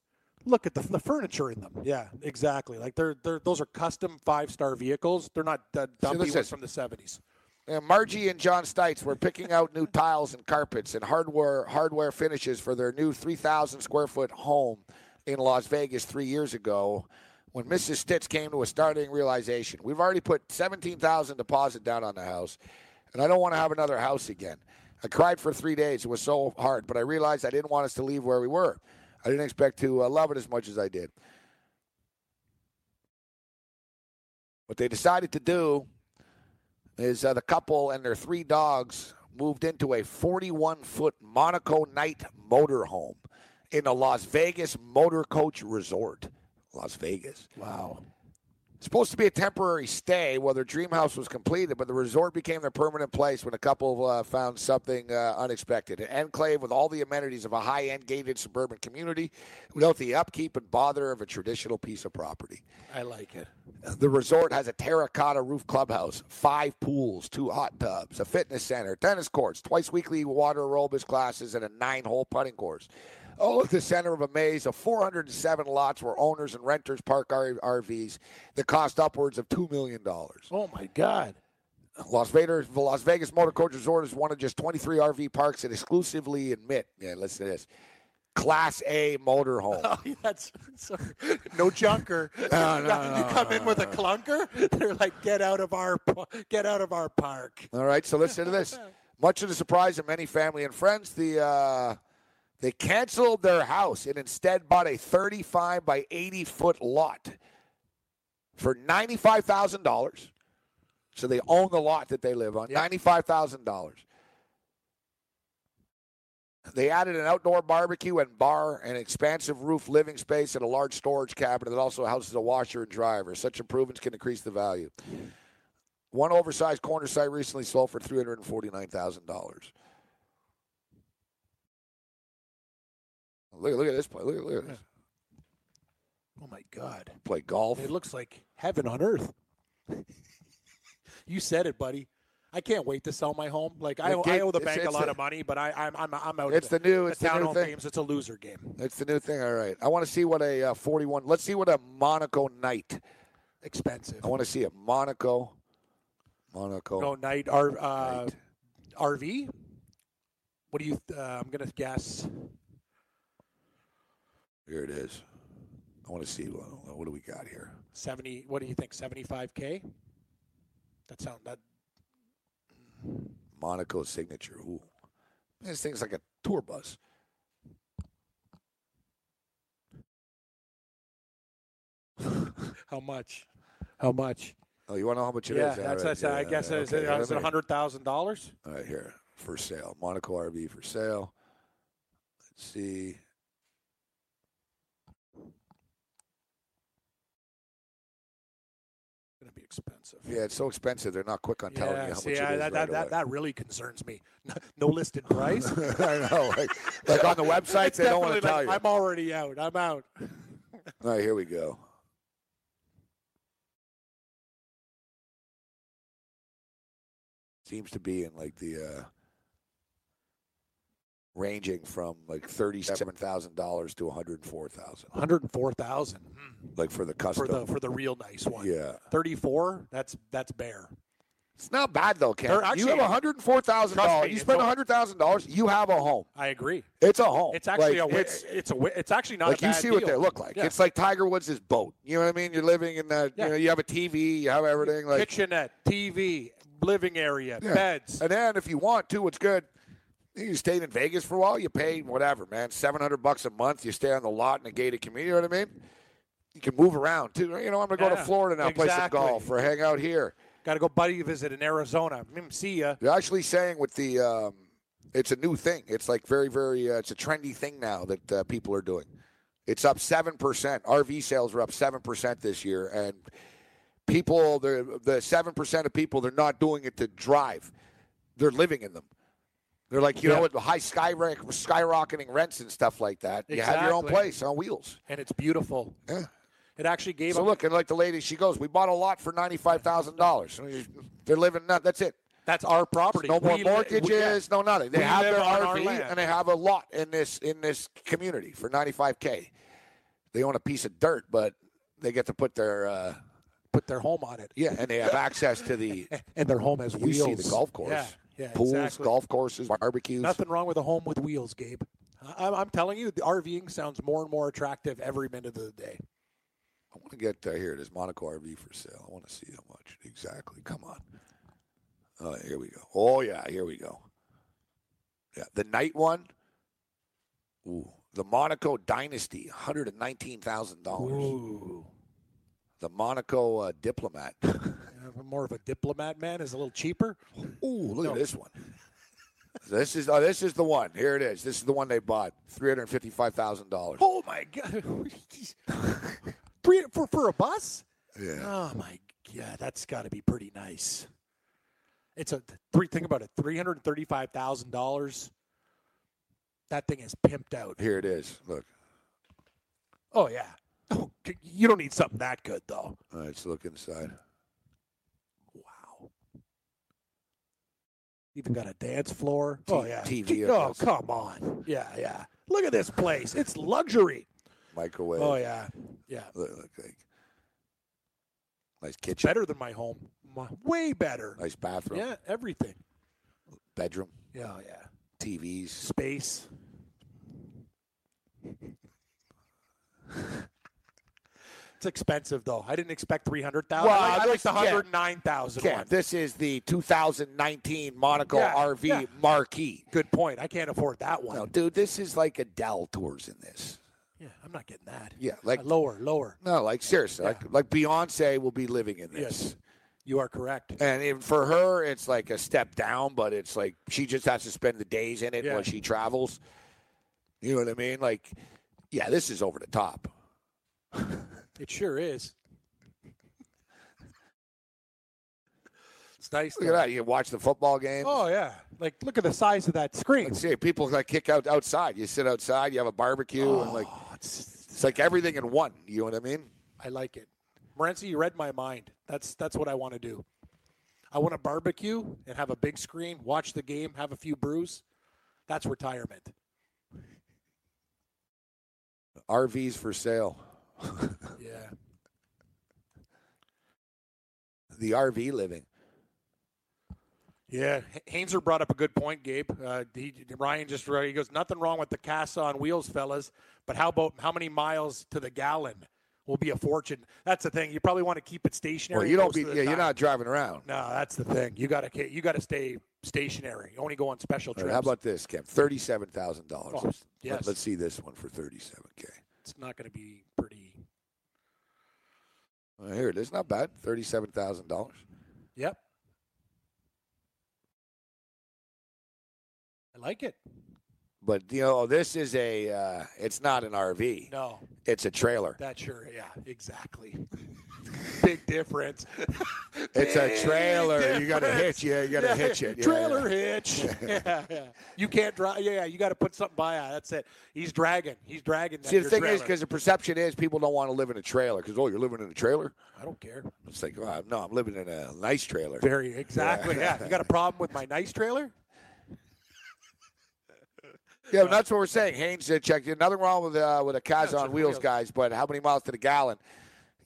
Speaker 3: Look at the, the furniture in them. Yeah, exactly. Like they're they're those are custom five star vehicles. They're not uh, dumpy
Speaker 2: this
Speaker 3: ones
Speaker 2: is-
Speaker 3: from the seventies.
Speaker 2: Yeah, Margie and John Stites were picking out new tiles and carpets and hardware hardware finishes for their new 3,000 square foot home in Las Vegas three years ago. When Mrs. Stitz came to a startling realization, we've already put 17,000 deposit down on the house, and I don't want to have another house again. I cried for three days. It was so hard, but I realized I didn't want us to leave where we were. I didn't expect to uh, love it as much as I did. What they decided to do is uh, the couple and their three dogs moved into a 41 foot Monaco night motorhome in the Las Vegas Motor Coach Resort. Las Vegas. Wow. Supposed to be a temporary stay while their dream house was completed, but the resort became their permanent place when the couple uh, found something uh, unexpected. An enclave with all the amenities of a high end gated suburban community without the upkeep and bother of a traditional piece of property.
Speaker 3: I like it.
Speaker 2: The resort has a terracotta roof clubhouse, five pools, two hot tubs, a fitness center, tennis courts, twice weekly water aerobics classes, and a nine hole putting course. All at the center of a maze of 407 lots where owners and renters park R- RVs that cost upwards of $2 million.
Speaker 3: Oh my god.
Speaker 2: Las Vegas, the Las Vegas Motor Coach Resort is one of just 23 RV parks that exclusively admit, yeah, listen to this, Class A motorhome.
Speaker 3: Oh, that's sorry. [laughs] no junker. [laughs] you, got- you come in with a clunker. [laughs] They're like, get out of our par- get out of our park.
Speaker 2: All right, so listen to this. Much to the surprise of many family and friends, the uh, they canceled their house and instead bought a 35 by 80 foot lot for $95,000. So they own the lot that they live on, $95,000. They added an outdoor barbecue and bar, an expansive roof living space, and a large storage cabinet that also houses a washer and dryer. Such improvements can increase the value. One oversized corner site recently sold for three hundred and forty nine thousand dollars. Look, look at this play. Look, at- look at this.
Speaker 3: Oh my god.
Speaker 2: Play golf.
Speaker 3: It looks like heaven on earth. you said it, buddy. I can't wait to sell my home. Like I,
Speaker 2: The
Speaker 3: owe, I
Speaker 2: gate-
Speaker 3: owe the
Speaker 2: it's-
Speaker 3: bank
Speaker 2: it's
Speaker 3: a lot
Speaker 2: the-
Speaker 3: of money, but I, I'm I'm I'm out.
Speaker 2: It's
Speaker 3: of it.
Speaker 2: the new- it's the new
Speaker 3: townhome
Speaker 2: thing.
Speaker 3: games. It's a loser game.
Speaker 2: That's the new thing. All right. I want to see what a uh, forty one. Let's see what a Monaco night.
Speaker 3: Expensive.
Speaker 2: I want to see a Monaco. Monaco.
Speaker 3: No night. R, uh, RV. What do you? th- Uh, I'm gonna guess.
Speaker 2: Here it is. I want to see what, what do we got here.
Speaker 3: 70 what do you think 75k that sound that
Speaker 2: Monaco signature. Ooh, this thing's like a tour bus.
Speaker 3: how much how much
Speaker 2: Oh, you want to know how much it is?
Speaker 3: yeah
Speaker 2: All right,
Speaker 3: that's, that's
Speaker 2: yeah,
Speaker 3: i
Speaker 2: yeah,
Speaker 3: guess it's,
Speaker 2: okay,
Speaker 3: it's
Speaker 2: whatever.
Speaker 3: $100000
Speaker 2: All right, here for sale. Monaco RV for sale. Let's see.
Speaker 3: gonna be expensive
Speaker 2: Yeah, it's so expensive. They're not quick on telling you
Speaker 3: yeah,
Speaker 2: how
Speaker 3: see,
Speaker 2: much it
Speaker 3: I-
Speaker 2: is. right
Speaker 3: that, that, that, that really concerns me. [laughs] No listed price.
Speaker 2: away. [laughs] I
Speaker 3: [laughs]
Speaker 2: know. Like, like on the websites,
Speaker 3: It's
Speaker 2: they don't want to
Speaker 3: definitely
Speaker 2: tell
Speaker 3: like,
Speaker 2: you.
Speaker 3: I'm already out. I'm out.
Speaker 2: All right, here we go. Seems to be in like the uh, ranging from like thirty-seven thousand dollars to one hundred four thousand,
Speaker 3: 104,000 mm,
Speaker 2: like for the custom.
Speaker 3: for the for the real nice one.
Speaker 2: yeah,
Speaker 3: 34, that's that's bare.
Speaker 2: it's not bad though, Ken.
Speaker 3: They're
Speaker 2: you have
Speaker 3: actually-
Speaker 2: one hundred four thousand
Speaker 3: Trust
Speaker 2: dollars.
Speaker 3: me,
Speaker 2: You
Speaker 3: it's
Speaker 2: spend
Speaker 3: all-
Speaker 2: one hundred thousand dollars, you have a home.
Speaker 3: I agree.
Speaker 2: It's a home.
Speaker 3: It's actually
Speaker 2: Like,
Speaker 3: a
Speaker 2: it's-
Speaker 3: it's it's a wi- it's actually not
Speaker 2: like
Speaker 3: a
Speaker 2: you
Speaker 3: bad
Speaker 2: see what
Speaker 3: deal.
Speaker 2: they look like.
Speaker 3: Yeah.
Speaker 2: It's like Tiger Woods' boat. You know what I mean? You're living in that.
Speaker 3: Yeah.
Speaker 2: You know, you have a TV. You have everything. Like,
Speaker 3: kitchenette, TV, living area,
Speaker 2: Yeah.
Speaker 3: beds.
Speaker 2: and then if you want to, what's good? You stayed in Vegas for a while. You pay whatever, man, seven hundred bucks a month. You stay on the lot in a gated community. You know what I mean? You can move around too. You know, I'm gonna go to
Speaker 3: Yeah,
Speaker 2: Florida now, play some
Speaker 3: exactly.
Speaker 2: golf, or hang out here.
Speaker 3: Got to go buddy visit in Arizona. Mm, see ya.
Speaker 2: They're actually saying with the, um, it's a new thing. It's like very, very. Uh, it's a trendy thing now that uh, people are doing. It's up 7%. RV sales are up 7% this year. And people, the the 7% of people, they're not doing it to drive, they're living in them. They're like, you know, with the high skyrock- skyrocketing rents and stuff like that. You have your own
Speaker 3: Exactly.
Speaker 2: place on wheels.
Speaker 3: and it's beautiful.
Speaker 2: Yeah.
Speaker 3: It actually gave
Speaker 2: So
Speaker 3: up.
Speaker 2: look, and like the lady, she goes, "We bought a lot for ninety-five thousand dollars. They're living. Not, that's it.
Speaker 3: That's our property.
Speaker 2: No more
Speaker 3: We li-
Speaker 2: mortgages.
Speaker 3: we- yeah.
Speaker 2: no nothing. They
Speaker 3: We
Speaker 2: have
Speaker 3: live
Speaker 2: their
Speaker 3: on our
Speaker 2: RV
Speaker 3: land.
Speaker 2: and they have a lot in this in this community for ninety-five k. They own a piece of dirt, but they get to put their uh,
Speaker 3: Put their home on it.
Speaker 2: yeah, and they have access to
Speaker 3: [laughs]
Speaker 2: the.
Speaker 3: And their home has
Speaker 2: You
Speaker 3: wheels.
Speaker 2: see the golf course,
Speaker 3: Yeah. yeah
Speaker 2: pools,
Speaker 3: exactly.
Speaker 2: golf courses, barbecues.
Speaker 3: Nothing wrong with a home with wheels, Gabe. I, I'm telling you, the RVing sounds more and more attractive every minute of the day.
Speaker 2: I want to get uh, here. It is Monaco RV for sale. I want to see how much exactly. Come on. Oh, here we go. Oh yeah, here we go. Yeah, the night one. Ooh, the Monaco Dynasty, one hundred and nineteen thousand dollars.
Speaker 3: Ooh.
Speaker 2: The Monaco uh, Diplomat. [laughs]
Speaker 3: I'm more of a diplomat man is a little cheaper.
Speaker 2: Ooh, look at this one. This is oh, this is the one. Here it is. This is the one they bought. Three hundred fifty-five thousand dollars.
Speaker 3: Oh my god. [laughs] Three for for a bus?
Speaker 2: Yeah.
Speaker 3: Oh my god, that's got to be pretty nice. It's a three. Think about it: three hundred thirty-five thousand dollars. That thing is pimped out.
Speaker 2: Here it is. Look.
Speaker 3: Oh yeah. Oh, c- you don't need something that good though.
Speaker 2: All right, let's look inside.
Speaker 3: Wow. Even got a dance floor. Oh yeah.
Speaker 2: TV
Speaker 3: Oh
Speaker 2: across.
Speaker 3: come on. Yeah yeah. Look at this place. It's luxury.
Speaker 2: Microwave.
Speaker 3: Oh yeah. Yeah.
Speaker 2: Look, look, like- nice kitchen.
Speaker 3: Better than my home. My- Way better.
Speaker 2: Nice bathroom.
Speaker 3: Yeah. Everything.
Speaker 2: Bedroom.
Speaker 3: Yeah oh, yeah.
Speaker 2: TVs.
Speaker 3: Space. it's expensive though. I didn't expect three hundred thousand.
Speaker 2: Well,
Speaker 3: I like, I like
Speaker 2: this-
Speaker 3: the
Speaker 2: yeah.
Speaker 3: hundred nine thousand
Speaker 2: Okay, this is the 2019 Monaco
Speaker 3: Yeah,
Speaker 2: RV
Speaker 3: yeah.
Speaker 2: marquee.
Speaker 3: Good point. I can't afford that one.
Speaker 2: No, dude, this is like Adele tours in this.
Speaker 3: Yeah, I'm not getting that.
Speaker 2: Yeah, like
Speaker 3: Uh, lower, lower.
Speaker 2: no, like seriously,
Speaker 3: Yeah.
Speaker 2: like like Beyonce will be living in this.
Speaker 3: Yes, you are correct.
Speaker 2: And even for her, it's like a step down, but it's like she just has to spend the days in it
Speaker 3: Yeah.
Speaker 2: while she travels. You know what I mean? Like, yeah, this is over the top.
Speaker 3: It sure is. It's nice.
Speaker 2: Look at
Speaker 3: though.
Speaker 2: that. You watch the football game.
Speaker 3: Oh yeah, like look at the size of that screen.
Speaker 2: Let's see. People like kick out outside. You sit outside. You have a barbecue, and like
Speaker 3: Oh, it's-
Speaker 2: it's like everything in one. You know what I mean?
Speaker 3: I like it. Morency, you read my mind. That's that's what I want to do. I want to barbecue and have a big screen, watch the game, have a few brews. That's retirement.
Speaker 2: RVs for sale.
Speaker 3: Yeah.
Speaker 2: The RV living.
Speaker 3: Yeah. H- Hainzer brought up a good point, Gabe. Uh, he, Ryan just wrote, he goes, nothing wrong with the Casa on wheels, fellas, but how about how many miles to the gallon will be a fortune? That's the thing. You probably want to keep it stationary.
Speaker 2: Well, you don't
Speaker 3: most
Speaker 2: be.
Speaker 3: of the
Speaker 2: Yeah, you're
Speaker 3: time.
Speaker 2: not driving around.
Speaker 3: No, that's the thing. You got to you got to stay stationary. You only go on special
Speaker 2: All
Speaker 3: trips.
Speaker 2: right, how about this, Kim? Thirty-seven thousand
Speaker 3: Oh,
Speaker 2: dollars.
Speaker 3: yes.
Speaker 2: Let's see this one for thirty-seven k.
Speaker 3: it's not going to be pretty.
Speaker 2: Here it is. Not bad. Thirty-seven thousand dollars.
Speaker 3: Yep. I like it.
Speaker 2: But you know, this is a. Uh, it's not an RV.
Speaker 3: No,
Speaker 2: It's a trailer.
Speaker 3: that sure. Yeah, exactly. [laughs] Big difference. [laughs]
Speaker 2: It's a
Speaker 3: Big
Speaker 2: trailer. You got to
Speaker 3: difference.
Speaker 2: hitch. Yeah, you got to
Speaker 3: Yeah,
Speaker 2: hitch it. Yeah,
Speaker 3: Trailer
Speaker 2: yeah.
Speaker 3: hitch.
Speaker 2: [laughs]
Speaker 3: [laughs] yeah, yeah. You can't drive. Yeah, yeah, you got to put something by. it. That's it. He's dragging. He's dragging. that-
Speaker 2: See, the
Speaker 3: your
Speaker 2: thing is,
Speaker 3: trailer.
Speaker 2: because the perception is people don't want to live in a trailer because, oh, you're living in a trailer?
Speaker 3: I don't care.
Speaker 2: It's like, oh, no, I'm living in a nice trailer.
Speaker 3: Very exactly. Yeah. You got a problem with my nice trailer?
Speaker 2: Yeah, but that's what we're saying. Haynes uh, checked in. Nothing wrong with uh, with a Kaz
Speaker 3: Yeah,
Speaker 2: on
Speaker 3: check
Speaker 2: wheels,
Speaker 3: wheels.
Speaker 2: guys, but how many miles to the gallon?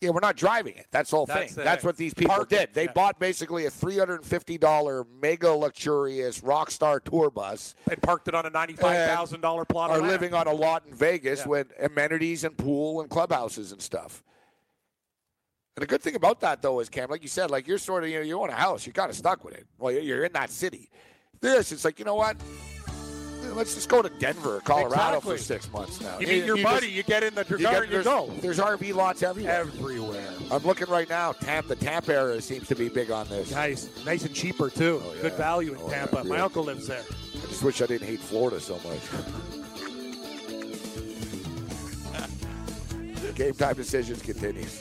Speaker 2: Yeah, we're not driving it. That's the whole
Speaker 3: That's
Speaker 2: thing.
Speaker 3: the
Speaker 2: that's
Speaker 3: thing.
Speaker 2: what these people
Speaker 3: Park it,
Speaker 2: did. They
Speaker 3: yeah.
Speaker 2: bought basically a $350 mega luxurious Rockstar tour bus.
Speaker 3: And parked it on a ninety-five thousand dollar plot. of
Speaker 2: Are
Speaker 3: land.
Speaker 2: living on a lot in Vegas
Speaker 3: Yeah.
Speaker 2: with amenities and pool and clubhouses and stuff. And the good thing about that though is Cam, like you said, like you're sort of you know you own a house, you're kind of stuck with it. Well, you're- you're in that city. This, it's like you know what? Let's just go to Denver, or Colorado
Speaker 3: Exactly.
Speaker 2: for six months now.
Speaker 3: You meet your buddy,
Speaker 2: just-
Speaker 3: you get in the
Speaker 2: you
Speaker 3: car,
Speaker 2: get-
Speaker 3: and you
Speaker 2: there's,
Speaker 3: go.
Speaker 2: there's RV lots everywhere.
Speaker 3: Everywhere.
Speaker 2: I'm looking right now. Tampa, the Tampa area seems to be big on this. I
Speaker 3: Nice, nice and cheaper too.
Speaker 2: Oh, yeah.
Speaker 3: Good value in
Speaker 2: Oh, yeah,
Speaker 3: Tampa. My
Speaker 2: yeah.
Speaker 3: uncle lives there.
Speaker 2: just wish I didn't hate Florida so much. Game time decisions continues.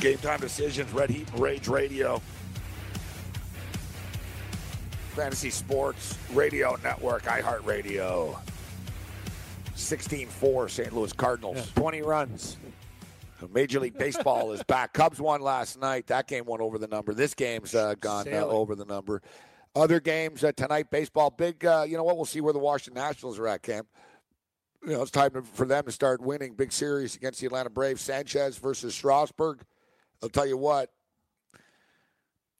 Speaker 2: Game time decisions, Red Heat and Rage Radio. Fantasy Sports Radio Network, iHeartRadio. 16 4 St. Louis Cardinals.
Speaker 3: 20 runs.
Speaker 2: Major League Baseball is back. Cubs won last night. That game went over the number. This game's uh, gone uh,
Speaker 3: Sailing.
Speaker 2: over the number. Other games uh, tonight, baseball. Big, uh, you know what? We'll see where the Washington Nationals are at, Camp. You know, it's time to- for them to start winning. Big series against the Atlanta Braves. Sanchez versus Strasburg. I'll tell you what.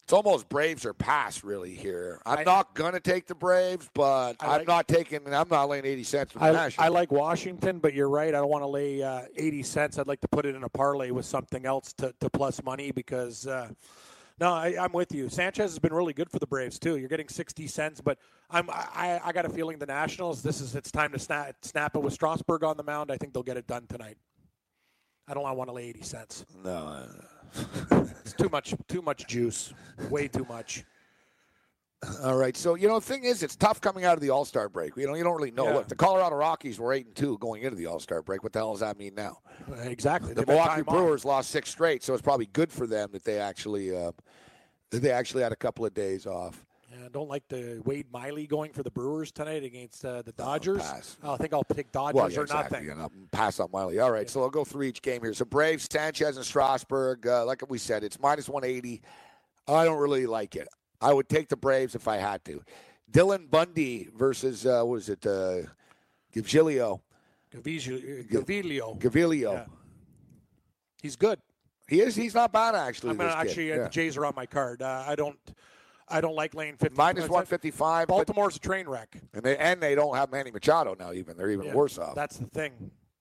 Speaker 2: It's almost Braves or pass really here. I'm
Speaker 3: I-
Speaker 2: not gonna take the Braves, but
Speaker 3: I
Speaker 2: I'm
Speaker 3: like-
Speaker 2: not taking. I'm not laying 80 cents with the
Speaker 3: I,
Speaker 2: Nationals.
Speaker 3: I like Washington, but you're right. I don't want to lay uh, 80 cents. I'd like to put it in a parlay with something else to, to plus money because, uh, no, I, I'm with you. Sanchez has been really good for the Braves, too. You're getting 60 cents, but I'm, I, I got a feeling the Nationals, this is it's time to snap, snap it with Strasburg on the mound. I think they'll get it done tonight. I don't want to lay 80 cents.
Speaker 2: no.
Speaker 3: It's too much, too much juice. Way too
Speaker 2: [laughs]
Speaker 3: much.
Speaker 2: All right. So you know, the thing is, it's tough coming out of the All Star break. You know, you don't really know.
Speaker 3: Yeah.
Speaker 2: Look, the Colorado Rockies were eight and two going into the All Star break. What the hell does that mean now?
Speaker 3: Exactly.
Speaker 2: The
Speaker 3: They've had
Speaker 2: Milwaukee
Speaker 3: time off.
Speaker 2: Brewers lost six straight, so it's probably good for them that they actually uh, that they actually had a couple of days off.
Speaker 3: And I don't like the Wade Miley going for the Brewers tonight against uh, the Dodgers.
Speaker 2: Oh, pass.
Speaker 3: I think I'll pick Dodgers
Speaker 2: Well, yeah,
Speaker 3: or
Speaker 2: exactly.
Speaker 3: nothing.
Speaker 2: You know, pass on Miley. All right, so I'll go through each game here. So Braves, Sanchez, and Strasburg. Uh, like we said, it's minus 180. I don't really like it. I would take the Braves if I had to. Dylan Bundy versus uh, what is it? Uh, Gavigilio.
Speaker 3: Gaviglio- uh, Gaviglio.
Speaker 2: Gavilio.
Speaker 3: Yeah. He's good.
Speaker 2: He is. He's not bad actually.
Speaker 3: I'm gonna
Speaker 2: this kid.
Speaker 3: actually uh,
Speaker 2: Yeah.
Speaker 3: the Jays are on my card. Uh, I don't I don't like lane 50.
Speaker 2: minus 155. but-
Speaker 3: Baltimore's a train wreck.
Speaker 2: and they and they don't have Manny Machado now. Even they're even
Speaker 3: Yeah,
Speaker 2: worse off.
Speaker 3: That's the thing.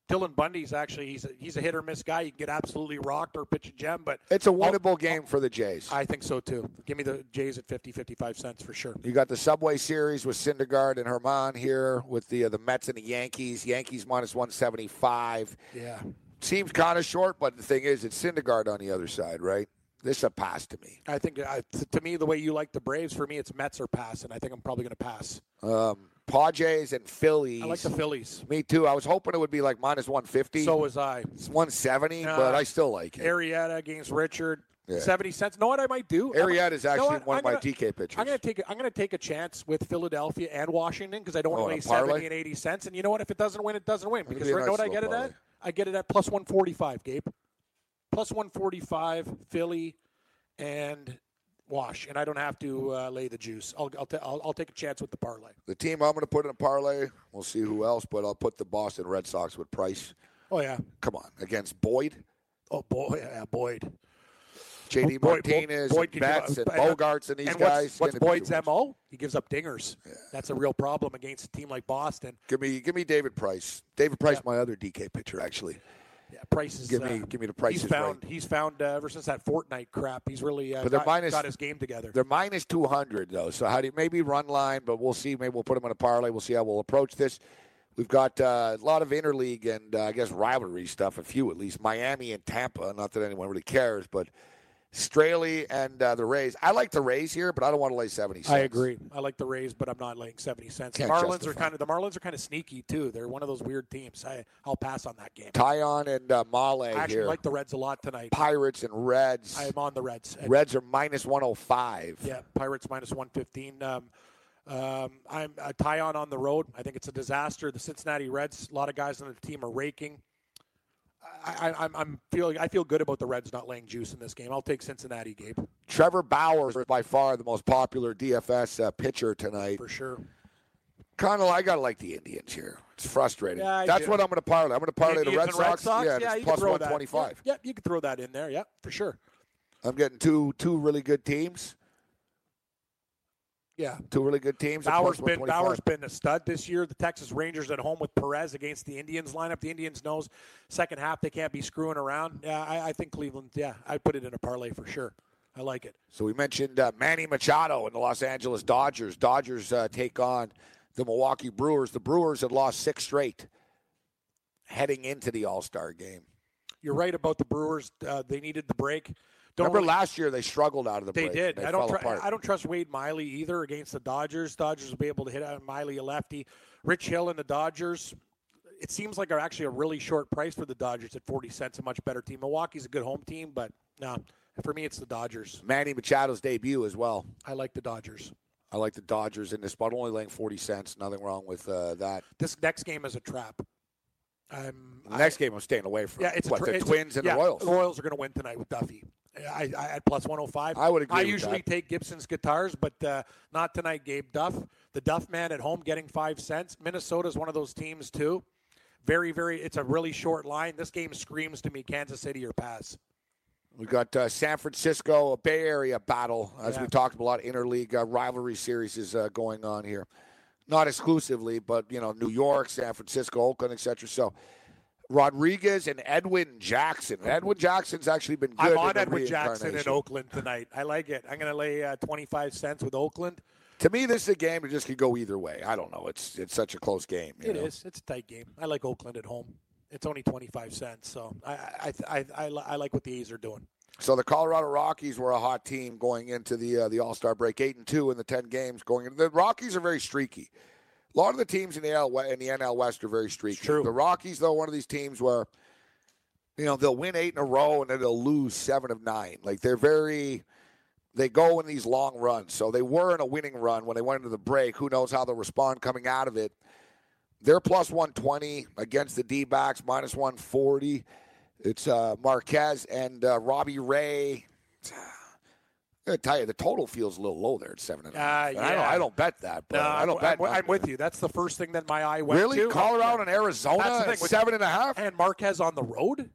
Speaker 3: Dylan Bundy's actually he's a, he's a hit or miss guy. You can get absolutely rocked or pitch a gem, but
Speaker 2: it's a winnable game for the Jays.
Speaker 3: I think so too. Give me the Jays at 50 55 cents for sure.
Speaker 2: You got the Subway Series with Syndergaard and Herman here with the uh, the Mets and the Yankees. Yankees minus 175.
Speaker 3: Yeah.
Speaker 2: Seems kind of short, but the thing is, it's Syndergaard on the other side, right? This is a pass to me.
Speaker 3: I think uh, t- to me the way you like the Braves for me it's Mets or pass and I think I'm probably going to pass.
Speaker 2: Um, Padres and Phillies.
Speaker 3: I like the Phillies.
Speaker 2: me too. I was hoping it would be like minus 150.
Speaker 3: So was I.
Speaker 2: it's 170,
Speaker 3: Uh,
Speaker 2: but I still like it.
Speaker 3: Arietta against Richard,
Speaker 2: Yeah.
Speaker 3: seventy cents. Know what I might do?
Speaker 2: Arietta is
Speaker 3: I'm- you know
Speaker 2: actually
Speaker 3: what?
Speaker 2: one
Speaker 3: I'm
Speaker 2: of my
Speaker 3: gonna-
Speaker 2: DK pitchers.
Speaker 3: I'm gonna take a, I'm gonna take a chance with Philadelphia and Washington because I don't
Speaker 2: Oh,
Speaker 3: want
Speaker 2: on
Speaker 3: to
Speaker 2: a
Speaker 3: lay
Speaker 2: parlay?
Speaker 3: seventy and eighty cents. And you know what? If it doesn't win, it doesn't win.
Speaker 2: That'd
Speaker 3: Because
Speaker 2: be a
Speaker 3: right, know
Speaker 2: nice
Speaker 3: what I get it
Speaker 2: little
Speaker 3: at? I get it at plus one forty five, Gabe. Plus one forty five, Philly, and Wash, and I don't have to uh, lay the juice. I'll I'll, ta- I'll I'll take a chance with the parlay.
Speaker 2: The team I'm going to put in a parlay. We'll see who else, but I'll put the Boston Red Sox with Price.
Speaker 3: Oh yeah.
Speaker 2: Come on, against Boyd,
Speaker 3: Oh boy, yeah, Boyd.
Speaker 2: JD
Speaker 3: Boyd- Boyd-
Speaker 2: Martinez,
Speaker 3: Boyd
Speaker 2: and
Speaker 3: can give up-
Speaker 2: Betts, and
Speaker 3: and, uh,
Speaker 2: Bogarts, and these
Speaker 3: and
Speaker 2: guys.
Speaker 3: what's, what's
Speaker 2: Gonna be
Speaker 3: Boyd's
Speaker 2: too much.
Speaker 3: mo? He gives up dingers. That's a real problem against a team like Boston.
Speaker 2: Give me, give me David Price. David Price, my other DK pitcher, actually.
Speaker 3: Yeah, Price is
Speaker 2: Give me-
Speaker 3: uh,
Speaker 2: give me the Price
Speaker 3: He's
Speaker 2: is Right.
Speaker 3: found he's found uh, ever since that Fortnite crap. He's really uh,
Speaker 2: But they're
Speaker 3: got,
Speaker 2: minus-
Speaker 3: got his game together.
Speaker 2: They're minus 200 though, so how do you maybe run line? But we'll see. Maybe we'll put them in a parlay. We'll see how we'll approach this. We've got uh, a lot of interleague and uh, I guess rivalry stuff. A few at least. Miami and Tampa. Not that anyone really cares, but Straley and uh, the Rays. I like the Rays here, but I don't want to lay 70.
Speaker 3: I agree. I like the Rays, but I'm not laying seventy cents. The
Speaker 2: Can't
Speaker 3: Marlins are
Speaker 2: justify
Speaker 3: kind of the Marlins are kind of sneaky too. They're one of those weird teams. I I'll pass on that game.
Speaker 2: Tyon and uh, Male
Speaker 3: I actually
Speaker 2: here.
Speaker 3: like the Reds a lot tonight.
Speaker 2: Pirates and Reds.
Speaker 3: I am on the Reds. And,
Speaker 2: Reds are minus 105.
Speaker 3: Yeah, Pirates minus one fifteen. Um, um, I'm a tie on on the road. I think it's a disaster. The Cincinnati Reds. A lot of guys on the team are raking. I, I, I'm, I'm feeling I feel good about the Reds not laying juice in this game. I'll take Cincinnati, Gabe,
Speaker 2: Trevor Bowers is by far the most popular DFS uh, pitcher tonight.
Speaker 3: for sure.
Speaker 2: Connell, I gotta like the Indians here. It's frustrating.
Speaker 3: Yeah, I
Speaker 2: That's
Speaker 3: do.
Speaker 2: what I'm gonna parlay. I'm gonna parlay the
Speaker 3: Indians
Speaker 2: Red
Speaker 3: and
Speaker 2: Sox. Yeah,
Speaker 3: you
Speaker 2: it's
Speaker 3: can
Speaker 2: plus
Speaker 3: throw
Speaker 2: one
Speaker 3: that.
Speaker 2: twenty-five.
Speaker 3: Yep, yep, you can throw that in there. Yep, for sure.
Speaker 2: I'm getting two two really good teams.
Speaker 3: Yeah,
Speaker 2: Two really good teams. at
Speaker 3: Bauer's
Speaker 2: plus
Speaker 3: been
Speaker 2: 125.
Speaker 3: Bauer's been a stud this year. The Texas Rangers at home with Perez against the Indians lineup. The Indians knows second half they can't be screwing around. Yeah, I, I think Cleveland. Yeah, I put it in a parlay for sure. I like it.
Speaker 2: So we mentioned uh, Manny Machado and the Los Angeles Dodgers. Dodgers uh, take on the Milwaukee Brewers. The Brewers had lost six straight heading into the All Star game.
Speaker 3: You're right about the Brewers. Uh, they needed the break. Don't
Speaker 2: Remember
Speaker 3: really-
Speaker 2: last year they struggled out of the
Speaker 3: They
Speaker 2: break.
Speaker 3: did.
Speaker 2: They
Speaker 3: I don't.
Speaker 2: fell
Speaker 3: Tr-
Speaker 2: apart.
Speaker 3: I don't trust Wade Miley either against the Dodgers. Dodgers will be able to hit out Miley a lefty. Rich Hill and the Dodgers. It seems like are actually a really short price for the Dodgers at forty cents. A much better team. Milwaukee's a good home team, but no, for me it's the Dodgers.
Speaker 2: Manny Machado's debut as well.
Speaker 3: I like the Dodgers.
Speaker 2: I like the Dodgers in this spot. Only laying forty cents. Nothing wrong with uh, that.
Speaker 3: This next game is a trap. I'm.
Speaker 2: The next game I'm staying away from.
Speaker 3: yeah, it's a
Speaker 2: what
Speaker 3: tra-
Speaker 2: the
Speaker 3: it's a-
Speaker 2: Twins and
Speaker 3: yeah,
Speaker 2: the Royals.
Speaker 3: Royals are going to win tonight with Duffy. I, I at plus one hundred five.
Speaker 2: I would agree
Speaker 3: I
Speaker 2: with
Speaker 3: usually
Speaker 2: that.
Speaker 3: take Gibson's guitars, but uh, not tonight. Gabe Duff, the Duff man at home, getting five cents. Minnesota's one of those teams too. Very, very. It's a really short line. This game screams to me Kansas City or pass.
Speaker 2: We got uh, San Francisco, a Bay Area battle. As
Speaker 3: Yeah.
Speaker 2: we talked about, a lot of interleague uh, rivalry series is uh, going on here. Not exclusively, but you know, New York, San Francisco, Oakland, etc. So, Rodriguez and Edwin Jackson. Edwin Jackson's actually been good.
Speaker 3: I'm on
Speaker 2: in the
Speaker 3: Edward Jackson in
Speaker 2: reincarnation.
Speaker 3: Oakland tonight. I like it. I'm going to lay uh, twenty five cents with Oakland.
Speaker 2: To me, this is a game that just could go either way. I don't know. It's it's such a close game. you
Speaker 3: It
Speaker 2: know.
Speaker 3: is. It's a tight game. I like Oakland at home. It's only twenty five cents, so I I, I I li- I like what the A's are doing.
Speaker 2: So the Colorado Rockies were a hot team going into the uh, the All Star break, eight and two in the ten games going. In. The Rockies are very streaky. A lot of the teams in the NL, we- in the NL West are very streaky.
Speaker 3: It's true.
Speaker 2: The Rockies, though, one of these teams where you know they'll win eight in a row and then they'll lose seven of nine. Like they're very. They go in these long runs. So they were in a winning run when they went into the break. Who knows how they'll respond coming out of it. They're plus 120 against the D backs, minus 140. It's uh, Marquez and uh, Robbie Ray. [sighs] I gotta tell you, the total feels a little low there at seven and a half.
Speaker 3: Uh,
Speaker 2: And I, don't,
Speaker 3: yeah.
Speaker 2: I don't bet that, but
Speaker 3: No,
Speaker 2: I don't
Speaker 3: I'm,
Speaker 2: bet.
Speaker 3: I'm, I'm
Speaker 2: nothing.
Speaker 3: with you. That's the first thing that my eye went
Speaker 2: Really,
Speaker 3: to.
Speaker 2: Colorado and Arizona,
Speaker 3: That's the thing
Speaker 2: at
Speaker 3: with-
Speaker 2: seven and a half.
Speaker 3: and Marquez on the road.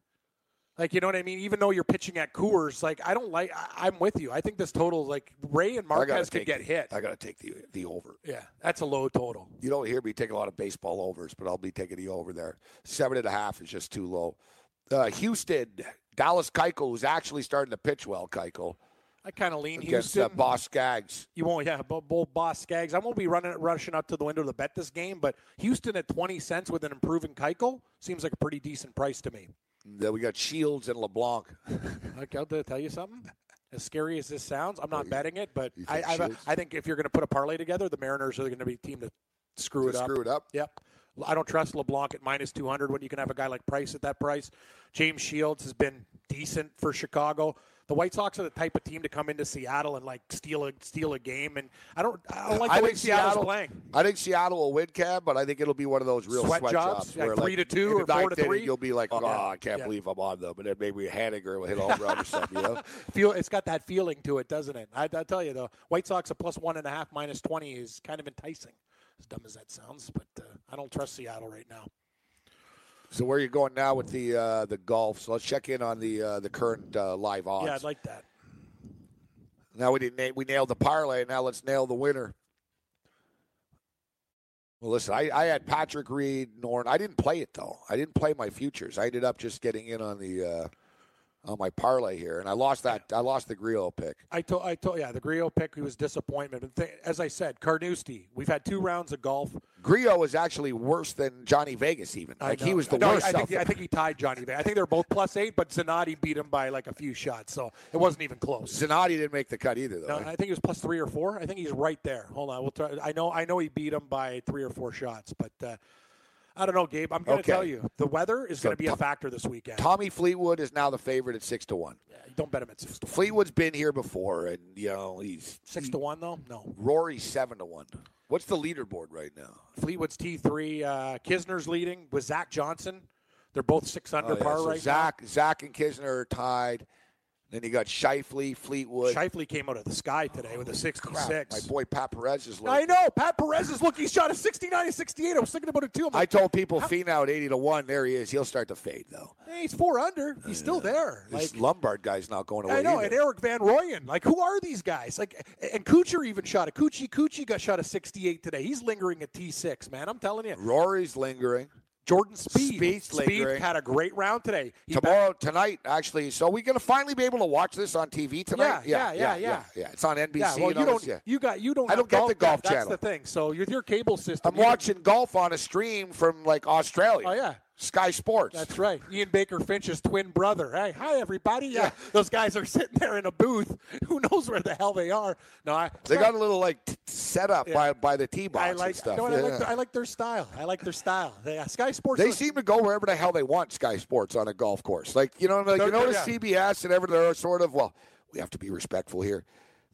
Speaker 3: Like you know what I mean? Even though you're pitching at Coors, like I don't like. I, I'm with you. I think this total, like Ray and
Speaker 2: I gotta
Speaker 3: Marquez, could
Speaker 2: take
Speaker 3: get
Speaker 2: the-
Speaker 3: hit.
Speaker 2: I gotta take the the over.
Speaker 3: yeah, that's a low total.
Speaker 2: You don't hear me take a lot of baseball overs, but I'll be taking the over there. Seven and a half is just too low. Uh, Houston, Dallas Keuchel, who's actually starting to pitch well, Keuchel
Speaker 3: I kind of lean
Speaker 2: against
Speaker 3: Houston.
Speaker 2: uh, Boss Skaggs.
Speaker 3: You won't, yeah, but both boss Skaggs. I won't be running rushing up to the window to bet this game, but Houston at twenty cents with an improving Keuchel seems like a pretty decent price to me.
Speaker 2: Then we got Shields and LeBlanc.
Speaker 3: Like, I'll tell you something. As scary as this sounds, I'm not betting it, but
Speaker 2: you
Speaker 3: I,
Speaker 2: think
Speaker 3: I,
Speaker 2: Shields?
Speaker 3: I think if you're going to put a parlay together, the Mariners are going to be the team to screw it up.
Speaker 2: Screw it up.
Speaker 3: Yep. I don't trust LeBlanc at minus 200 when you can have a guy like Price at that price. James Shields has been decent for Chicago. The White Sox are the type of team to come into Seattle and like steal a steal a game, and I don't I don't like
Speaker 2: Uh,
Speaker 3: the
Speaker 2: I
Speaker 3: way
Speaker 2: think
Speaker 3: Seattle's
Speaker 2: Seattle-
Speaker 3: playing.
Speaker 2: I think Seattle will win, Cam, but I think it'll be one of those real
Speaker 3: Sweat
Speaker 2: sweat,
Speaker 3: jobs, like
Speaker 2: where,
Speaker 3: three to two
Speaker 2: in the
Speaker 3: or four
Speaker 2: ninth
Speaker 3: to
Speaker 2: inning,
Speaker 3: three.
Speaker 2: You'll be like, oh,
Speaker 3: Yeah.
Speaker 2: I can't
Speaker 3: Yeah.
Speaker 2: believe I'm on them, and then maybe Haniger will hit a home run or something. You
Speaker 3: [laughs]
Speaker 2: know?
Speaker 3: Feel it's got that feeling to it, doesn't it? I, I tell you, the White Sox a plus one and a half, minus twenty is kind of enticing. As dumb as that sounds, but uh, I don't trust Seattle right now.
Speaker 2: So where are you going now with the uh, the golf? So let's check in on the uh, the current uh, live odds.
Speaker 3: Yeah, I'd like that.
Speaker 2: Now we didn't na- we nailed the parlay. Now let's nail the winner. Well, listen, I, I had Patrick Reed, Norn. I didn't play it though. I didn't play my futures. I ended up just getting in on the uh, on my parlay here, and I lost that. I lost the Griot pick.
Speaker 3: I told, I told, yeah, the Griot pick he was disappointment. But th- as I said, Carnoustie, we've had two rounds of golf.
Speaker 2: Griot was actually worse than Johnny Vegas, even.
Speaker 3: I
Speaker 2: Like he
Speaker 3: know.
Speaker 2: was the
Speaker 3: No,
Speaker 2: worst.
Speaker 3: I think,
Speaker 2: of
Speaker 3: I
Speaker 2: them.
Speaker 3: think he tied Johnny. There. I think they were both plus eight, but Zanotti beat him by like a few shots, so it wasn't even close.
Speaker 2: Zanotti didn't make the cut either, though.
Speaker 3: No,
Speaker 2: eh?
Speaker 3: Uh, I think he was plus three or four. I think he's right there. Hold on, we'll try. I know, I know he beat him by three or four shots, but uh, I don't know, Gabe. I'm going to
Speaker 2: Okay.
Speaker 3: tell you, the weather is
Speaker 2: So
Speaker 3: going to be a
Speaker 2: Tom-
Speaker 3: factor this weekend.
Speaker 2: Tommy Fleetwood is now the favorite at six to one.
Speaker 3: Don't bet him at six to one.
Speaker 2: Fleetwood's been here before, and you know he's
Speaker 3: Six to one though, no.
Speaker 2: Rory's seven to one. What's the leaderboard right now?
Speaker 3: Fleetwood's T three. Uh, Kisner's leading with Zach Johnson. They're both six under
Speaker 2: Oh, yeah,
Speaker 3: par
Speaker 2: so
Speaker 3: right
Speaker 2: Zach, Zach and Kisner are tied. Then you got Shifley,
Speaker 3: now.
Speaker 2: Fleetwood.
Speaker 3: Shifley came out of the sky today with a
Speaker 2: Crap,
Speaker 3: 66.
Speaker 2: My boy Pat Perez is.
Speaker 3: I
Speaker 2: lurking.
Speaker 3: know. Pat Perez is looking. He shot a 69 and 68. I was thinking about it too. I'm
Speaker 2: I
Speaker 3: like,
Speaker 2: told people Finau at eighty to one. There he is. He'll start to fade though.
Speaker 3: hey, he's four under. He's still there.
Speaker 2: This
Speaker 3: Like,
Speaker 2: Lombard guy's not going away.
Speaker 3: I know.
Speaker 2: either.
Speaker 3: And Eric Van Royen. Like, who are these guys? Like, and Kuchar even shot a Kuchi. Kuchi got shot a 68 today. He's lingering at T6, man. I'm telling you.
Speaker 2: Rory's lingering.
Speaker 3: Jordan Speed.
Speaker 2: Speed's lingering.
Speaker 3: had a great round today. He backed
Speaker 2: Tomorrow, tonight, actually. So we're gonna finally be able to watch this on TV tonight.
Speaker 3: Yeah, yeah, yeah,
Speaker 2: yeah.
Speaker 3: yeah.
Speaker 2: It's on NBC.
Speaker 3: Yeah, well, you
Speaker 2: and all
Speaker 3: don't.
Speaker 2: this, yeah.
Speaker 3: You got. You don't.
Speaker 2: I
Speaker 3: have
Speaker 2: don't get the golf
Speaker 3: That's
Speaker 2: channel.
Speaker 3: the thing. So your your cable system.
Speaker 2: I'm
Speaker 3: you don't-
Speaker 2: watching golf on a stream from like Australia.
Speaker 3: Oh yeah,
Speaker 2: Sky Sports.
Speaker 3: that's right. Ian Baker Finch's twin brother. Hey, hi everybody. Yeah, those guys are [laughs] sitting there in a booth. Who knows where the hell they are? No, I.
Speaker 2: They got a little like t- set up
Speaker 3: Yeah.
Speaker 2: by by the tee box
Speaker 3: I
Speaker 2: and
Speaker 3: like.
Speaker 2: stuff.
Speaker 3: no, I
Speaker 2: Yeah.
Speaker 3: like. Their, I like their style. I like their style. Yeah, Sky Sports.
Speaker 2: They
Speaker 3: look-
Speaker 2: seem to go wherever the hell they want. Sky Sports on a golf course, like you know, like, you
Speaker 3: They're-
Speaker 2: notice
Speaker 3: yeah.
Speaker 2: CBS and everything are sort of well. We have to be respectful here.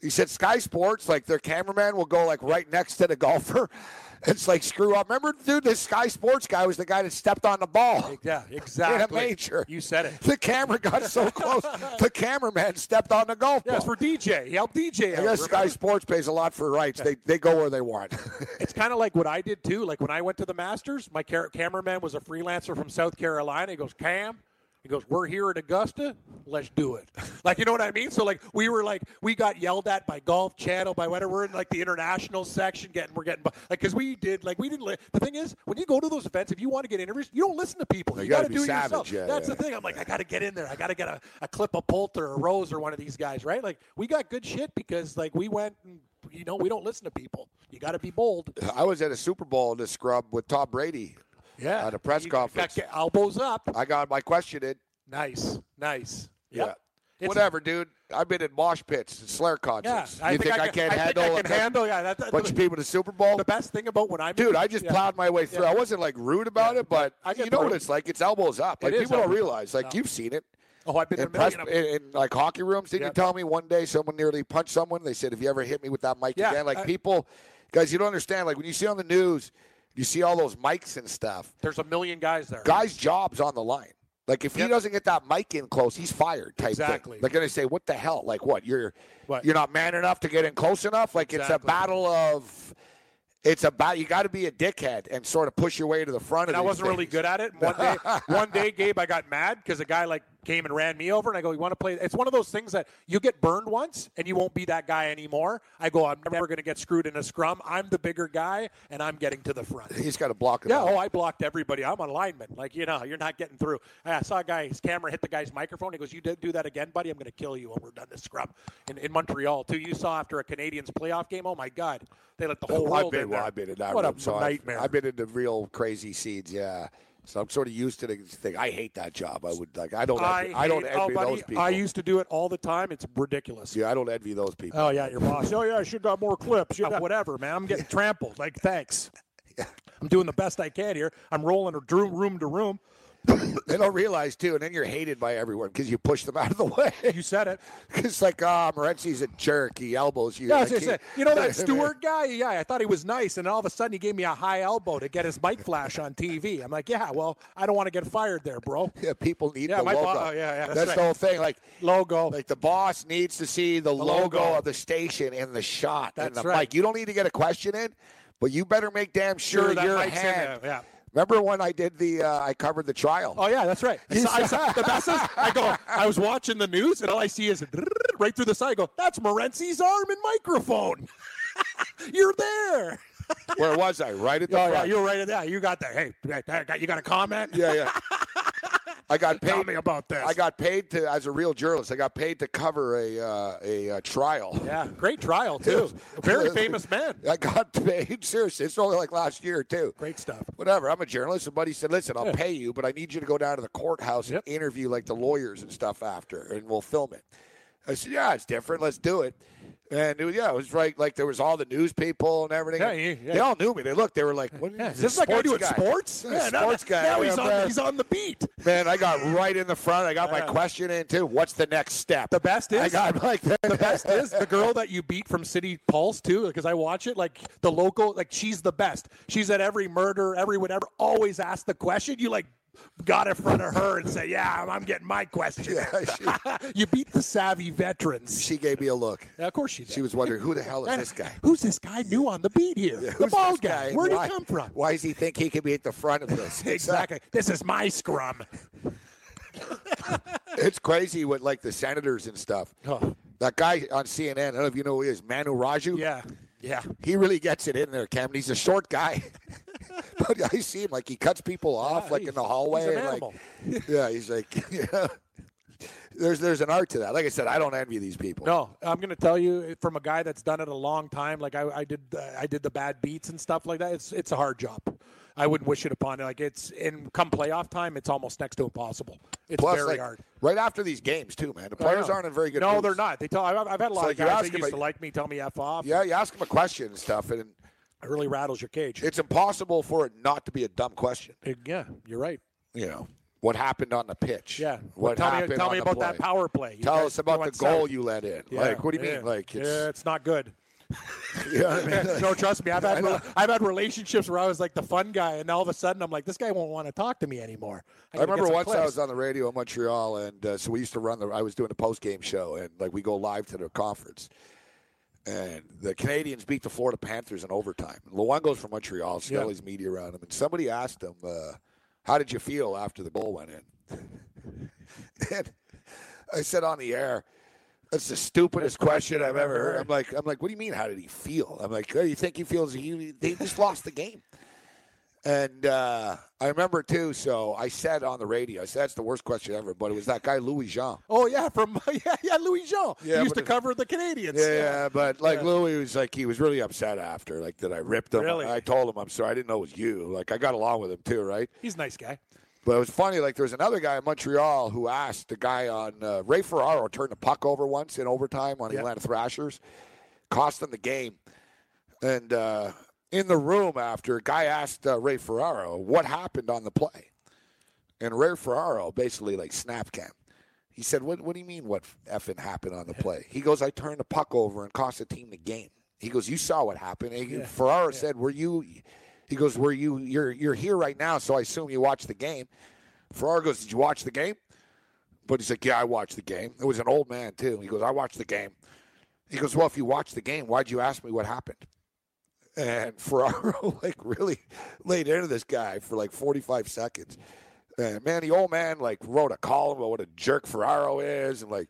Speaker 2: He said Sky Sports, like their cameraman will go like right next to the golfer. [laughs] It's like screw up. Remember, dude, this Sky Sports guy was the guy that stepped on the ball. [laughs]
Speaker 3: [laughs] Yeah, exactly.
Speaker 2: major.
Speaker 3: You said it.
Speaker 2: The camera got so
Speaker 3: [laughs]
Speaker 2: close. the cameraman stepped on the golf
Speaker 3: Yeah, it's
Speaker 2: ball.
Speaker 3: for DJ. He helped DJ.
Speaker 2: I
Speaker 3: out. [laughs]
Speaker 2: guess Sky
Speaker 3: Remember?
Speaker 2: Sports pays a lot for rights. They they go where they
Speaker 3: [laughs]
Speaker 2: want.
Speaker 3: It's kind of like what I did too. Like when I went to the Masters, my car- cameraman was a freelancer from South Carolina. He goes, Cam, he goes, we're here at Augusta. Let's do it. [laughs] Like, you know what I mean? So, like, we were like, we got yelled at by Golf Channel, by whatever. We're in like the international section, getting, we're getting, bu- like, because we did, like, we didn't, li- the thing is, when you go to those events, if you want to get interviews, you don't listen to people.
Speaker 2: No,
Speaker 3: you
Speaker 2: you gotta
Speaker 3: got to
Speaker 2: be
Speaker 3: do it
Speaker 2: savage.
Speaker 3: yourself.
Speaker 2: Yeah,
Speaker 3: That's
Speaker 2: yeah.
Speaker 3: the thing. I'm like, I got to get in there. I got to get a, a clip of Polter or Rose or one of these guys, right? Like, we got good shit because, like, we went and, you know, we don't listen to people. You got to be bold.
Speaker 2: [laughs] I was at a Super Bowl in the scrub with Tom Brady.
Speaker 3: Yeah.
Speaker 2: at a press
Speaker 3: You
Speaker 2: conference.
Speaker 3: Got, elbows up.
Speaker 2: I got my question in.
Speaker 3: Nice. Nice.
Speaker 2: Yeah.
Speaker 3: Yep. It's-
Speaker 2: Whatever, dude. I've been in mosh pits and Slayer
Speaker 3: Yeah.
Speaker 2: concerts. you think, I, can't
Speaker 3: I
Speaker 2: handle
Speaker 3: think I
Speaker 2: a
Speaker 3: can handle. Yeah. That,
Speaker 2: [laughs]
Speaker 3: that,
Speaker 2: bunch of people at the Super Bowl?
Speaker 3: The best thing about when I'm
Speaker 2: Dude, I just
Speaker 3: yeah.
Speaker 2: plowed my way through. I wasn't like rude about it, but
Speaker 3: I get
Speaker 2: you know
Speaker 3: the-
Speaker 2: what it's like. It's elbows up. Like
Speaker 3: is
Speaker 2: people don't
Speaker 3: elbows up.
Speaker 2: realize. Like you've seen it
Speaker 3: Oh, I've been in
Speaker 2: in,
Speaker 3: a
Speaker 2: press,
Speaker 3: million. of-
Speaker 2: in, in, like hockey rooms. Didn't
Speaker 3: Yeah.
Speaker 2: you tell me one day someone nearly punched someone? They said, "If you ever hit me with that mic
Speaker 3: Yeah,
Speaker 2: again," like
Speaker 3: I-
Speaker 2: people, guys, you don't understand. Like when you see on the news, you see all those mics and stuff.
Speaker 3: There's a million guys there.
Speaker 2: guy's job's on the line. Like if he
Speaker 3: Yep.
Speaker 2: doesn't get that mic in close, he's fired. Type
Speaker 3: Exactly.
Speaker 2: Thing. They're gonna say, "What the hell? Like what? You're
Speaker 3: What?
Speaker 2: you're not man enough to get in close enough." Like it's a
Speaker 3: Exactly.
Speaker 2: battle of. It's about you got to be a dickhead and sort of push your way to the front.
Speaker 3: and
Speaker 2: of
Speaker 3: I
Speaker 2: these
Speaker 3: wasn't really
Speaker 2: things.
Speaker 3: good at it. And One
Speaker 2: [laughs]
Speaker 3: day, one day, Gabe, I got mad because a guy like came and ran me over, and I go, "You want to play?" It's one of those things that you get burned once, and you won't be that guy anymore. I go, "I'm never going to get screwed in a scrum. I'm the bigger guy, and I'm getting to the front."
Speaker 2: He's got to block it.
Speaker 3: Yeah,
Speaker 2: out.
Speaker 3: oh, I blocked everybody. I'm on lineman. Like, you know, you're not getting through. And I saw a guy, his camera hit the guy's microphone. He goes, You did do that again, buddy. I'm going to kill you when we're done this scrum. In, in Montreal, too, you saw after a Canadians playoff game, oh, my God. They let the whole
Speaker 2: I've
Speaker 3: world
Speaker 2: been,
Speaker 3: in
Speaker 2: well,
Speaker 3: there.
Speaker 2: I've been in that
Speaker 3: What
Speaker 2: room,
Speaker 3: a
Speaker 2: so I've-
Speaker 3: nightmare.
Speaker 2: I've, been in the real crazy seeds. Yeah. So I'm sort of used to the thing. I hate that job. I would like. I don't.
Speaker 3: I,
Speaker 2: Envy, I, don't
Speaker 3: hate-
Speaker 2: envy
Speaker 3: oh, buddy,
Speaker 2: those people.
Speaker 3: I used to do it all the time. It's ridiculous.
Speaker 2: yeah, I don't envy those people.
Speaker 3: Oh, yeah, your boss. Oh, yeah, I should have more clips. Yeah, Uh, whatever, man. I'm getting [laughs] trampled. Like,
Speaker 2: [laughs]
Speaker 3: thanks. I'm doing the best I can here. I'm rolling a dro- room to room.
Speaker 2: They don't realize too, and then you're hated by everyone because you push them out of the [laughs] way.
Speaker 3: You said it.
Speaker 2: It's like, ah, Morenzi's a jerk. He elbows you.
Speaker 3: Yeah, I
Speaker 2: Like,
Speaker 3: was gonna
Speaker 2: he-
Speaker 3: say,
Speaker 2: [laughs]
Speaker 3: you know that Stewart guy? Yeah, I thought he was nice, and all of a sudden he gave me a high elbow to get
Speaker 2: [laughs]
Speaker 3: his mic flash on TV. I'm like, yeah, well, I don't want to get fired
Speaker 2: [laughs]
Speaker 3: there, bro.
Speaker 2: Yeah, people need
Speaker 3: Yeah,
Speaker 2: the
Speaker 3: my
Speaker 2: logo.
Speaker 3: bo- oh, yeah, yeah,
Speaker 2: that's
Speaker 3: that's
Speaker 2: the
Speaker 3: right.
Speaker 2: whole thing. Like,
Speaker 3: Logo.
Speaker 2: like the boss needs to see the, logo.
Speaker 3: logo.
Speaker 2: of the station in the shot in
Speaker 3: That's
Speaker 2: the
Speaker 3: right.
Speaker 2: mic. You don't need to get a question in, but you better make damn sure,
Speaker 3: Sure, that
Speaker 2: your
Speaker 3: mic's in
Speaker 2: hand.
Speaker 3: there, yeah.
Speaker 2: Remember when I did the? Uh, I covered the trial.
Speaker 3: Oh yeah, that's right. I
Speaker 2: You
Speaker 3: saw, I
Speaker 2: saw-
Speaker 3: saw- the best is, I go. I was watching the news, and all I see is right through the side. I go, that's Morenzi's arm and microphone. [laughs] You're there.
Speaker 2: Where was I? Right at the
Speaker 3: Oh yeah,
Speaker 2: front.
Speaker 3: you're right at that. You got that. Hey, right there, got- you got a comment?
Speaker 2: yeah, yeah. I got paid.
Speaker 3: Tell me about this.
Speaker 2: I got paid to as a real journalist. I got paid to cover a uh, a uh, trial. [laughs]
Speaker 3: Yeah, great trial too. Very famous man.
Speaker 2: I got paid. Seriously, it's only like last year too.
Speaker 3: Great stuff.
Speaker 2: Whatever. I'm a journalist. And buddy said, "Listen, I'll
Speaker 3: Yeah.
Speaker 2: pay you, but I need you to go down to the courthouse
Speaker 3: Yep.
Speaker 2: and interview like the lawyers and stuff after, and we'll film it." I said, "Yeah, it's different. Let's do it." And it was- yeah, it was right. Like there was all the news people and everything.
Speaker 3: Yeah, yeah, yeah.
Speaker 2: They all knew me. They looked. They were like, "What
Speaker 3: Yeah, is
Speaker 2: this
Speaker 3: this like I do at
Speaker 2: guy?"
Speaker 3: sports?
Speaker 2: Yeah,
Speaker 3: Yeah, now-
Speaker 2: sports guy.
Speaker 3: Now he's
Speaker 2: Yeah,
Speaker 3: on,
Speaker 2: man.
Speaker 3: he's on the beat.
Speaker 2: Man, I got right in the front. I got my
Speaker 3: Yeah.
Speaker 2: question in too. What's the next step?
Speaker 3: The best
Speaker 2: I
Speaker 3: is-
Speaker 2: got like
Speaker 3: the best is the girl that you beat from City Pulse too, because I watch it. Like the local, like she's the best. She's at every murder, every whatever. Always ask the question. You like got in front of her and say, "Yeah, I'm, I'm getting my question."
Speaker 2: Yeah,
Speaker 3: [laughs] you beat the savvy veterans.
Speaker 2: [laughs] She gave me a look.
Speaker 3: Yeah, of course she did.
Speaker 2: She was wondering who the hell is
Speaker 3: And
Speaker 2: this guy?
Speaker 3: Who's this guy new on the beat here?
Speaker 2: Yeah,
Speaker 3: the
Speaker 2: who's
Speaker 3: bald
Speaker 2: this
Speaker 3: guy.
Speaker 2: and
Speaker 3: Where would
Speaker 2: why-
Speaker 3: he come from?
Speaker 2: Why does he think he could be at the front of this?
Speaker 3: [laughs] Exactly. This is my scrum.
Speaker 2: it's crazy with like the senators and stuff.
Speaker 3: Oh.
Speaker 2: That guy on CNN, I don't know if you know who he is, Manu Raju.
Speaker 3: Yeah. Yeah.
Speaker 2: He really gets it in there, Cam. He's a short guy.
Speaker 3: [laughs]
Speaker 2: but I see him like he cuts people off
Speaker 3: Yeah,
Speaker 2: like
Speaker 3: he's-
Speaker 2: in the hallway.
Speaker 3: he's an
Speaker 2: and,
Speaker 3: animal.
Speaker 2: like, yeah, he's like [laughs] yeah. There's there's an art to that. Like I said, I don't envy these people.
Speaker 3: No, I'm going to tell you eh, from a guy that's done it a long time. Like I, I did, uh, I did the bad beats and stuff like that. It's it's a hard job. I wouldn't wish it upon. Like it's in come playoff time, it's almost next to impossible. It's
Speaker 2: Plus,
Speaker 3: very
Speaker 2: like,
Speaker 3: hard.
Speaker 2: right after these games too, man. The
Speaker 3: I
Speaker 2: players
Speaker 3: know.
Speaker 2: aren't in very good.
Speaker 3: No,
Speaker 2: moods.
Speaker 3: they're not. They tell. I've, I've had a lot
Speaker 2: like
Speaker 3: of
Speaker 2: you
Speaker 3: guys
Speaker 2: ask
Speaker 3: that
Speaker 2: them,
Speaker 3: used to
Speaker 2: like-
Speaker 3: like me, tell me f off.
Speaker 2: Yeah, you ask them a question and stuff, and
Speaker 3: it really rattles your cage.
Speaker 2: it's impossible for it not to be a dumb question.
Speaker 3: It- yeah, you're right.
Speaker 2: You know what happened on the pitch?
Speaker 3: Yeah.
Speaker 2: what
Speaker 3: tell
Speaker 2: happened?
Speaker 3: me, tell
Speaker 2: on
Speaker 3: me
Speaker 2: the
Speaker 3: about that
Speaker 2: play?
Speaker 3: power play. You
Speaker 2: Tell
Speaker 3: guys-
Speaker 2: us
Speaker 3: you
Speaker 2: about the
Speaker 3: went
Speaker 2: goal
Speaker 3: south.
Speaker 2: you let in.
Speaker 3: Yeah,
Speaker 2: Like, what do you
Speaker 3: yeah,
Speaker 2: mean? Like, it's, [laughs]
Speaker 3: yeah, it's not good.
Speaker 2: you know what I mean? Like,
Speaker 3: [laughs] no, trust me. I've had I've had relationships where I was like the fun guy, and all of a sudden I'm like, this guy won't want to talk to me anymore.
Speaker 2: I remember once I was uh, on the radio in Montreal, and uh, so we used to run the. I was doing the post game show, and like we go live to the conference. And the Canadians beat the Florida Panthers in overtime. Luongo's from Montreal.
Speaker 3: Yeah.
Speaker 2: Scully's media around him, and somebody asked him, uh, "How did you feel after the goal went in?" [laughs] and I said on the air, "That's the stupidest question I've ever heard." I'm like, "I'm like, what do you mean? How did he feel?" I'm like, oh, "You think he feels? He they just lost the game." And uh, I remember too. So I said on the radio, I said that's the worst question ever. But it was that guy Louis Jean.
Speaker 3: Oh yeah, from [laughs] yeah, yeah, Louis Jean.
Speaker 2: Yeah,
Speaker 3: he used
Speaker 2: but
Speaker 3: to
Speaker 2: it-
Speaker 3: cover the Canadians.
Speaker 2: Yeah, but like Louis was like he was really upset after. Like that I ripped him.
Speaker 3: Really?
Speaker 2: I told him I'm sorry. I didn't know it was you. Like I got along with him too, right?
Speaker 3: he's a nice guy.
Speaker 2: But it was funny. Like there was another guy in Montreal who asked the guy on uh, Ray Ferraro turned the puck over once in overtime on the
Speaker 3: Yeah.
Speaker 2: Atlanta Thrashers, cost them the game. And uh, in the room after, a guy asked uh, Ray Ferraro what happened on the play, and Ray Ferraro basically like snap cam. He said, "What? What do you mean? What effing happened on the play?" He goes, "I turned the puck over and cost the team the game." He goes, "You saw what happened." And he- Ferraro said, "Were you?" He goes, "Were you? You're you're here right now, so I assume you watched the game." Ferraro goes, "Did you watch the game?" But he's like, "Yeah, I watched the game." It was an old man too. He goes, "I watched the game." He goes, "Well, if you watched the game, why'd you ask me what happened?" And Ferraro [laughs] like really laid into this guy for like 45 seconds. And man, the old man like wrote a column about what a jerk Ferraro is, and like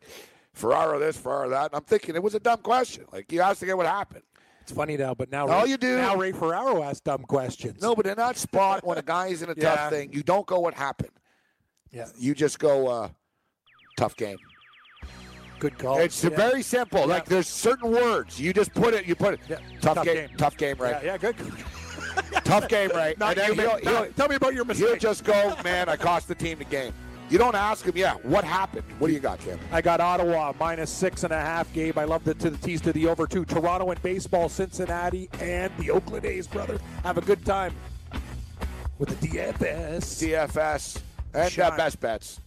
Speaker 2: Ferraro this, Ferraro that. And I'm thinking it was a dumb question. Like you asked to get what happened.
Speaker 3: It's funny now, but now
Speaker 2: All
Speaker 3: Ray,
Speaker 2: you do-
Speaker 3: now Ray Ferraro asks dumb questions.
Speaker 2: No, but in that spot when a guy's [laughs] in a
Speaker 3: Yeah.
Speaker 2: tough thing, you don't go what happened.
Speaker 3: Yeah.
Speaker 2: You just go uh, tough game.
Speaker 3: good call.
Speaker 2: It's
Speaker 3: yeah.
Speaker 2: very simple. Like there's certain words. You just put it. You put it.
Speaker 3: Yeah.
Speaker 2: Tough,
Speaker 3: Tough
Speaker 2: game,
Speaker 3: game.
Speaker 2: Tough game, right?
Speaker 3: Yeah, yeah, good.
Speaker 2: Tough game, [laughs] right?
Speaker 3: Not
Speaker 2: and then
Speaker 3: you,
Speaker 2: he'll,
Speaker 3: man. Not-
Speaker 2: he'll-
Speaker 3: tell me about your
Speaker 2: he'll
Speaker 3: mistake.
Speaker 2: just go, man. I cost the team the game. You don't ask him. Yeah. What happened? What do you got, Cam?
Speaker 3: I got Ottawa minus six and a half. Gabe, I love the to the T's to the over two. Toronto in baseball, Cincinnati, and the Oakland A's, brother. Have a good time with the DFS.
Speaker 2: DFS and uh,
Speaker 3: Shine.
Speaker 2: best bets.